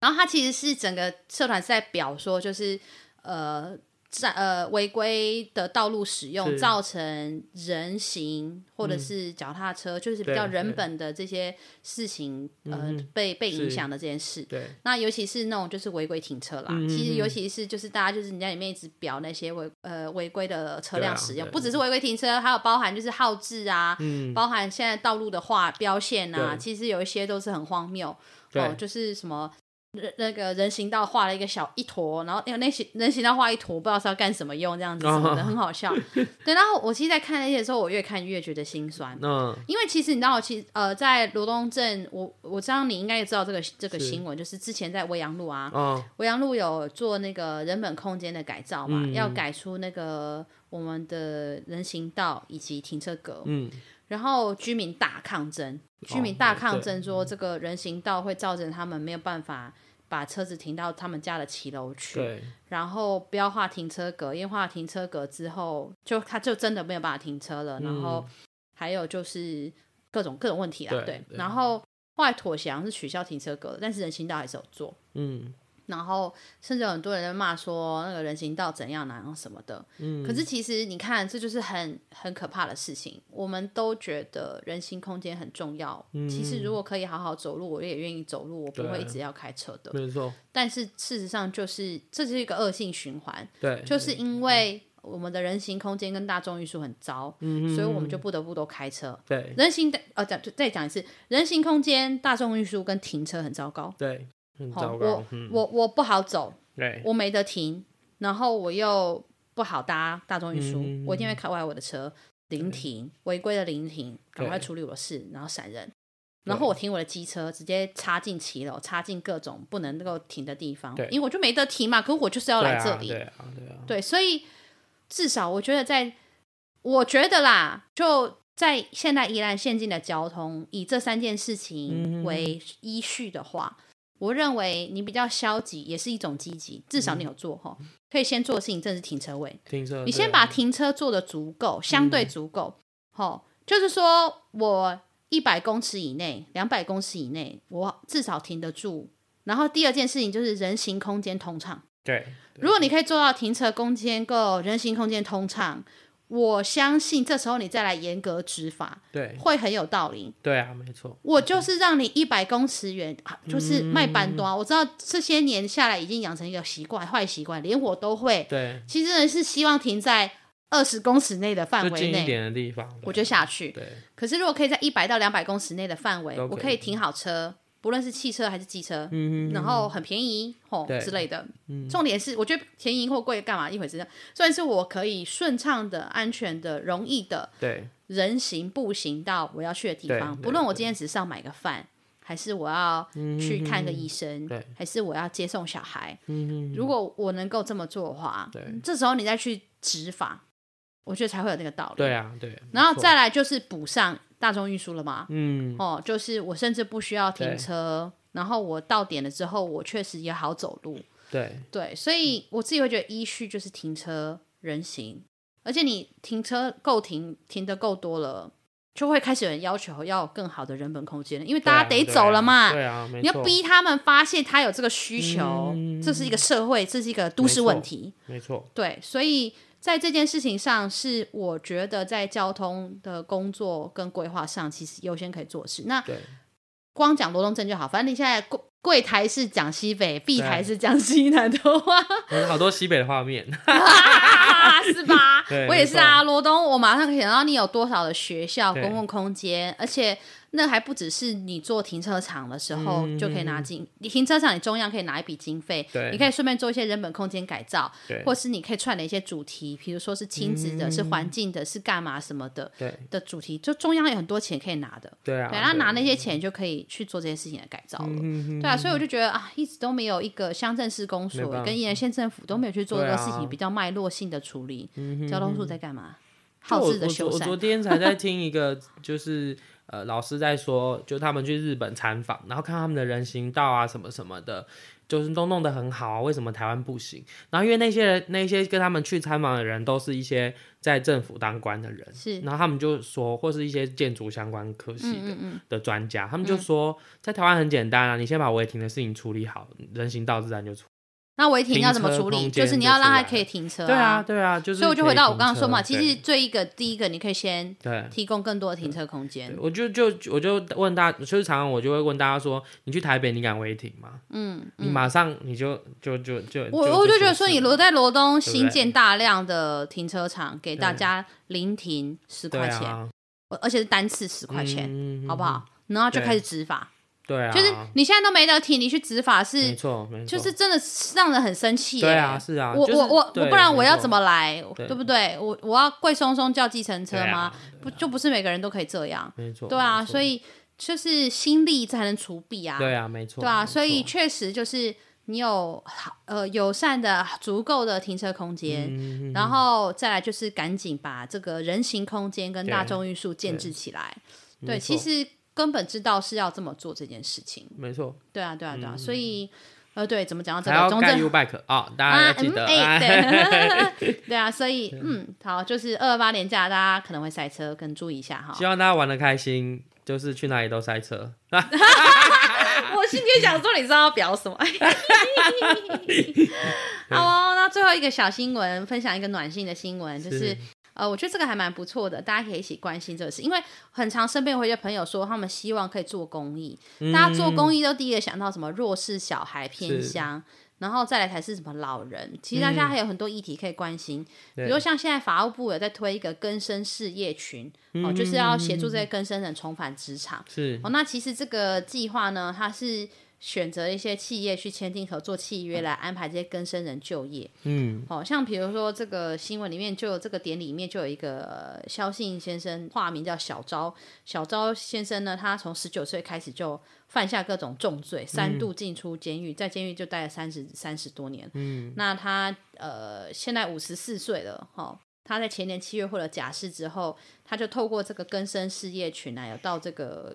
S1: 然后它其实是整个社团是在表说，就是呃，在呃违规的道路使用
S2: 是嗯
S1: 造成人行或者是脚踏车，就是比
S2: 对
S1: 较人
S2: 对
S1: 本的这些事情，呃
S2: 嗯哼，
S1: 被被影
S2: 是
S1: 响的这件事。
S2: 对，
S1: 那尤其是那种就是违规停车啦，
S2: 嗯嗯
S1: 其实
S2: 嗯
S1: 尤其是就是大家就是你在里面一直表那些违呃违规的车辆
S2: 对啊
S1: 使用，
S2: 对
S1: 不只是违规停车，还有包含就是号志啊，
S2: 嗯，
S1: 包含现在道路的画标线啊，
S2: 对
S1: 其实有一些都是很荒谬。
S2: 对
S1: 哦，就是什么人那个人行道画了一个小一坨，然后那个那行人行道画一坨，不知道是要干什么用，这样子什
S2: 哦
S1: 么的，很好笑。 对，然后我其实，在看那些的时候，我越看越觉得心酸，
S2: 那
S1: 因为其实你知道，其实呃，在罗东镇，我我知道你应该也知道这个这个
S2: 是
S1: 新闻，就是之前在维阳路啊，
S2: 哦，
S1: 维阳路有做那个人本空间的改造嘛，
S2: 嗯
S1: 要改出那个我们的人行道以及停车格，
S2: 嗯，哦
S1: 然后居民大抗争，居民大抗争说这个人行道会造成他们没有办法把车子停到他们家的骑楼去，
S2: 对，
S1: 然后不要画停车格，因为画停车格之后就他就真的没有办法停车了，
S2: 嗯
S1: 然后还有就是各种各种问题啦，
S2: 对
S1: 对，
S2: 对
S1: 然后后来妥协好像是取消停车格，但是人行道还是有做。
S2: 嗯，
S1: 然后甚至有很多人在骂说那个人行道怎样难后什么的。嗯，可是其实你看，这就是很很可怕的事情。我们都觉得人行空间很重要，其实如果可以好好走路，我也愿意走路，我不会
S2: 嗯对
S1: 一直要开车的。
S2: 没错，
S1: 但是事实上，就是这是一个恶性循环，
S2: 对，嗯
S1: 就是因为我们的人行空间跟大众运输很糟，所以我们就不得不都开车。
S2: 嗯对，
S1: 人行的呃，讲再讲一次，人行空间、大众运输跟停车很糟糕。
S2: 对，很
S1: 好
S2: 糟，糕嗯
S1: 我，我我不好走，
S2: 对，
S1: 我没得停，然后我又不好搭大众运输，
S2: 嗯
S1: 我一定会开坏我的车，临停，违规的临停，赶快
S2: 对
S1: 处理我的事，然后闪人。然后我停我的机车，直接插进骑楼，插进各种不能够停的地方
S2: 对，
S1: 因为我就没得停嘛。可是我就是要
S2: 对
S1: 来
S2: 啊
S1: 这里，
S2: 对啊，对啊，
S1: 对，所以至少我觉得在，我觉得啦，就在现在宜兰县境的交通，以这三件事
S2: 嗯
S1: 情为依序的话，我认为你比较消极也是一种积极，至
S2: 嗯
S1: 少你有做哈、可以先做的事情，正是停车位，
S2: 停车，
S1: 你
S2: 对
S1: 先
S2: 啊嗯
S1: 把停车做的足够，相对足够，吼，就是说我一百公尺以内、两百公尺以内，我至少停得住。然后第二件事情就是人行空间通畅。
S2: 对，
S1: 如果你可以做到停车空间够，人行空间通畅，我相信这时候你再来严格执法
S2: 对，
S1: 会很有道理。
S2: 对啊，没错，
S1: 我就是让你一百公尺远，啊就是卖板
S2: 嗯
S1: 端。我知道这些年下来已经养成一个习惯，坏习惯，连我都会。
S2: 对，
S1: 其实人是希望停在二十公尺内的范
S2: 就
S1: 围
S2: 近一
S1: 内，
S2: 点的地方，
S1: 我
S2: 对
S1: 就下去。
S2: 对，
S1: 可是如果可以在一百到两百公尺内的范围，
S2: 都
S1: 我
S2: 可
S1: 可以
S2: 以
S1: 停好车，不论是汽车还是机车，
S2: 嗯，
S1: 然后很便宜吼
S2: 对嗯
S1: 之类的。重点是，我觉得便宜或贵干嘛一回事。重点是我可以顺畅的、安全的、容易的
S2: 对，
S1: 人行步行到我要去的地方，
S2: 对
S1: 不论我今天只是要买个饭。还是我要去看个医生，
S2: 对
S1: 还是我要接送小孩。
S2: 嗯，
S1: 如果我能够这么做的话，
S2: 对
S1: 这时候你再去执法，我觉得才会有那个道理。
S2: 对啊，对，
S1: 然后
S2: 没错
S1: 再来就是补上大众运输了嘛，
S2: 嗯，
S1: 哦，就是我甚至不需要停
S2: 对
S1: 车，然后我到点了之后，我确实也好走路。
S2: 对，
S1: 对，所以我自己会觉得依序就是停车、人行，而且你停车够停，停的够多了，就会开始有人要求要有更好的人本空间，因为大家
S2: 对啊
S1: 得走了嘛。
S2: 对啊，对啊没
S1: 你要
S2: 错
S1: 逼他们发现他有这个需求，
S2: 嗯
S1: 这是一个社会，这是一个都市问题。
S2: 没错，
S1: 对，所以在这件事情上，是我觉得在交通的工作跟规划上，其实优先可以做的事。那
S2: 对
S1: 光讲罗东镇就好，反正你现在柜柜台是讲西北，碧台
S2: 对
S1: 是讲西南的 话，
S2: 有好多西北的画面，
S1: 啊是吧
S2: 对？
S1: 我也是
S2: 没
S1: 啊，罗东，我马上可以想到你有多少的学校、
S2: 对
S1: 公共空间，而且那还不只是你做停车场的时候
S2: 嗯
S1: 就可以拿进，你停车场你中央可以拿一笔经费，
S2: 对
S1: 你可以顺便做一些人本空间改造，
S2: 对嗯
S1: 或是你可以串的一些主题，比如说是亲子的、是环境的、是干嘛什么的
S2: 对
S1: 的主题，就中央有很多钱可以拿的，
S2: 对啊，
S1: 对，然后拿那些钱就可以去做这些事情的改造了。
S2: 嗯
S1: 对啊，所以我就觉得啊，一直都没有一个乡镇市公所
S2: 没办法
S1: 跟宜兰县政府都没有去做这个事
S2: 对
S1: 情
S2: 啊嗯
S1: 比较脉络性的处理。交通处在干嘛？
S2: 就
S1: 好
S2: 我
S1: 自的
S2: 我昨
S1: 修
S2: 我昨
S1: 缮。
S2: 天才在听 一个，就是呃老师在说，就他们去日本参访，然后看他们的人行道啊什么什么的，就是都弄得很好啊，为什么台湾不行？然后因为那些人那些跟他们去参访的人都是一些在政府当官的人，
S1: 是嗯
S2: 然后他们就说，或是一些建筑相关科系的的专家，他们就说，在台湾很简单啊，你先把违停的事情处理好，人行道自然就出。
S1: 那违停要怎么处
S2: 停车
S1: 理？就
S2: 空间
S1: 是你要让
S2: 就出
S1: 它
S2: 来了
S1: 可以停车、
S2: 对啊，。对啊，就是
S1: 所以我就回到我刚刚说嘛，
S2: 可以
S1: 其
S2: 停车
S1: 实最一个第一个，你可以先
S2: 对。对
S1: 提供更多的停车空间
S2: 对。我就就我就问大，就是常常我就会问大家说，你去台北你敢违停吗？嗯，你马上你就就就就
S1: 我我就觉得说，你
S2: 出事
S1: 罗在罗东
S2: 对
S1: 新建大量的停车场，给大
S2: 对啊
S1: 家临停十
S2: 对
S1: 块钱，
S2: 啊，
S1: 而而且是单次十块钱，
S2: 嗯
S1: 好不好？？然后就
S2: 对
S1: 开始执法。
S2: 对啊，
S1: 就是你现在都没得挺，你去执法
S2: 没
S1: 是
S2: 错没错，
S1: 就是真的是让人很生气、耶
S2: 对啊是啊，
S1: 我、
S2: 就是
S1: 我我我
S2: 对
S1: 不然
S2: 没
S1: 我要
S2: 错
S1: 怎么来，
S2: 对
S1: 对不对？我我要贵松松叫计程车
S2: 对啊
S1: 吗？不就不是每个人都可以这样，
S2: 没错
S1: 对啊，
S2: 没错
S1: 所以就是心力才能除弊啊，
S2: 对啊没错
S1: 对啊，
S2: 没
S1: 所以
S2: 错
S1: 确实就是你有呃友善的、足够的停车空间，
S2: 嗯
S1: 然后再来就是赶紧把这个人行空间跟
S2: 对
S1: 大众运输建制起来。对，
S2: 没
S1: 其
S2: 错
S1: 实根本知道是要这么做这件事情。
S2: 没错，
S1: 对啊，对啊，对啊，所以。呃，对，怎么讲到这
S2: 嗯还
S1: 个？
S2: 要
S1: 总
S2: 盖
S1: 之
S2: U bike 啊，大家
S1: 啊
S2: 要，记得
S1: 哎、
S2: 哎
S1: 对， 对啊，所以嗯，好，就是二二八年假，大家可能会塞车，跟注意一下哈。
S2: 希望大家玩的开心，就是去哪里都塞车。
S1: 我今天想说，你知道要表什 么？ 好哦，那最后一个小新闻，分享一个暖性的新闻，就是
S2: 是
S1: 呃，我觉得这个还蛮不错的，大家可以一起关心这个事，因为很常身边会有一些朋友说，他们希望可以做公益，
S2: 嗯
S1: 大家做公益都第一个想到什么弱势小孩、偏
S2: 是
S1: 乡。然后再来才是什么老人，其实大家还有很多议题可以关心，比
S2: 嗯对
S1: 如说像现在法务部有在推一个更生事业群，
S2: 嗯
S1: 哦，就是要协助这些更生人重返职场。
S2: 是
S1: 哦，那其实这个计划呢，它是选择一些企业去签订合作契约来安排这些更生人就业。
S2: 嗯，
S1: 哦，像比如说这个新闻里面就有这个典礼里面就有一个呃萧信先生，化名叫小昭。小昭先生呢，他从十九岁开始就犯下各种重罪，
S2: 嗯
S1: 三度进出监狱，在监狱就待了三十三十多年。嗯，那他呃现在五十四岁了，哦。他在前年七月获了假释之后，他就透过这个更生事业群啊，有到这个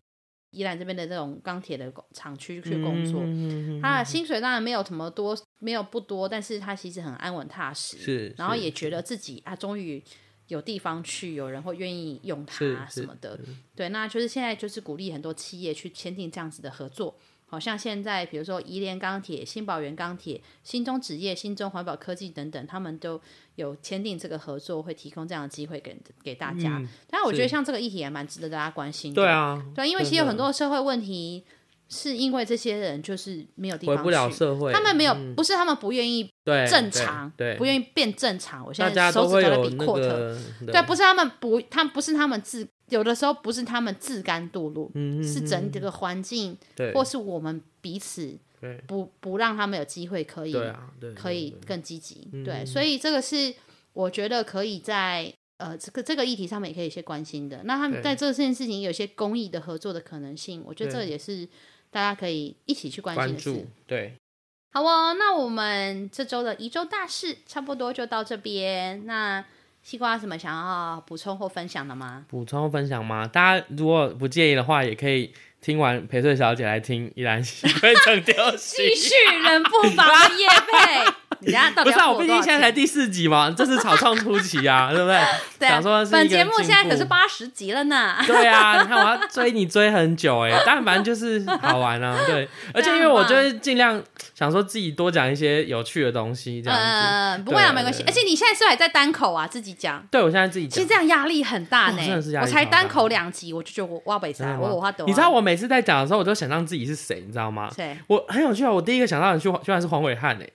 S1: 宜兰这边的这种钢铁的厂区去工作。
S2: 嗯
S1: 他的薪水当然没有什么多，没有不多，但是他其实很安稳踏实，
S2: 是
S1: 然后
S2: 是
S1: 也觉得自己啊，终于有地方去，有人会愿意用
S2: 是
S1: 他
S2: 是嗯
S1: 什么的，对，那就是现在就是鼓励很多企业去签订这样子的合作。好像现在，比如说宜联钢铁、新宝源钢铁、新中纸业、新中环保科技等等，他们都有签订这个合作，会提供这样的机会给给大家。但我觉得像这个议题也蛮值得大家关心的。
S2: 嗯对啊，
S1: 对，因为其实
S2: 真
S1: 有
S2: 的
S1: 很多社会问题，是因为这些人就是没有地
S2: 回
S1: 方
S2: 不了
S1: 去
S2: 社会，嗯
S1: 他们没有，不是他们不愿意
S2: 对
S1: 正常，
S2: 对，
S1: 不
S2: 对
S1: 愿意变正常。我现
S2: 大
S1: 在
S2: 家
S1: 手
S2: 都
S1: 指都
S2: 会
S1: 在
S2: 有
S1: 比
S2: 那
S1: quote，、
S2: 个
S1: 对，啊不是他们不，他们不是他们自，有的时候不是他们自甘堕落，是整这个环境
S2: 嗯对
S1: 或是我们彼此
S2: 对
S1: 不不让他们有机会可以
S2: 对啊，对，
S1: 可
S2: 对嗯
S1: 以更积极。对，所以这个是我觉得可以在呃这个这个议题上面也可以有一些关心的。那他们
S2: 对
S1: 在这件事情有一些公益的合作的可能性，我觉得这
S2: 对
S1: 也是大家可以一起去关心
S2: 关
S1: 的事
S2: 注。，对，
S1: 好哦，那我们这周的一周大事差不多就到这边。那西瓜有什么想要补充或分享的吗？
S2: 补充分享吗？大家如果不介意的话，也可以听完陪睡小姐来听依然喜欢 成丢
S1: 继
S2: 戏。
S1: 续人不防的叶 配，你等下到
S2: 不
S1: 底
S2: 是啊，
S1: 要
S2: 我
S1: 付
S2: 毕
S1: 多
S2: 竟
S1: 少
S2: 现在才
S1: 钱？
S2: 第四集嘛，这是草创初期啊，对不对？
S1: 对啊
S2: 想说是一个
S1: 本节目
S2: 进
S1: 现在可
S2: 步
S1: 是八十集了呢。
S2: 对啊，你看我要追你追很久哎、但反正就是好玩啊， 对。而且因为我就会尽量想说自己多讲一些有趣的东西这样子。
S1: 嗯，不会啊，
S2: 对
S1: 没关系。
S2: 对
S1: 而且你现在是不是还在单口啊，自己讲。
S2: 对我现在自己
S1: 其
S2: 讲
S1: 实这样压力很大呢、
S2: 哦真的是压力
S1: 我才
S2: 超大
S1: 单口两集，我就觉得我哇北塞
S2: 真，的吗
S1: 我我花抖啊。
S2: 你知道我每次在讲的时候，我都想让自己是谁，你知道吗？
S1: 谁？
S2: 我很有趣啊！我第一个想到的居居然是黄伟汉哎、欸，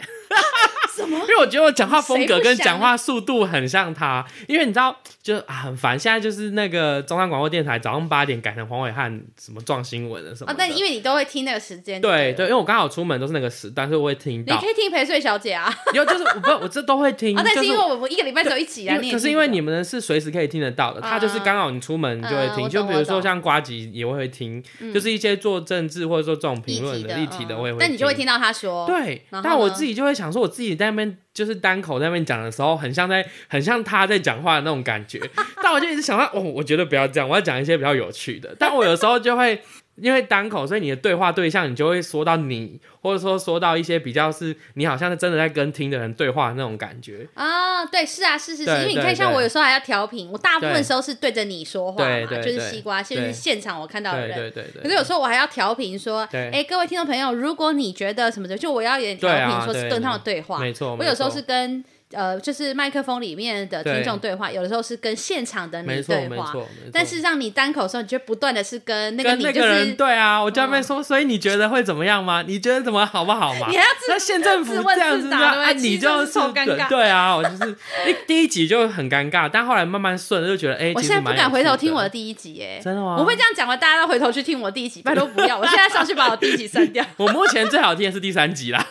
S2: 什 么？因为我觉得我讲话风格跟讲话速度很像他，因为你知道，就啊很烦。现在就是那个中央广播电台早上八点改成黄伟汉什么撞新闻了什么
S1: 哦
S2: 的。，
S1: 但因为你都会听那个时间。
S2: 对对，
S1: 对
S2: 因为我刚好出门都是那个时段，所以我会听
S1: 你
S2: 到。
S1: 可以听陪睡小姐啊，啊，
S2: 有就是我不我这都会 听，
S1: 哦但
S2: 就是是
S1: 因为我们一个礼拜只有一集啊，
S2: 因
S1: 你
S2: 为
S1: 也
S2: 可是
S1: 听
S2: 因
S1: 不
S2: 为
S1: 懂嗯
S2: 你们是随时可以听得到的，它就是刚好你出门就会
S1: 嗯嗯
S2: 听，
S1: 我
S2: 就
S1: 懂
S2: 比如说像瓜吉也会听，就是一些做政治或者说这种评论的立体的
S1: 嗯
S2: 我也会，
S1: 但你就会听。到他说，
S2: 对，
S1: 然后
S2: 但我
S1: 呢
S2: 自己就会想说，我自己在那边就是单口在那边讲的时候，很像在很像他在讲话的那种 感觉。但我就一直想到，哦，我觉得不要这样，我要讲一些比较有趣的。但我有时候就会因为单口，所以你的对话对象你就会说到你，或者说说到一些比较是你好像是真的在跟听的人对话的那种感觉。
S1: 啊，对，是啊，是是是，
S2: 对
S1: 因为你
S2: 对
S1: 看，像
S2: 对
S1: 我有时候还要调频，我大部分
S2: 对
S1: 时候是对着你说话嘛，
S2: 对对
S1: 就是
S2: 对
S1: 西瓜，就是
S2: 对
S1: 现场我看到的
S2: 对
S1: 人，
S2: 对对对。
S1: 可是有时候我还要调频说，
S2: 对
S1: 哎、各位听众朋友，如果你觉得什么的，就我要有点调
S2: 对
S1: 频
S2: 啊
S1: 说是
S2: 对
S1: 跟
S2: 对
S1: 他们对话。
S2: 没错，
S1: 我有时候是跟呃，就是麦克风里面的听众对话，有的时候是跟现场的
S2: 没
S1: 你
S2: 错
S1: 对
S2: 没
S1: 话
S2: 错，没错
S1: 但是让你单口的时候，你就不断的是跟那个
S2: 跟
S1: 你
S2: 那
S1: 就
S2: 个人
S1: 是。
S2: 对啊，我教练说，所以你觉得会怎么样吗？你觉得怎么好不好嘛？
S1: 你还要自
S2: 那县政府这样
S1: 自问
S2: 子
S1: 自答对不对
S2: 那啊，
S1: 其实
S2: 你
S1: 这
S2: 就
S1: 样子
S2: 是
S1: 超尴尬
S2: 对啊，我就是一第一集就很尴尬，但后来慢慢顺了，就觉得哎，
S1: 我
S2: 其
S1: 现在
S2: 实
S1: 不
S2: 蛮
S1: 敢
S2: 有
S1: 回头
S2: 趣
S1: 听我的第一集耶，
S2: 真的吗
S1: 我会这样讲完，大家都回头去听我第一集，拜托不要！我现在上去把我第一集删 掉。
S2: 我目前最好听的是第三集 啦，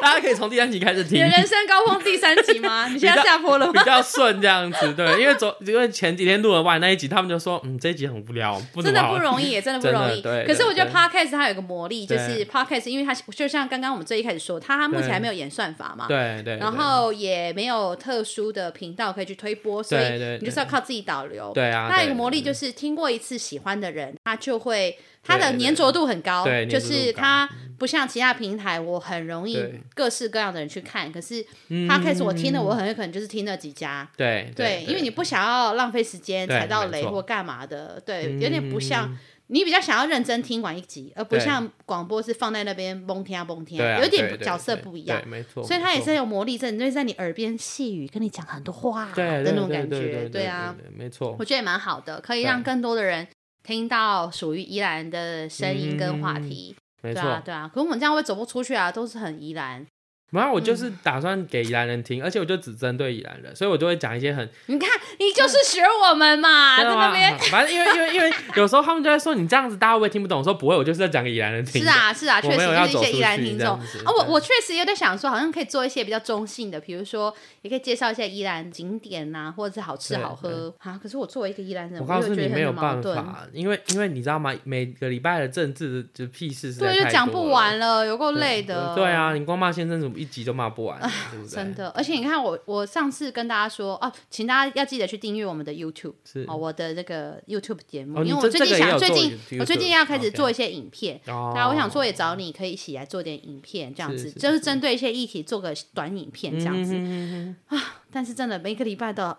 S2: 大家可以从第三集开始
S1: 你
S2: 听
S1: 的，人生高峰第三集 吗？你现在下播了
S2: 比
S1: 吗？
S2: 较顺这样子。对，因为昨因为前几天录了完那一集，他们就说嗯这一集很无聊，不怎
S1: 真
S2: 么
S1: 的
S2: 好
S1: 不容易耶，真的不
S2: 真的
S1: 容易。
S2: 对
S1: 可是
S2: 对
S1: 我觉得
S2: 对
S1: podcast 它有一个魔力，就
S2: 对
S1: 是 podcast，因为它就像刚刚我们最一开始说，它目前
S2: 对
S1: 还没有演算法嘛，
S2: 对对，
S1: 然
S2: 对
S1: 后也没有特殊的频道可以去推播，所
S2: 对
S1: 以
S2: 对
S1: 你就是要靠自己导流。
S2: 对啊
S1: 它有一
S2: 对
S1: 个魔力就是听过一次喜欢的人，他就会他的
S2: 对对
S1: 粘着度很高，
S2: 对
S1: 就
S2: 粘着度
S1: 是
S2: 高
S1: 他不像其他平台，我很容易
S2: 对嗯
S1: 各式各样的人去看，可是他开始我听的，我很有可能就是听那几家。
S2: 对
S1: 对，因为你不想要浪费时间
S2: 对
S1: 踩到
S2: 没
S1: 雷
S2: 错嗯
S1: 或干嘛的，对，有点不像你比较想要认真听完一集，而不
S2: 对
S1: 像广播是放在那边蒙听啊蒙听
S2: 对
S1: 啊，
S2: 啊
S1: 有
S2: 对
S1: 点
S2: 对
S1: 角色
S2: 对
S1: 不一样
S2: 对。没错，
S1: 所以
S2: 没
S1: 他也
S2: 错
S1: 是很有魔力症，就是在你耳边细语跟你讲很多话
S2: 对
S1: 的
S2: 对
S1: 那种
S2: 对
S1: 感
S2: 对对
S1: 觉，
S2: 对对
S1: 啊，，
S2: 对没错
S1: 我，觉得也蛮好的，可以让
S2: 对
S1: 更多的人听到属于宜兰的声音跟话题，
S2: 嗯没
S1: 对
S2: 错。
S1: 啊，对啊。可是我们这样会走不出去啊，都是很宜兰。
S2: 然后我就是
S1: 嗯
S2: 打算给宜兰人听，而且我就只针对宜兰人，所以我就会讲一些很
S1: 你看，你就是学我们 啊嘛，在
S2: 真的吗
S1: 那边。
S2: 反正因为因为 因为有时候他们就在说你这样子，大家会不会听不懂。我说不会，我就是在讲给宜兰人听。
S1: 是，啊，是啊，
S2: 我
S1: 确实
S2: 没有
S1: 就
S2: 要
S1: 是一
S2: 走
S1: 些
S2: 出
S1: 宜兰
S2: 去
S1: 听
S2: 这
S1: 众
S2: 样子
S1: 啊。我
S2: 对
S1: 我确实有点想说，好像可以做一些比较中性的，比如说也可以介绍一下宜兰景点呐、或者是好吃
S2: 对
S1: 好喝啊。可是我作为一个宜兰人，
S2: 我
S1: 我
S2: 告诉
S1: 又觉得
S2: 你没
S1: 很
S2: 有
S1: 矛
S2: 办
S1: 盾。
S2: 法，因为因为你知道吗？每个礼拜的政治的就屁事实在
S1: 对，就
S2: 太
S1: 讲
S2: 多
S1: 不
S2: 了
S1: 完了，有够累的。
S2: 对啊，，你光骂先生怎么一集都骂不完，对不对？
S1: 真的。而且你看我，我上次跟大家说哦、请大家要记得去订阅我们的 YouTube
S2: 是
S1: 哦，我的这个 YouTube 节目，
S2: 哦你
S1: 因为我
S2: 这
S1: 最
S2: 这
S1: 近
S2: 个也
S1: 想
S2: 有
S1: 最
S2: 做
S1: 近
S2: YouTube，
S1: 我最近要开始
S2: OK
S1: 做一些影片。
S2: 哦
S1: 对啊，我想说也找你可以一起来做点影片，这样子
S2: 是是
S1: 就是针对一些议题做个短影片这样子。
S2: 嗯哼哼哼
S1: 但是真的每个礼拜的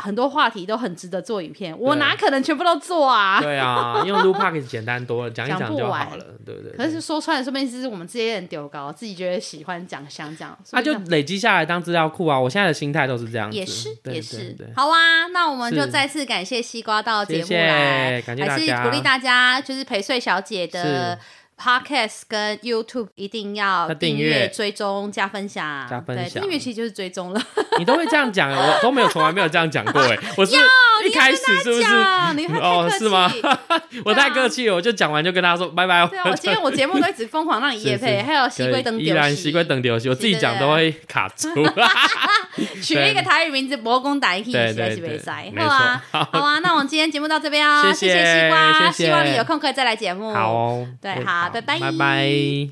S1: 很多话题都很值得做影片，我哪可能全部都做啊？
S2: 对啊，用 l u p a c 简单多了，讲一
S1: 讲不
S2: 就好
S1: 完
S2: 了，对不对？
S1: 可是说出来，说不定是我们这些人丢高，自己觉得喜欢讲想讲，
S2: 那、
S1: 所以
S2: 啊就累积下来当资料库啊！我现在的心态都是这样子，
S1: 也是
S2: 对
S1: 也
S2: 对
S1: 是
S2: 对，
S1: 好啊，那我们就是再次感谢西瓜到节目
S2: 谢谢
S1: 来，
S2: 感谢
S1: 还
S2: 大
S1: 是
S2: 家
S1: 鼓励大家就是陪睡小姐的
S2: 是。
S1: Podcast 跟 YouTube 一定要
S2: 要订
S1: 订
S2: 阅
S1: 阅、追踪、加分享，
S2: 加分
S1: 对，
S2: 享
S1: 订阅其实就是追踪了。
S2: 你都会这样讲，我都没有从来没有这样讲过哎，我是一开始是不是？
S1: 讲，你还太
S2: 哦
S1: 客气
S2: 是吗我太客气了，我就讲完就跟大家说拜拜。
S1: 对啊，我今天我节目都一直疯狂让你夜
S2: 是
S1: 配，
S2: 是
S1: 还有西龟等
S2: 依
S1: 丢
S2: 然西龟等丢西，我自己讲都会卡住。
S1: 取了一个台语名字，魔公打一起
S2: 对
S1: 实在是
S2: 对
S1: 没
S2: 对
S1: 塞，
S2: 没
S1: 好啊，
S2: 错
S1: 好啊，那我们今天节目到这边哦，
S2: 谢
S1: 谢
S2: 谢
S1: 西瓜，
S2: 谢谢
S1: 希望你有空可以再来节目，
S2: 好哦，
S1: 对好拜拜
S2: 拜拜。